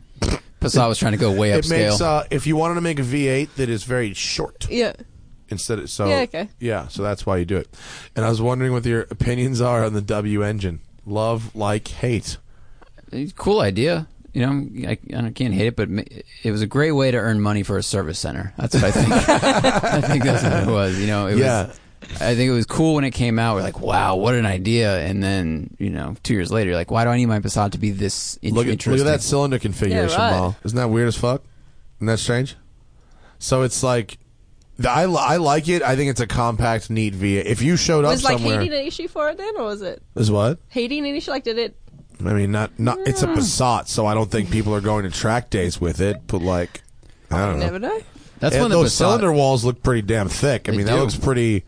S4: Passat was trying to go way
S2: It makes
S4: upscale.
S2: uh, if you wanted to make a V8 that is very short.
S3: Yeah.
S2: instead of so
S3: Yeah, okay.
S2: yeah, so that's why you do it and i was wondering what your opinions are on the w engine love like hate
S4: cool idea. You know, I, I can't hate it, but ma- it was a great way to earn money for a service center. That's what I think. I think that's what it was. You know, it
S2: Yeah.
S4: was. I think it was cool when it came out. We're like, wow, what an idea! And then, you know, two years later, you're like, why do I need my Passat to be this in-
S2: look at, look
S4: interesting?
S2: at that cylinder configuration
S3: Yeah, right.
S2: Mal. isn't that weird as fuck isn't that strange so it's like the- I, li- I like it. I think it's a compact, neat V. If you showed up
S3: Was like
S2: somewhere,
S3: heating an issue for it then, or was it
S2: is what?
S3: heating an issue? Like, did it?
S2: I mean, not not. It's a Passat, so I don't think people are going to track days with it. But like, I don't know.
S3: Never know.
S4: That's
S2: And
S4: when the
S2: those
S4: Passat-
S2: cylinder walls look pretty damn thick. I
S4: They
S2: mean, that
S4: do.
S2: looks pretty.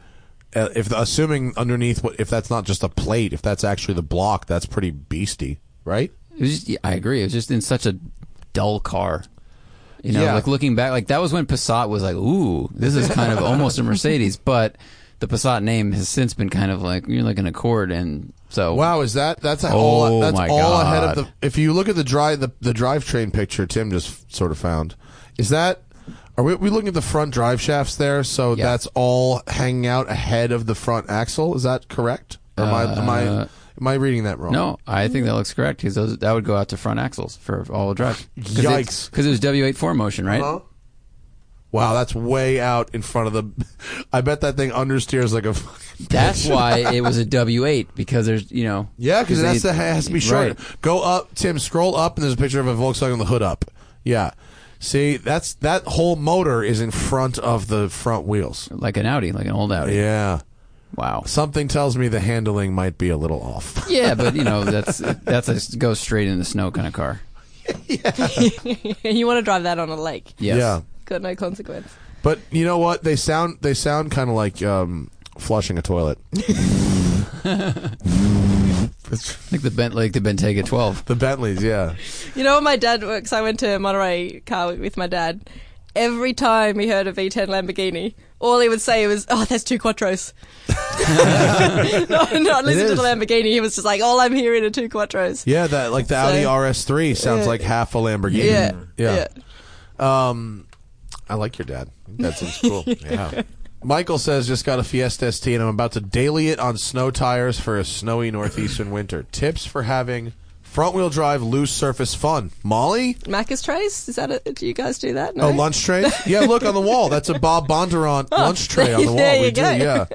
S2: Uh, if assuming underneath, what if that's not just a plate? If that's actually the block, that's pretty beasty, right?
S4: It was just, yeah, I agree. It was just in such a dull car. You know,
S2: Yeah.
S4: like looking back, like that was when Passat was like, ooh, this is kind of almost a Mercedes, but the Passat name has since been kind of like, you're like an Accord. And so,
S2: Wow, is that that's a-
S4: Oh
S2: all that's
S4: my
S2: all ahead of
S4: God.
S2: the? If you look at the drive the the drivetrain picture, Tim just sort of found. Is that are we, we looking at the front drive shafts there? So
S4: Yeah.
S2: that's all hanging out ahead of the front axle. Is that correct? Or am, I, am I
S4: Uh,
S2: am I reading that wrong?
S4: No, I think that looks correct because those that would go out to front axles for all-wheel drive.
S2: Yikes. Uh-huh.
S4: Because it was W84 motion, right?
S2: Wow, that's way out in front of the. I bet that thing understeers like a. fucking-
S4: That's why it was a W8 because there's you know
S2: Yeah, because that's
S4: they-
S2: the has to be shorter.
S4: Right.
S2: Go up, Tim. Scroll up, and there's a picture of a Volkswagen with the hood up. Yeah, see, that's that whole motor is in front of the front wheels.
S4: like an Audi, like an old Audi.
S2: Yeah,
S4: Wow.
S2: something tells me the handling might be a little off.
S4: Yeah, but you know that's that's a go straight in the snow kind of car.
S3: you want to drive that on a lake?
S4: Yes.
S2: Yeah,
S3: Got no consequence.
S2: but you know what? They sound they sound kind of like um, flushing a toilet.
S4: Like the Bent, like the Bentayga 12.
S2: The Bentleys, yeah.
S3: You know, when my dad works. I went to Monterey car Week with my dad. Every time he heard a V10 Lamborghini, all he would say was, "Oh, that's two quattros." not, not listen to
S2: is.
S3: the Lamborghini. He was just like, "All I'm hearing are two quattros."
S2: Yeah, that like the Audi RS3 sounds
S3: Yeah.
S2: like half a Lamborghini.
S3: Yeah,
S2: yeah. Um, I like your dad. That sounds cool. yeah. Michael says just got a Fiesta ST and I'm about to daily it on snow tires for a snowy northeastern winter. Tips for having front wheel drive loose surface fun. Molly?
S3: Macca's trays? Is that a, do you guys do that? No.
S2: Oh, lunch tray? Yeah, look on the wall. That's a Bob Bondurant lunch tray on the wall.
S3: Oh, there
S2: we
S3: you
S2: do,
S3: go.
S2: yeah.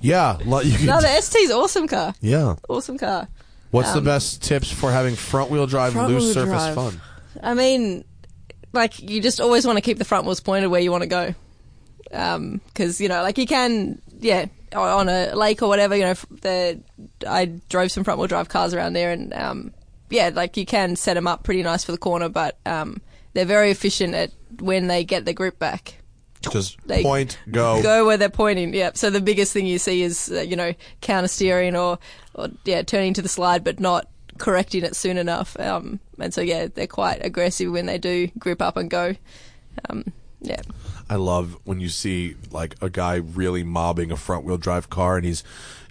S2: Yeah. lu- you can-
S3: no, the ST's awesome car.
S2: yeah.
S3: Awesome car.
S2: What's the
S3: Um,
S2: best tips for having front wheel drive
S3: Front
S2: loose
S3: wheel
S2: surface
S3: drive.
S2: fun?
S3: I mean, like you just always want to keep the front wheels pointed where you want to go, because you know, like you can, yeah, o- on a lake or whatever. You know, f- the I drove some front wheel drive cars around there, and um, yeah, like you can set them up pretty nice for the corner, but um, they're very efficient at when they get the grip back.
S2: Just
S3: Like,
S2: point, go.
S3: Go where they're pointing. Yeah. So the biggest thing you see is uh, you know counter steering or, or yeah turning to the slide, but not correcting it soon enough. Um, and so yeah, they're quite aggressive when they do grip up and go. Um, yeah.
S2: I love when you see like a guy really mobbing a front wheel drive car and he's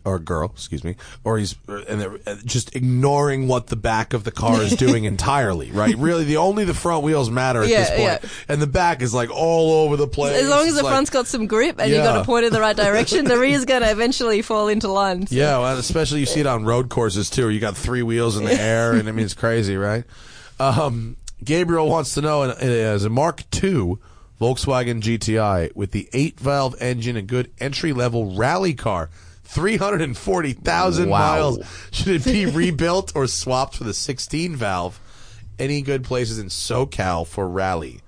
S2: or a girl, excuse me, or he's or- and they're uh, just ignoring what the back of the car is doing entirely, right? Really, the only the front wheels matter at
S3: Yeah,
S2: this point,
S3: yeah.
S2: and the back is like all over the place.
S3: As long as the
S2: like-
S3: front's got some grip and you've got
S2: Yeah.
S3: it pointed the right direction, the rear's going to eventually fall into line.
S2: Yeah, well, especially you see it on road courses too. Where you got three wheels in the air, and I mean it's crazy, right? Um, Gabriel wants to know: and it is a Mark II Volkswagen GTI with the eight-valve engine, a good entry-level rally car, three hundred and forty thousand
S4: Wow.
S2: miles. Should it be rebuilt or swapped for the sixteen-valve? Any good places in SoCal for rally?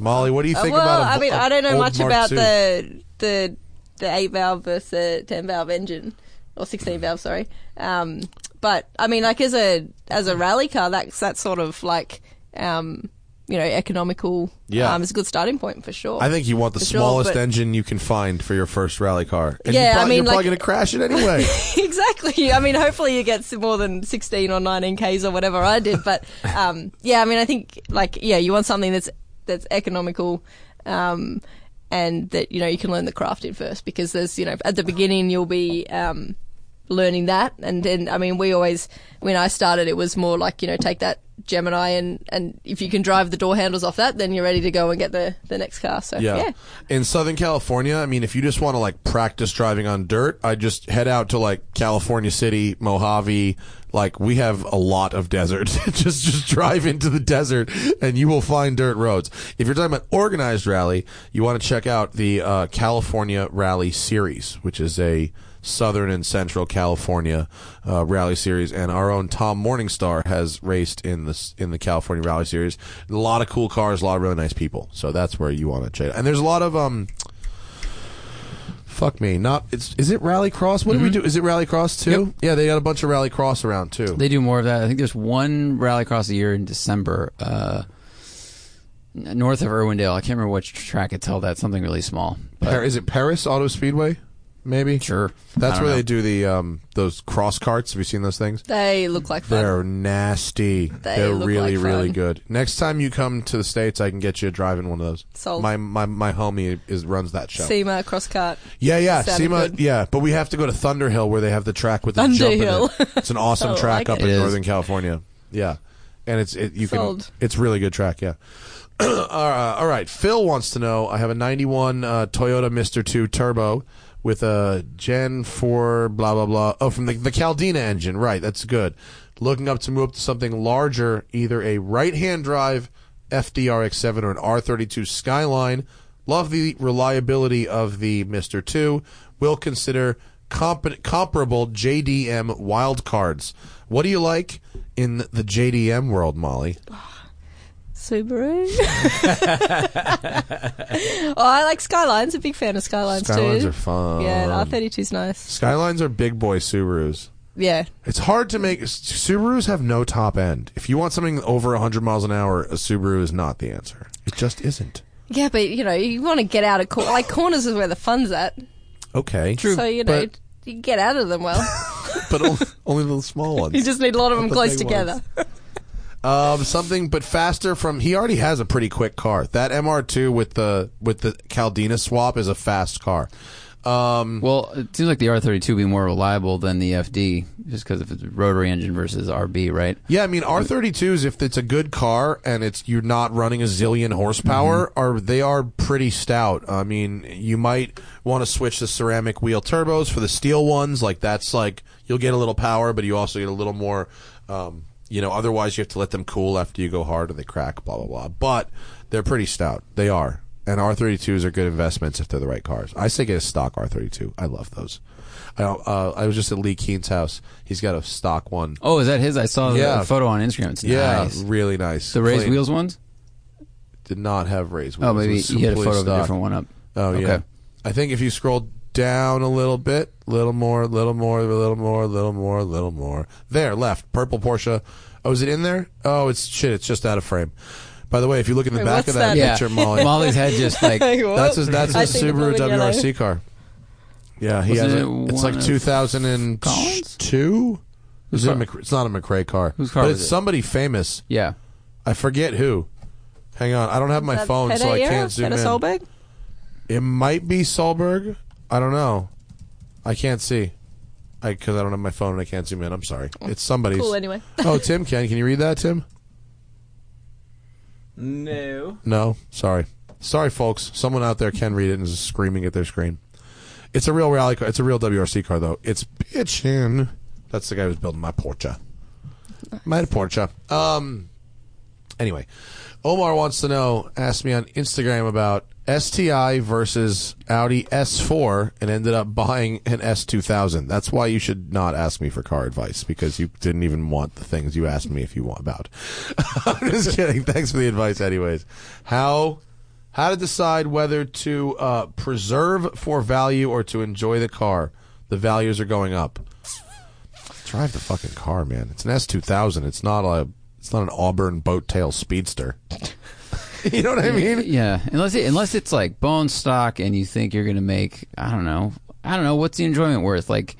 S2: Molly, what do you
S3: Uh,
S2: think
S3: well,
S2: about? I
S3: I mean, I don't know much about the the the eight valve versus the ten valve engine or sixteen valve, sorry. Um, but I mean, like as a as a rally car, that's that's sort of like um, you know economical.
S2: Yeah.
S3: um, it's a good starting point for sure.
S2: I think you want the
S3: For sure,
S2: smallest
S3: but-
S2: engine you can find for your first rally car. And
S3: Yeah,
S2: you're
S3: I
S2: probably,
S3: mean,
S2: you're probably
S3: like-
S2: going to crash it anyway.
S3: exactly. I mean, hopefully you get some more than 16 or 19 Ks or whatever I did. But um, yeah, I mean, I think like yeah, you want something that's that's economical. Um, and that you know you can learn the craft in first because there's you know at the beginning you'll be um, learning that and then I mean we always when I started it was more like you know take that Gemini and and if you can drive the door handles off that then you're ready to go and get the the next car so
S2: yeah.
S3: yeah.
S2: In Southern California, I mean, if you just want to like practice driving on dirt, I just head out to like California City, Mojave. Like we have a lot of desert. just just drive into the desert and you will find dirt roads. If you're talking about organized rally, you want to check out the uh, California Rally Series, which is a Southern and Central California uh, Rally Series, and our own Tom Morningstar has raced in this in the California Rally Series. A lot of cool cars, a lot of really nice people. So that's where you want to check. And there's a lot of um. Fuck me, not it's is it Rally Cross? What
S4: Mm-hmm.
S2: do we do? Is it Rally Cross too? Yeah, they got a bunch of Rally Cross around too.
S4: They do more of that. I think there's one rallycross a year in December, uh, n- north of Irwindale. I can't remember which track it's held at. Something really small. But
S2: Par- Uh, is it Paris Auto Speedway? Maybe
S4: sure,
S2: That's
S4: I don't
S2: where
S4: know.
S2: they do the um those cross carts. Have you seen those things?
S3: they look like fun.
S2: They're nasty.
S3: They
S2: are
S3: look
S2: really,
S3: like
S2: really
S3: fun.
S2: good. Next time you come to the states, I can get you a drive in one of those.
S3: Sold.
S2: My my my homie is runs that show.
S3: SEMA cross cart.
S2: yeah, yeah,
S3: Sounded
S2: SEMA,
S3: good.
S2: yeah. But we have to go to Thunderhill where they have the track with the jump in
S3: Thunderhill.
S2: it. It's an awesome
S3: I
S2: track
S3: like
S2: up
S3: it.
S2: in
S4: It is.
S2: Northern California. Yeah, and it's it, you
S3: Sold.
S2: can it's really good track. Yeah. Uh, all right. Phil wants to know. I have a '91 uh, Toyota Mister Two Turbo with a Gen 4 blah blah blah. Oh, from the the Caldina engine, right? That's good. Looking up to move up to something larger, either a right-hand drive FDRX7 or an R32 Skyline. Love the reliability of the Mister Two. Will consider comp- comparable JDM wildcards. What do you like in the JDM world, Molly?
S3: Subaru. oh, I like Skylines. A big fan of Skylines,
S2: Skylines
S3: too.
S2: are fun.
S3: yeah, R thirty two's nice.
S2: Skylines are big boy Subarus.
S3: Yeah,
S2: It's hard to make Subarus have no top end. If you want something over 100 miles an hour, a Subaru is not the answer. It just isn't.
S3: yeah, but you know, you want to get out of cor- like corners is where the fun's at.
S2: Okay.
S3: so you know,
S2: But,
S3: you get out of them well.
S2: but only, only the small
S3: you
S2: ones.
S3: just need a lot of them
S2: the
S3: close
S2: big
S3: together.
S2: ones. Um, something but faster from he already has a pretty quick car. That MR2 with the with the Caldina swap is a fast car. Um,
S4: Well, it seems like the R32 would be more reliable than the FD, just because if it's rotary engine versus RB, right?
S2: Yeah, I mean R32s if it's a good car and it's you're not running a zillion horsepower are they are pretty stout. I mean, you might want to switch to ceramic wheel turbos for the steel ones like that's like you'll get a little power but you also get a little more um, you know, otherwise you have to let them cool after you go hard or they crack blah blah blah. But they're pretty stout. They are. And R32s are good investments if they're the right cars. I say get a stock R32. I love those. I don't, uh, I was just at Lee Keen's house. He's got a stock one.
S4: Oh, is that his? I saw
S2: Yeah.
S4: the photo on Instagram. It's
S2: Yeah,
S4: nice.
S2: really nice.
S4: The raised
S2: Clean.
S4: wheels ones?
S2: did not have raised wheels.
S4: Oh, maybe
S2: It was
S4: you had a photo
S2: completely
S4: of a
S2: stock.
S4: different one up.
S2: Oh
S4: Okay.
S2: yeah. I think if you scroll down a little bit, little more, little more, little more, little more, little more. There, left, purple Porsche. Oh, is it in there? Oh, it's shit. It's just out of frame. By the way, if you look in the
S3: Wait,
S2: back
S3: what's
S2: of that,
S4: Yeah.
S2: picture, Molly,
S4: Molly's head just like
S3: Like, whoa.
S2: that's a, that's a
S3: I see the
S2: Subaru
S3: blue and yellow.
S2: WRC car. Yeah, he
S4: Wasn't
S2: has
S4: it
S2: a, It's
S4: one
S2: like
S4: of
S2: 2002. Is it a
S4: car?
S2: Mc- it's not a McRae car.
S4: Whose car
S2: But
S4: was
S2: it's
S4: it?
S2: somebody famous.
S4: yeah.
S2: I forget who. Hang on, I don't have my
S3: That
S2: phone, so I
S3: Peda era?
S2: can't zoom
S3: Peda
S2: in.
S3: Solberg?
S2: It might be Solberg. I don't know. I can't see. I because I don't have my phone and I can't zoom in. I'm sorry. It's somebody's.
S3: Cool. Anyway,
S2: oh, Tim can. Can you read that, Tim?
S5: No.
S2: No. Sorry. Sorry, folks. Someone out there can read it and is screaming at their screen. It's a real rally car. It's a real WRC car, though. It's bitchin'. That's the guy who's building my Porsche. My Porsche. Um. Anyway, Omar wants to know. Asked me on Instagram about STI versus Audi S4, and ended up buying an S2000. That's why you should not ask me for car advice because you didn't even want the things you asked me if you want about. I'm just kidding. Thanks for the advice, anyways. How how to decide whether to uh, preserve for value or to enjoy the car. The values are going up. Drive the fucking car, man. It's an S two thousand. It's not a. It's not an Auburn boat tail speedster. you know what I mean?
S4: Yeah, unless it, unless it's like bone stock and you think you're gonna make I don't know I don't know what's the enjoyment worth like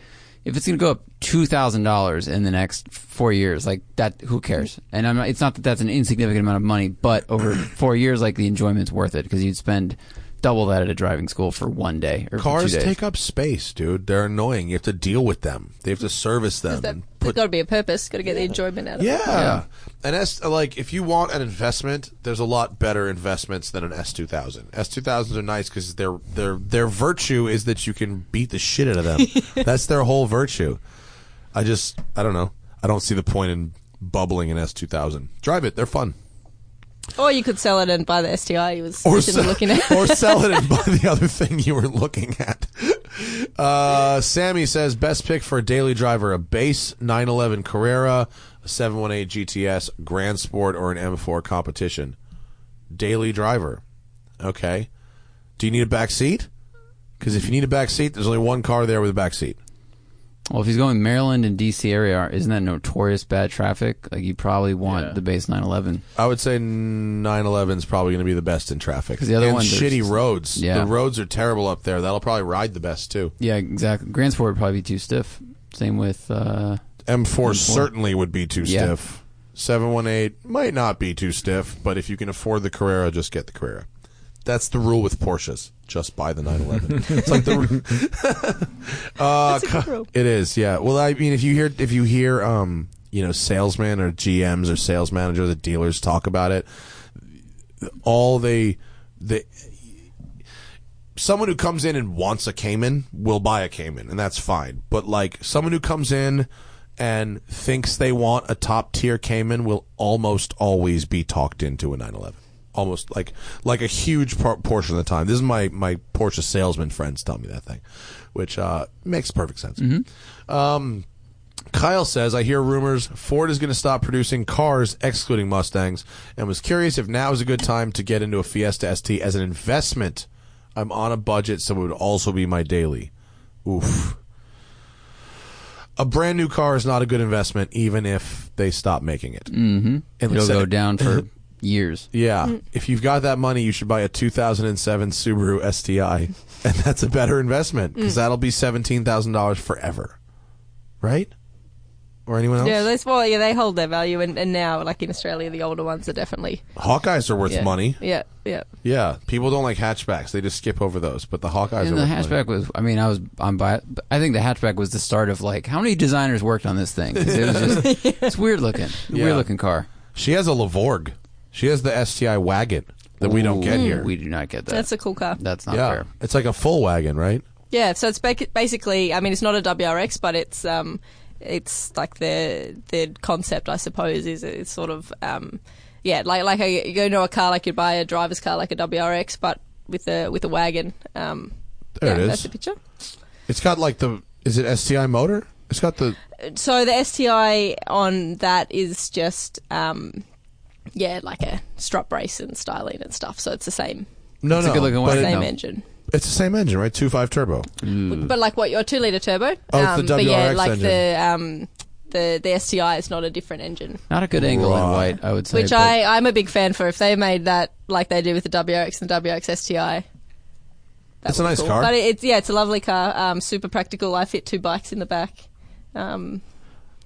S4: if it's gonna go up two thousand dollars in the next four years like that who cares and I'm not, it's not that that's an insignificant amount of money but over four years like the enjoyment's worth it because you'd spend double that at a driving school for one day or for
S2: Cars
S4: two days.
S2: take up space, dude. They're annoying. You have to deal with them. They have to service them.
S3: that,
S2: and
S3: there's got to be a purpose. Got to get the enjoyment out of it.
S2: Yeah. And S like if you want an investment, there's a lot better investments than an S two thousand. S two thousands are nice because their their their virtue is that you can beat the shit out of them. That's their whole virtue. I just I don't know. I don't see the point in bubbling an S two thousand. Drive it. They're fun.
S3: Or you could sell it and buy the STI you was
S2: sell-
S3: originally looking at.
S2: or sell it and buy the other thing you were looking at. Uh, Sammy says best pick for a daily driver: a base 911 Carrera, a 718 GTS, Grand Sport, or an M4 Competition. Daily driver. Okay. Do you need a back seat? Because if you need a back seat, there's only one car there with a back seat.
S4: well if he's going Maryland and D.C. area isn't that notorious bad traffic like you probably want
S5: Yeah.
S4: the base 911
S2: I would say 911 is probably going to be the best in traffic.
S4: 'Cause the other
S2: and
S4: one, there's-
S2: shitty roads.
S4: Yeah.
S2: The roads are terrible up there. That'll probably ride the best too.
S4: yeah exactly Grand Sport would probably be too stiff same with uh,
S2: M4, certainly would be too
S4: Yeah.
S2: stiff. 718 might not be too stiff, but if you can afford the Carrera, just get the Carrera. That's the rule with Porsches. Just buy the 911. it's like the
S3: That's a good rule.
S2: it is, yeah. Well, I mean, if you hear if you hear um, you know, salesmen or GMs or sales managers at dealers talk about it, all they the someone who comes in and wants a Cayman will buy a Cayman, and that's fine. But like someone who comes in and thinks they want a top tier Cayman will almost always be talked into a 911. Almost like like a huge par- portion of the time. This is my my Porsche salesman friends tell me that thing, which uh, makes perfect sense. Um, Kyle says, I hear rumors Ford is going to stop producing cars excluding Mustangs and was curious if now is a good time to get into a Fiesta ST as an investment. I'm on a budget, so it would also be my daily. Oof. A brand new car is not a good investment, even if they stop making it. Mm-hmm.
S4: It'll go down for years.
S2: Yeah. If you've got that money, you should buy a 2007 Subaru STI, and that's a better investment because
S4: Hmm.
S2: that'll be $17,000 forever. Right? Or anyone else?
S3: Yeah, those well, yeah, they hold their value, and, and now, like in Australia, the older ones are definitely
S2: Hawkeyes are worth
S4: Yeah.
S2: money.
S3: yeah, yeah.
S2: Yeah, people don't like hatchbacks; they just skip over those. But the Hawkeyes are
S4: And the
S2: worth
S4: hatchback was. I mean, I was. I'm by. I think the hatchback was the start of like how many designers worked on this thing. 'Cause It was just. It's weird looking.
S2: Yeah.
S4: Weird looking car
S2: money. She has a Lavorg. She has the STI wagon that we don't
S4: Ooh,
S2: get here.
S4: We do not get that.
S3: That's
S4: That's,
S3: a cool car.
S4: not
S2: yeah,
S4: fair.
S2: it's like a full wagon, right?
S3: Yeah, so it's ba- basically, I mean, it's not a WRX, but it's um, it's like their their concept, I suppose, is it's sort of um, yeah, like like a, you go into a car like you buy a driver's car like a WRX, but with a with a wagon. Um,
S2: There
S3: yeah,
S2: it
S3: That's
S2: is.
S3: the picture.
S2: It's got like the is it STI motor? It's got the
S3: So the STI on that is just um, yeah, like a strut brace and styling and stuff. So it's the same
S2: no,
S4: It's a
S2: no,
S4: good-looking
S2: but
S4: wagon.
S2: it-
S3: same
S4: no.
S3: engine.
S2: it's the same engine, right? Two five turbo.
S3: But like what your two liter turbo? Um,
S2: Oh, it's the
S3: but yeah,
S2: WRX
S3: like the
S2: engine.
S3: um the the STI is not a different engine.
S4: Not a good angle in
S2: Right.
S4: white. I would say.
S3: Which
S4: but-
S3: I, I'm a big fan for. If they made that like they do with the WRX and the WRX STI. that
S2: It's a
S3: would be
S2: nice car.
S3: But it, it's yeah, it's a lovely car. Um, super practical. I fit two bikes in the back. Um,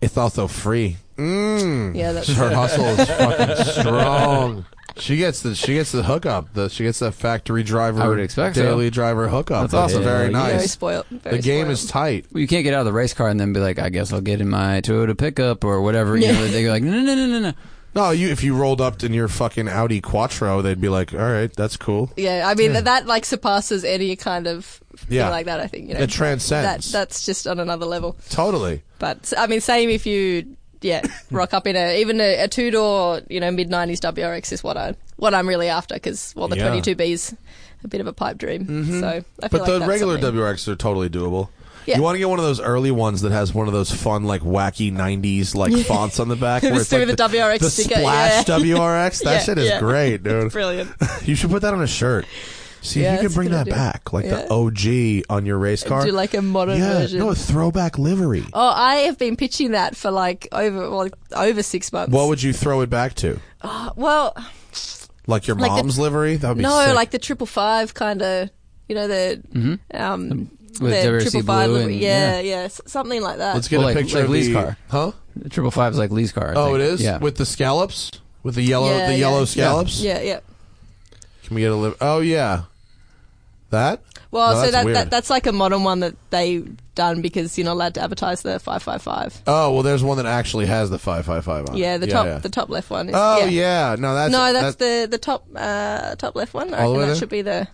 S2: It's also free. Mm.
S3: yeah, that's
S2: her hustle is fucking strong. She gets the she gets the hookup. The she gets the factory driver.
S4: I would expect so.
S2: daily driver hookup.
S4: That's awesome.
S2: very
S4: Yeah,
S3: very
S2: nice.
S3: spoiled. Very
S2: the game
S3: spoiled.
S2: is tight.
S4: Well, you can't get out of the race car and then be like, I guess I'll get in my Toyota pickup or whatever. You know, they go like, no, no, no, no, no.
S2: No, you if you rolled up in your fucking Audi Quattro, they'd be like, "All right, that's cool."
S3: Yeah, I mean that like surpasses any kind of thing
S2: Yeah.
S3: like that. I think you know
S2: It transcends.
S3: That, that's just on another level.
S2: totally.
S3: But I mean, same if you yeah rock up in a even a, a two door you know mid nineties WRX is what I what I'm really after because well the
S2: Yeah. Mm-hmm.
S3: twenty two B's a bit of a pipe dream. So I feel
S2: But
S3: like
S2: the
S3: that's
S2: regular
S3: something.
S2: WRXs are totally doable.
S3: Yeah.
S2: You want to get one of those early ones that has one of those fun, like wacky '90s like fonts on the back.
S3: Just
S2: where it's
S3: do
S2: like
S3: the WRX
S2: the
S3: sticker,
S2: splash
S3: yeah.
S2: WRX. That
S3: Yeah,
S2: shit is
S3: yeah.
S2: great, dude.
S3: Brilliant.
S2: you should put that on a shirt. See
S3: Yeah, that's
S2: if you can
S3: a
S2: bring
S3: good
S2: that
S3: idea.
S2: back, like
S3: Yeah.
S2: the OG on your race car.
S3: Do like a modern
S2: yeah,
S3: version.
S2: no a throwback livery.
S3: Oh, I have been pitching that for like over well, over six months.
S2: What would you throw it back to?
S3: well,
S2: Like your
S3: Like the-
S2: mom's livery? That would be
S3: no,
S2: sick.
S3: like the triple five kind of, you know the
S2: Mm-hmm.
S3: um
S4: With
S3: the
S4: WRC
S3: triple five,
S4: blue
S3: livery.
S4: and-
S3: yeah, yeah, s- something like that.
S2: Let's get
S4: Well,
S2: a
S4: like-
S2: picture
S4: like
S2: of
S4: Lee's
S2: the
S4: car.
S2: Huh?
S4: The triple five is like Lee's car. I
S2: Oh, it
S4: think.
S2: is
S4: Yeah.
S2: with the scallops, with the yellow,
S3: Yeah,
S2: the
S3: yeah.
S2: yellow
S3: Yeah.
S2: scallops.
S3: yeah, yeah.
S2: Can we get a live? Oh yeah, that.
S3: Well,
S2: No,
S3: so
S2: that's
S3: that,
S2: weird.
S3: that that's like a modern one that they done because you're not allowed to advertise the five five five.
S2: Oh well, there's one that actually has the five five five on. it.
S3: Yeah, the top
S2: yeah.
S3: the top left one. Is,
S2: Oh yeah. no that's
S3: no, that's, the the top uh, top left one. I
S2: All
S3: reckon
S2: the way
S3: that
S2: there?
S3: should be the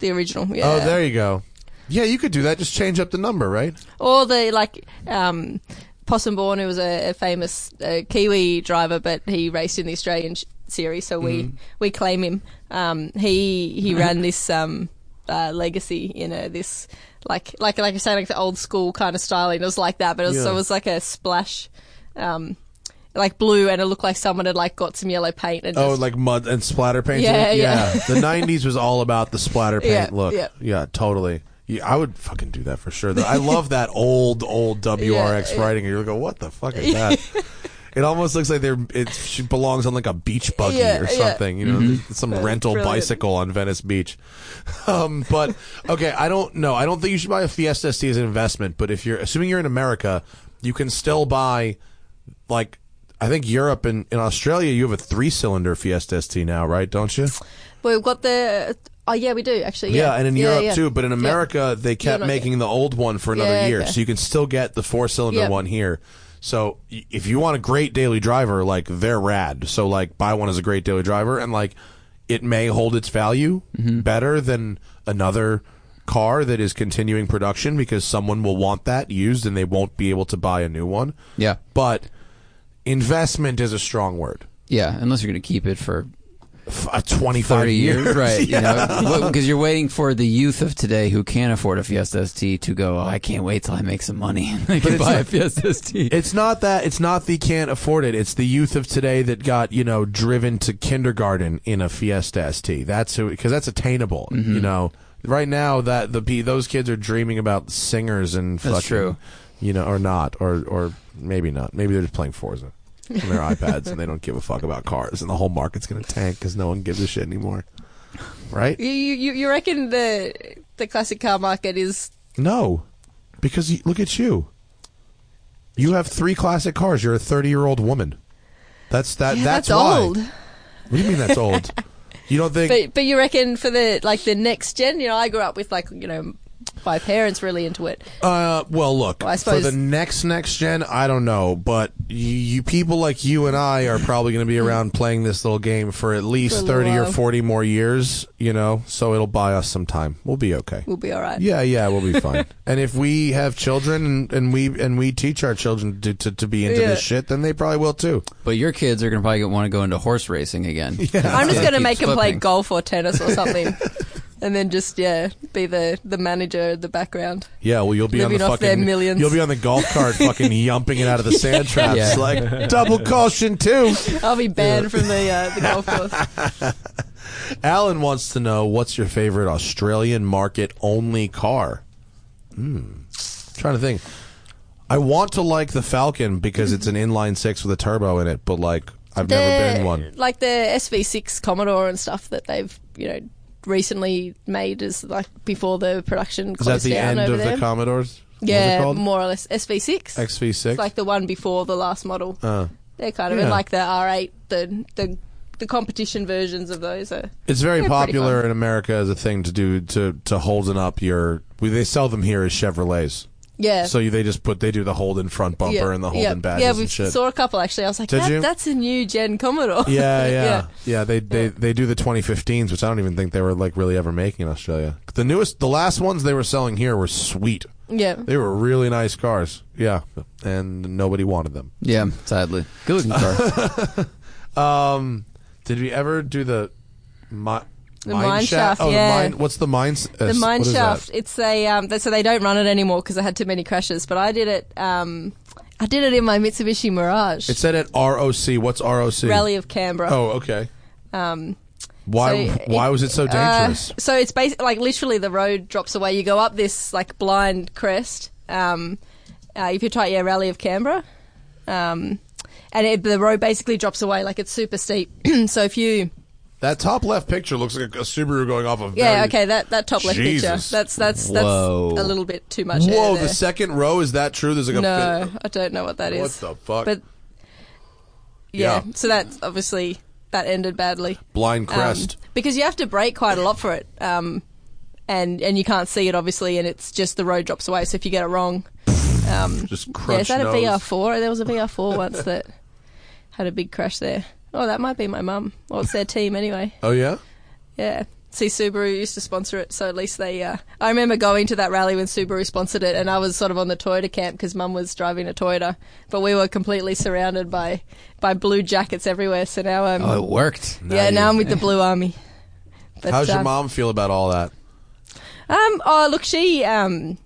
S3: the original. Yeah.
S2: Oh, there you go. Yeah, you could do that. Just change up the number, right?
S3: Or the like um, Possum Bourne, who was a, a famous uh, Kiwi driver, but he raced in the Australian sh- series, so
S2: Mm.
S3: we we claim him. Um, he he ran this um, uh, legacy, you know, this like like like I say, like the old school kind of styling. It was like that, but it was,
S2: Yeah.
S3: it was like a splash. Um, like blue, and it looked like someone had like got some yellow paint and just
S2: Oh, like mud and splatter paint.
S3: Yeah, yeah.
S2: the '90s was all about the splatter paint
S3: Yeah,
S2: look.
S3: yeah.
S2: totally. Yeah, I would fucking do that for sure. though. I love that old, old WRX
S3: Yeah, yeah.
S2: writing. You go, "Oh, what the fuck is that? It almost looks like they're it she belongs on like a beach buggy
S3: Yeah,
S2: or
S3: yeah.
S2: something, you know, some rental
S3: brilliant.
S2: bicycle on Venice Beach. Um, but okay, I don't know. I don't think you should buy a Fiesta ST as an investment. But if you're assuming you're in America, you can still buy like I think Europe and in Australia you have a three cylinder Fiesta ST now, right? Don't you?
S3: Well, We've got the. Oh yeah, we do actually. Yeah,
S2: Yeah, and in Europe
S3: yeah.
S2: too. But in America, they kept
S3: not
S2: making the old one for another
S3: Yeah,
S2: year,
S3: okay.
S2: so you can still get the four cylinder
S3: Yeah.
S2: one here. So y- if you want a great daily driver, like they're rad. So like buy one as a great daily driver, and like it may hold its value
S3: Mm-hmm.
S2: better than another car that is continuing production because someone will want that used and they won't be able to buy a new one.
S4: Yeah.
S2: But investment is a strong word.
S4: Yeah, unless you're going to keep it for
S2: F- uh, 25
S4: 30 years, right?
S2: yeah.
S4: You know, because you're waiting for the youth of today who can't afford a Fiesta ST to go. Oh, I can't wait till I make some money and I can
S2: it's
S4: buy
S2: not-
S4: a Fiesta ST.
S2: It's not that it's not the can't afford it. It's the youth of today that got you know driven to kindergarten in a Fiesta ST. That's who because that's attainable.
S4: Mm-hmm.
S2: You know, right now that the pe- those kids are dreaming about singers and
S4: That's
S2: fucking,
S4: true.
S2: You know, or not, or or maybe not. Maybe they're just playing Forza on their iPads and they don't give a fuck about cars, and the whole market's gonna tank because no one gives a shit anymore. Right?
S3: You, you, you reckon the the classic car market is
S2: No, because you, look at you. You have three classic cars. You're a 30 year old woman. That's that.
S3: Yeah,
S2: that's
S3: that's,
S2: why.
S3: old.
S2: What do you mean that's old? you don't think?
S3: But but you reckon for the like the next gen? You know, I grew up with like you know my parents really into it.
S2: uh, well, look.
S3: Well, I
S2: for the
S3: suppose-
S2: next next gen, I don't know, but you, you people like you and I are probably going to be around playing this little game for at
S3: For a
S2: least
S3: little
S2: 30 or
S3: while.
S2: 40 more years. You know, so it'll buy us some time. We'll be okay.
S3: We'll be all right.
S2: Yeah, yeah, we'll be fine. and if we have children and, and we and we teach our children to, to, to be into
S3: Yeah.
S2: this shit, then they probably will too.
S4: But your kids are going to probably want to go into horse racing again.
S3: I'm just
S4: Yeah,
S3: going to
S4: keep
S3: make him play
S4: flipping.
S3: golf or tennis or something. And then just yeah, be the the manager in the background.
S2: Yeah, well, you'll be
S3: Living
S2: on the
S3: off their
S2: fucking
S3: millions.
S2: You'll be on the golf cart, fucking yumping it out of the sand traps,
S4: Yeah.
S2: like double caution too.
S3: I'll be banned from the uh, the golf course.
S2: Alan wants to know what's your favorite Australian market only car. Hmm. Trying to think. I want to like the Falcon because it's an inline six with a turbo in it, but like I've never been in one.
S3: Like the SV6 Commodore and stuff that they've you know recently made is like before the production
S2: Is that
S3: closed
S2: the
S3: down
S2: end
S3: over
S2: of
S3: there.
S2: the Commodores? What was it
S3: yeah,
S2: called?
S3: more or less SV6.
S2: XV6.
S3: It's like the one before the last model.
S2: Uh.
S3: They're kind of
S2: Yeah.
S3: like the R8, the the the competition versions of those are.
S2: It's very
S3: They're pretty
S2: popular
S3: fun.
S2: in America as a thing to do to to holden up your. We, they sell them here as Chevrolets.
S3: Yeah.
S2: So you, they just put they do the Holden front bumper
S3: yeah,
S2: and the Holden
S3: yeah.
S2: badges
S3: Yeah, we
S2: and shit.
S3: saw a couple actually. I was like,
S2: Did you?
S3: that, that's a new gen Commodore.
S2: yeah, yeah, yeah, They they they do the 2015s, which I don't even think they were like really ever making in Australia. The newest, the last ones they were selling here were sweet.
S3: yeah.
S2: They were really nice cars. Yeah, and nobody wanted them.
S4: Yeah, sadly. Good looking car.
S2: Um, did we ever do the mi-
S3: The mine shaft,
S2: Oh,
S3: yeah.
S2: the mine. What's the mine? s-
S3: The
S2: uh, s-
S3: mine
S2: what is that?
S3: shaft. It's a um, th- so they don't run it anymore because I had too many crashes. But I did it. Um, I did it in my Mitsubishi Mirage
S2: It said at ROC. What's ROC?
S3: Rally of Canberra.
S2: Oh, okay.
S3: Um,
S2: Why?
S3: So it-
S2: why was it so dangerous?
S3: Uh, so it's basically like literally the road drops away. You go up this like blind crest. Um, uh, if you try yeah, Rally of Canberra, um, and it, the road basically drops away. Like it's super steep. so if you
S2: that top left picture looks like a Subaru going off of.
S3: yeah okay that that top left
S2: Jesus.
S3: picture that's that's that's
S4: Whoa.
S3: a little bit too much. air
S2: Whoa!
S3: there.
S2: The second row is that true? There's like a.
S3: no,
S2: bit-
S3: I don't know what that
S2: What
S3: is.
S2: the fuck?
S3: But yeah,
S2: Yeah.
S3: so that's obviously that ended badly.
S2: blind
S3: Um,
S2: crest.
S3: because you have to brake quite a lot for it, um, and and you can't see it obviously, and it's just the road drops away. So if you get it wrong, um,
S2: Just
S3: yeah,
S2: crunch
S3: is that
S2: nose.
S3: a VR4? There was a VR4 once that had a big crash there. Oh, that might be my mum. Well, it's their team anyway.
S2: Oh yeah.
S3: Yeah. See, Subaru used to sponsor it, so at least they. Uh, I remember going to that rally when Subaru sponsored it, and I was sort of on the Toyota camp because Mum was driving a Toyota, but we were completely surrounded by by blue jackets everywhere. So now I'm.
S4: oh, it worked.
S3: yeah, now I'm with the Blue Army. But,
S2: How's your
S3: um,
S2: mom feel about all that?
S3: Um. Oh, look, she um,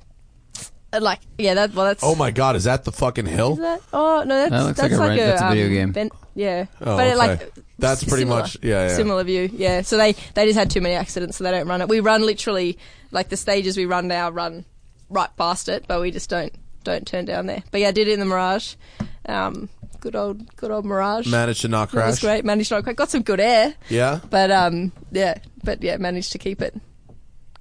S3: like yeah. That well, that's.
S2: Oh my God! Is that the fucking
S3: Is
S2: hill?
S3: that? Oh no, that's
S4: That looks
S3: that's
S4: like a
S3: like,
S4: ren- that's a video
S3: um,
S4: game.
S3: ben- yeah,
S2: Oh,
S3: but
S2: okay.
S3: it like
S2: That's
S3: s-
S2: pretty
S3: similar-
S2: much- yeah, yeah.
S3: similar view. Yeah, so they they just had too many accidents, so they don't run it. We run literally like the stages we run now run right past it, but we just don't don't turn down there. But yeah, I did it in the Mirage. Um, good old good old Mirage.
S2: Managed to not
S3: That
S2: crash.
S3: was great. Managed not quite got some good air,
S2: Yeah.
S3: but um, yeah, but yeah, managed to keep it.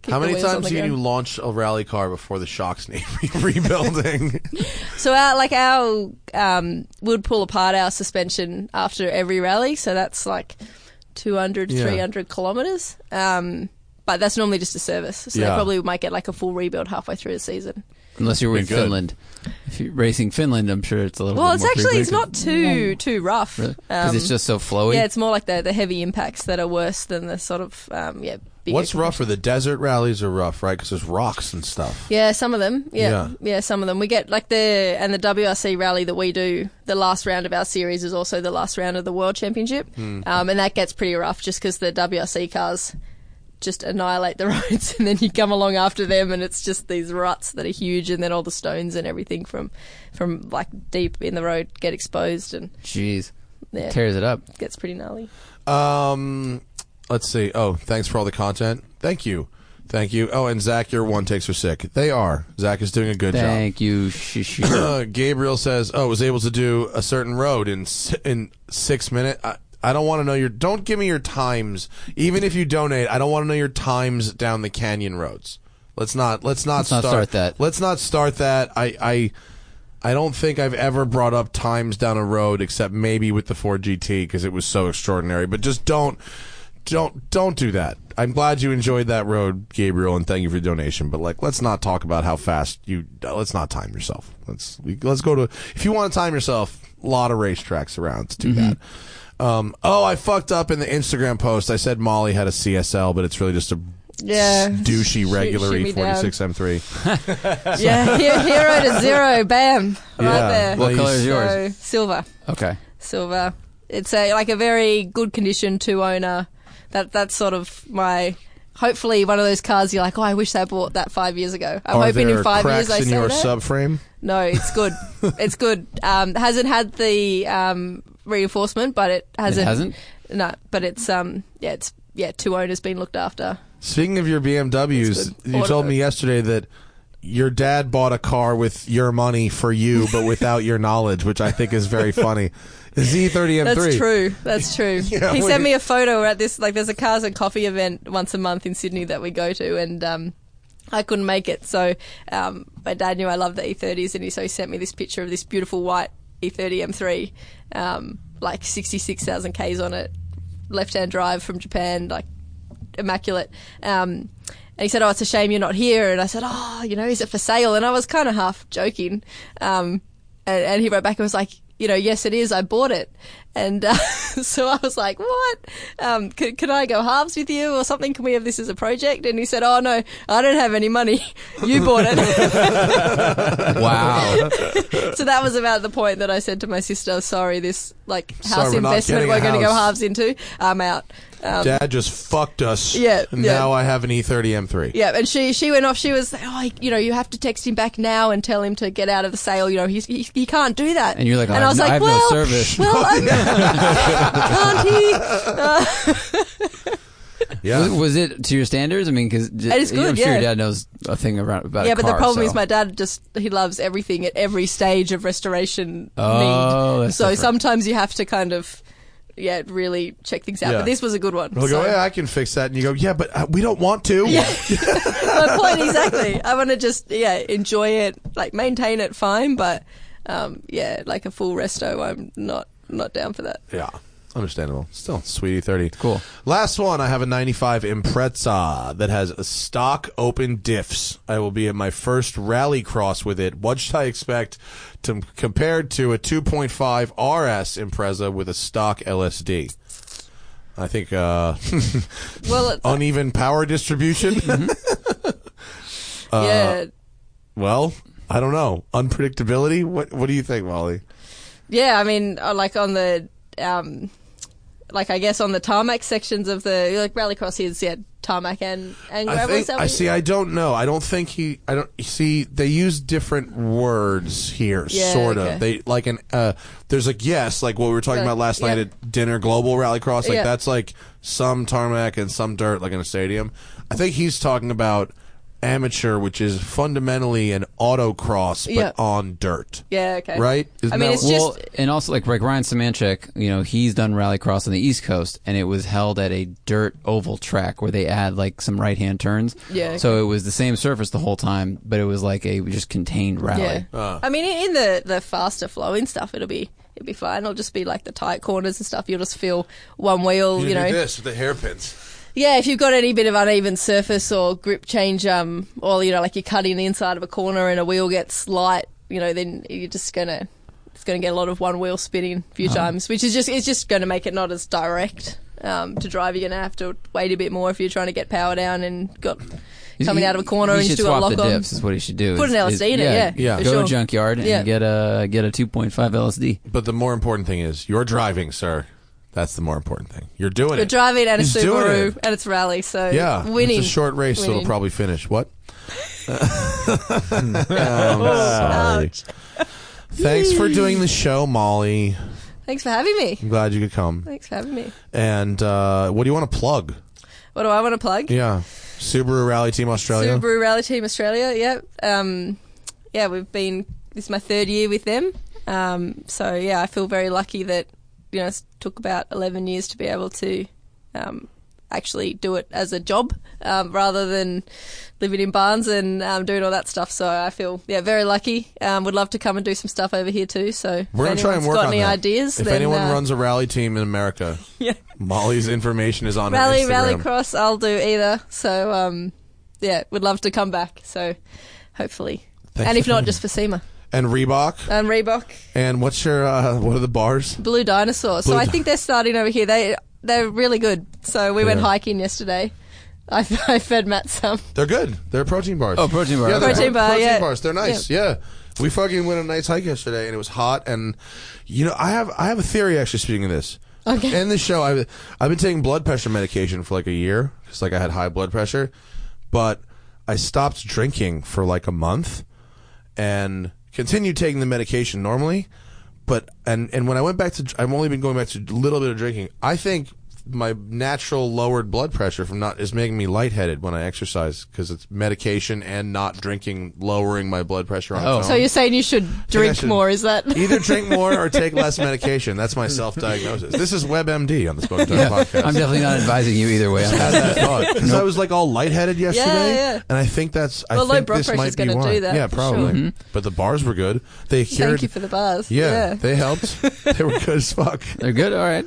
S3: keep
S2: How
S3: the
S2: many
S3: wheels on
S2: times
S3: the
S2: can
S3: ground.
S2: you launch a rally car before the shocks need rebuilding?
S3: So our like our um, we'd pull apart our suspension after every rally, so that's like 200,
S2: Yeah.
S3: 300 kilometers. Um, but that's normally just a service, so
S2: Yeah.
S3: they probably might get like a full rebuild halfway through the season.
S4: unless you were in
S1: Pretty good.
S4: Finland. If you're racing Finland, I'm sure it's a little.
S3: Well,
S4: bit
S3: it's
S4: more
S3: actually it's
S4: frequent.
S3: not too too rough.
S4: Really? 'Cause it's
S3: Um,
S4: just so flowy.
S3: yeah, it's more like the the heavy impacts that are worse than the sort of um, yeah. bigger
S2: What's rougher? The desert rallies are rough, right? Because there's rocks and stuff.
S3: Yeah, some of them. Yeah.
S2: Yeah.
S3: yeah, some of them. We get like the and the WRC rally that we do. The last round of our series is also the last round of the World Championship,
S4: Hmm.
S3: um, and that gets pretty rough just because the WRC cars just annihilate the roads, and then you come along after them, and it's just these ruts that are huge, and then all the stones and everything from from like deep in the road get exposed, and
S4: Jeez,
S3: yeah,
S4: tears it up.
S3: it gets pretty gnarly.
S2: Um, let's see. Oh, thanks for all the content. Thank you, thank you. Oh, and Zach, your one takes are sick. They are. Zach is doing a good job.
S4: Thank you. Shishu.
S2: Uh, Gabriel says, "Oh, was able to do a certain road in s- in six minutes." I, I don't want to know your. Don't give me your times. Even if you donate, I don't want to know your times down the canyon roads. Let's not. Let's not,
S4: Let's not start that.
S2: Let's not start that. I. I I don't think I've ever brought up times down a road except maybe with the 4GT because it was so extraordinary. But just don't, don't, don't do that. I'm glad you enjoyed that road, Gabriel, and thank you for your donation. But like, let's not talk about how fast you. uh, Let's not time yourself. Let's let's go to if you want to time yourself. A lot of racetracks around to do
S4: Mm-hmm.
S2: that. Um, oh, I fucked up in the Instagram post. I said Molly had a CSL, but it's really just a
S3: Yeah.
S2: douchey
S3: Shoot-
S2: regular
S3: shoot
S2: E
S3: me down.
S2: E46M3.
S3: yeah, he- hero to zero, bam, right
S2: Yeah.
S3: there.
S4: What
S2: Please.
S4: color is yours?
S3: So, silver.
S4: Okay.
S3: silver. It's a like a very good condition two owner. That that's sort of my. Hopefully, one of those cars you're like, oh, I wish they bought that five years ago. I'm
S2: Are
S3: hoping
S2: there
S3: in five years
S2: cracks
S3: I
S2: in
S3: say
S2: your
S3: that.
S2: subframe?
S3: no, it's good. it's good. Um, hasn't had the um, reinforcement, but it hasn't.
S4: hasn't?
S3: No, but it's um, yeah, it's yeah, two owners been looked after.
S2: Speaking of your BMWs,
S3: That's good.
S2: you
S3: All
S2: told
S3: of
S2: me
S3: it.
S2: yesterday that your dad bought a car with your money for you, but without your knowledge, which I think is very funny. E The Z30 M3.
S3: That's true. That's true.
S2: Yeah,
S3: he
S2: we-
S3: sent me a photo at this like there's a cars and coffee event once a month in Sydney that we go to and um I couldn't make it, so um, my dad knew I loved the E30s, and he so he sent me this picture of this beautiful white E E30 M3, um, like 66,000 k's on it, left-hand drive from Japan, like immaculate. Um, and he said, "Oh, it's a shame you're not here." And I said, "Oh, you know, is it for sale?" And I was kind of half joking. Um, and, and he wrote back and was like, "You know, yes, it is. I bought it." And uh, so I was like, "What? Um, c- can I go halves with you or something? Can we have this as a project?" And he said, "Oh no, I don't have any money. You bought it."
S4: Wow.
S3: so that was about the point that I said to my sister, "Sorry, this like house
S2: Sorry, we're not
S3: investment
S2: getting a
S3: we're going to go
S2: house."
S3: halves into. I'm out." Um,
S2: Dad just fucked us.
S3: Yeah,
S2: and
S3: yeah.
S2: Now I have an E E30 M3.
S3: Yeah, and she she went off. She was, oh, you know, you have to text him back now and tell him to get out of the sale. You know, he's, he he can't do that.
S4: And you're like,
S3: and
S4: "I
S3: I was
S4: have
S3: like,
S4: no- I
S3: well,
S4: have no service."
S3: well, I'm, can't he? Uh,
S2: Yeah.
S4: Was, was it to your standards? I mean, because
S3: It's
S4: I'm
S3: good,
S4: sure your
S3: yeah.
S4: dad knows a thing around about. a
S3: yeah, but the
S4: car,
S3: problem
S4: so.
S3: is my dad just he loves everything at every stage of restoration
S4: Oh,
S3: need.
S4: that's
S3: so
S4: different.
S3: sometimes you have to kind of. Yeah, really check things out.
S2: Yeah.
S3: But this was a good one.
S2: He'll
S3: so-
S2: go, yeah, I can fix that. And you go, yeah, but uh, we don't want to.
S3: Yeah. my point exactly. I want to just yeah enjoy it, like maintain it fine, but um, yeah, like a full resto, I'm not not down for that.
S2: Yeah. Understandable. Still, sweetie 30.
S4: Cool.
S2: Last one, I have a 95 Impreza that has a stock open diffs. I will be at my first rally cross with it. What should I expect to, compared to a 2.5 RS Impreza with a stock LSD? I think uh,
S3: Well, it's,
S2: uneven power distribution. uh,
S3: yeah,
S2: well, I don't know. Unpredictability. What What do you think, Molly?
S3: yeah. I mean, uh, like on the um, like I guess on the tarmac sections of the like rallycross is yeah tarmac and and
S2: I
S3: gravel.
S2: think
S3: is that
S2: I
S3: what-
S2: see. I don't know. I don't think he. I don't see. They use different words here,
S3: Yeah,
S2: sort of.
S3: okay.
S2: They like an. Uh, there's like yes, like what we were talking
S3: Like,
S2: about last night
S3: yeah.
S2: at dinner. Global Rallycross, like
S3: Yeah.
S2: that's like some tarmac and some dirt, like in a stadium. I think he's talking about amateur, which is fundamentally an autocross, but
S3: Yeah.
S2: on dirt.
S3: Yeah, okay.
S2: Right? Isn't
S3: I mean,
S2: that
S3: it's
S2: what-
S4: well,
S3: just
S4: and also like like Ryan Samanchek, you know, he's done rallycross on the East Coast, and it was held at a dirt oval track where they add like some right hand turns.
S3: Yeah.
S4: So it was the same surface the whole time, but it was like a just contained rally.
S3: yeah.
S2: Ah.
S3: I mean, in the the faster flowing stuff, it'll be. It'll be fine. It'll just be like the tight corners and stuff. You'll just feel one wheel, you know.
S2: this with the hairpins.
S3: yeah, if you've got any bit of uneven surface or grip change, um, or you know, like you're cutting the inside of a corner and a wheel gets light, you know, then you're just gonna it's gonna get a lot of one wheel spinning a few times, which is just it's just gonna make it not as direct. Um, to drive, you're gonna have to wait a bit more if you're trying to get power down and got coming out of a corner
S4: he
S3: and you
S4: should
S3: still got
S4: swap
S3: lock
S4: the
S3: on.
S4: dips is what he should do.
S3: Put
S4: is-
S3: an
S4: is-
S3: LSD in it, yeah,
S4: Go
S2: Yeah.
S3: for
S4: to
S3: sure.
S4: junkyard and
S3: Yeah.
S4: get a get a 2.5 LSD.
S2: But the more important thing is you're driving, sir. That's the more important thing. You're doing
S3: You're
S2: it.
S3: driving at a
S2: He's doing
S3: Subaru
S2: it.
S3: and it's rally, so
S2: yeah,
S3: winning.
S2: It's a short race, so it'll
S3: Winning. Oh,
S2: probably finish. What?
S5: Sorry.
S3: Ouch.
S2: Thanks for doing the show, Molly.
S3: Thanks for having me.
S2: I'm glad you could come.
S3: Thanks for having me.
S2: And uh, what do you want to plug?
S3: What do I want to plug?
S2: Yeah, Subaru Rally Team Australia.
S3: Subaru Rally Team Australia. Yep. Um, yeah, we've been. This is my third year with them. Um, so yeah, I feel very lucky that you know it took about eleven years to be able to um, actually do it as a job um, rather than living in barns and um, doing all that stuff. So I feel yeah very lucky. Um, would love to come and do some stuff over here too. So
S2: We're
S3: if
S2: gonna try and
S3: anyone's
S2: work
S3: got
S2: on
S3: any
S2: that.
S3: ideas,
S2: if
S3: then,
S2: anyone
S3: uh,
S2: runs a rally team in America,
S3: yeah.
S2: Molly's information is on
S3: rally
S2: her Instagram.
S3: rally cross, I'll do either. So um, yeah, would love to come back. So hopefully.
S2: Thanks
S3: and if
S2: for
S3: not,
S2: coming.
S3: just for SEMA.
S2: and Reebok.
S3: Um, Reebok,
S2: And what's your uh, what are the bars?
S3: Blue Dinosaur. so
S2: Blue
S3: I
S2: Di-
S3: think they're starting over here. They they're really good. So we went
S2: Yeah.
S3: hiking yesterday. I, I fed Matt some.
S2: They're good. They're protein bars.
S4: Oh, protein bar.
S2: Yeah, they're
S4: okay.
S3: Protein bar,
S2: protein
S3: yeah.
S2: bars. They're nice. Yeah. we fucking went on a nice hike yesterday, and it was hot. And you know, I have I have a theory actually. Speaking of this,
S3: Okay.
S2: In the show, I've I've been taking blood pressure medication for like a year because like I had high blood pressure, but I stopped drinking for like a month, and continued taking the medication normally. But and and when I went back to, I've only been going back to a little bit of drinking. I think my natural lowered blood pressure from not is making me lightheaded when I exercise because it's medication and not drinking lowering my blood pressure on.
S4: Oh.
S2: its
S3: So
S2: own.
S3: you're saying you should drink
S2: should-
S3: more? Is that
S2: Either drink more or take less medication. That's my self-diagnosis. This is WebMD on the Spoken Dark podcast.
S4: I'm definitely not advising you either way. on
S2: I
S4: that.
S2: had that thought. 'Cause I was like all lightheaded yesterday,
S3: yeah.
S2: and I think that's. I
S3: Well, low
S2: think
S3: blood
S2: this
S3: pressure's
S2: might be
S3: gonna
S2: why.
S3: do that,
S2: Yeah,
S3: for
S2: probably.
S3: sure.
S2: But the bars were good. They cured.
S3: thank you for the bars?
S2: yeah, they helped. They were good as fuck.
S4: They're good. All right.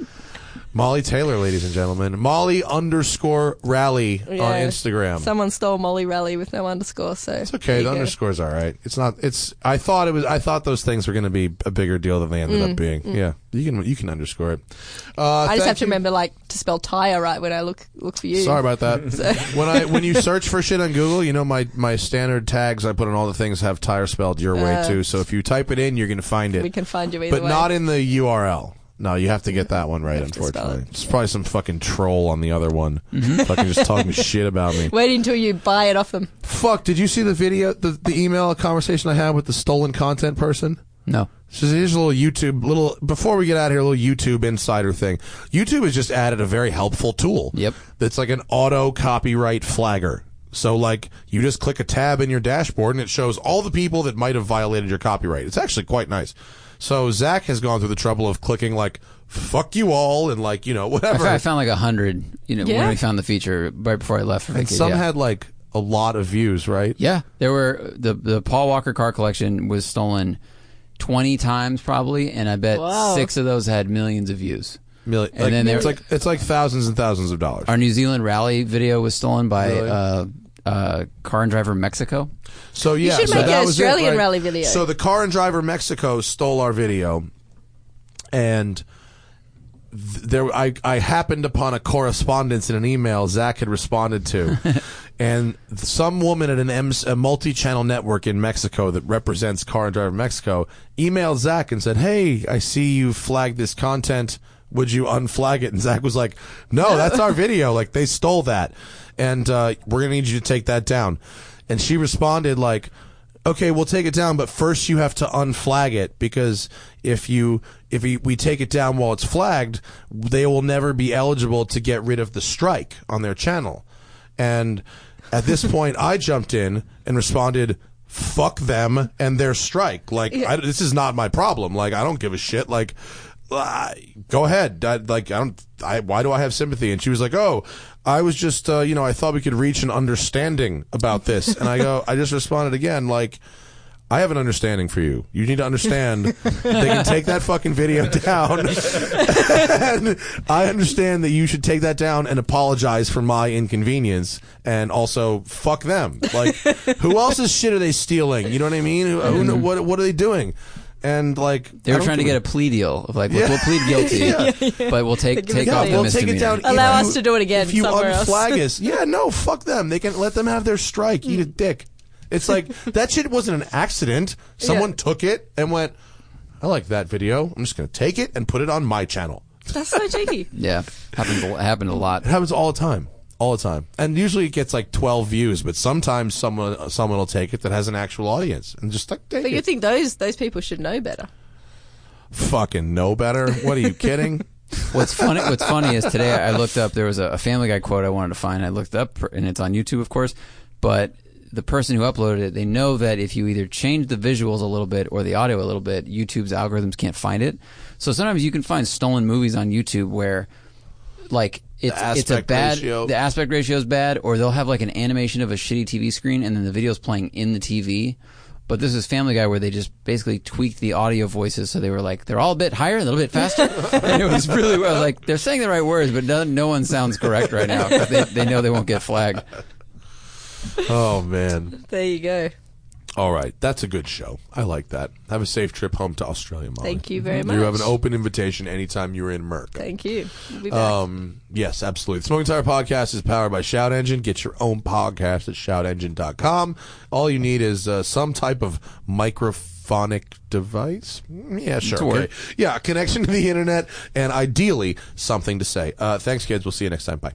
S2: Molly Taylor, ladies and gentlemen. Molly underscore rally on
S3: Yeah.
S2: Instagram.
S3: Someone stole Molly Rally with no underscore. So
S2: It's okay. The underscore's all right. It's not. It's. I thought it was. I thought those things were going to be a bigger deal than they ended up being. Yeah, you can. You can underscore it. Uh,
S3: Mm, I just
S2: thank
S3: have to
S2: you-
S3: remember like to spell tire right when I look look for you.
S2: Sorry about that. when I when you search for shit on Google, you know my my standard tags I put on all the things have tire spelled your way
S3: Uh,
S2: too. So if you type it in, you're going to find it.
S3: we can find you either
S2: but
S3: way.
S2: not in the URL. No, you have to get that one right.
S3: have to spell Mm-hmm.
S2: Unfortunately, it's probably some fucking troll on the other one, fucking just talking shit about me.
S3: Wait until you buy it off them.
S2: Fuck! Did you see the video, the, the email conversation I had with the stolen content person?
S4: No.
S2: So here's a little YouTube, little before we get out of here, a little YouTube insider thing. YouTube has just added a very helpful tool.
S4: Yep.
S2: That's like an auto copyright flagger. So like you just click a tab in your dashboard and it shows all the people that might have violated your copyright. It's actually quite nice. So Zach has gone through the trouble of clicking like "fuck you all" and like you know
S4: I
S2: whatever.
S4: found, I found like a hundred. You know, when
S3: Yeah.
S4: we found the feature right before I left for
S2: and
S4: vacation.
S2: some
S4: yeah.
S2: had like a lot of views, right?
S4: Yeah, there were the the Paul Walker car collection was stolen twenty times probably, and I bet
S3: Wow.
S4: six of those had millions of views.
S2: Million.
S4: And then there-
S2: it's like it's like thousands and thousands of dollars.
S4: Our New Zealand rally video was stolen by
S2: Really?
S4: uh, uh, Car and Driver Mexico.
S2: So yeah,
S3: should
S2: so
S3: make
S2: that
S3: an
S2: was it,
S3: Australian
S2: right?
S3: rally video.
S2: So the car and driver Mexico stole our video, and th- there I I happened upon a correspondence in an email Zach had responded to, and some woman at an M- a multi-channel network in Mexico that represents Car and Driver Mexico emailed Zach and said, "Hey, I see you flagged this content." Would you unflag it? And Zach was like, "No, that's our video. Like they stole that, and uh, we're gonna need you to take that down." And she responded like, okay, we'll take it down, but first you have to unflag it because if you if we, we take it down while it's flagged, they will never be eligible to get rid of the strike on their channel. And at this point, I jumped in and responded, "Fuck them and their strike. Like I, this is not my problem. Like I don't give a shit. Like." I- Go ahead. I, like I don't. I why do I have sympathy? And she was like, "Oh, I was just uh, you know I thought we could reach an understanding about this." And I go, I just responded again like, I have an understanding for you. You need to understand they can take that fucking video down. and I understand that you should take that down and apologize for my inconvenience and also fuck them. Like, who else's shit are they stealing? You know what I mean? Who, who, know- what, what are they doing? And like,
S4: Mm-hmm. They
S2: I
S4: were
S2: don't
S4: trying to
S2: give
S4: get
S2: a-
S4: a plea deal of like, we'll-
S2: Yeah.
S4: we'll plead guilty,
S2: Yeah.
S4: but we'll take
S3: Give us
S4: take
S3: a
S4: off
S3: deal.
S4: the
S2: we'll take
S4: misdemeanor.
S2: it down.
S3: Allow
S2: if
S3: us to do it again
S2: If you
S3: somewhere else.
S2: unflag us, yeah, no, fuck them. They can let them have their strike. Eat a
S3: Hmm.
S2: dick. It's like that shit wasn't an accident. Someone
S3: Yeah.
S2: took it and went. I like that video. I'm just gonna take it and put it on my channel.
S3: That's so cheeky.
S4: Yeah, happens a- happened a lot.
S2: It happens all the time, all the time, and usually it gets like 12 views. But sometimes someone someone will take it that has an actual audience and just like take
S3: But you
S2: it.
S3: think those those people should know better?
S2: Fucking know better. What are you kidding?
S4: What's funny? What's funny is today I looked up. There was a, a Family Guy quote I wanted to find. I looked up, and it's on YouTube, of course. But the person who uploaded it, they know that if you either change the visuals a little bit or the audio a little bit, YouTube's algorithms can't find it. So sometimes you can find stolen movies on YouTube where, like, it's it's a
S2: aspect
S4: bad
S2: ratio.
S4: the aspect ratio is bad, or they'll have like an animation of a shitty TV screen, and then the video's playing in the TV. But this is Family Guy, where they just basically tweaked the audio voices, so they were like they're all a bit higher, a little bit faster. and it was really well. Like they're saying the right words, but no, no one sounds correct right now. 'cause They, they know they won't get flagged.
S2: oh man.
S3: There you go.
S2: All right, that's a good show. I like that. Have a safe trip home to Australia, Molly.
S3: Thank you very
S2: Oh, You
S3: much.
S2: have an open invitation anytime you're in Merck.
S3: Thank you. We'll be back.
S2: Um, yes, absolutely. Smoking Tire Podcast is powered by Shout Engine. Get your own podcast at shoutengine.com. All you need is uh, some type of microphonic device. Mm, Yeah, sure.
S4: To work.
S2: Okay. Yeah, connection to the internet and ideally something to say. Uh, thanks, kids. We'll see you next time. Bye.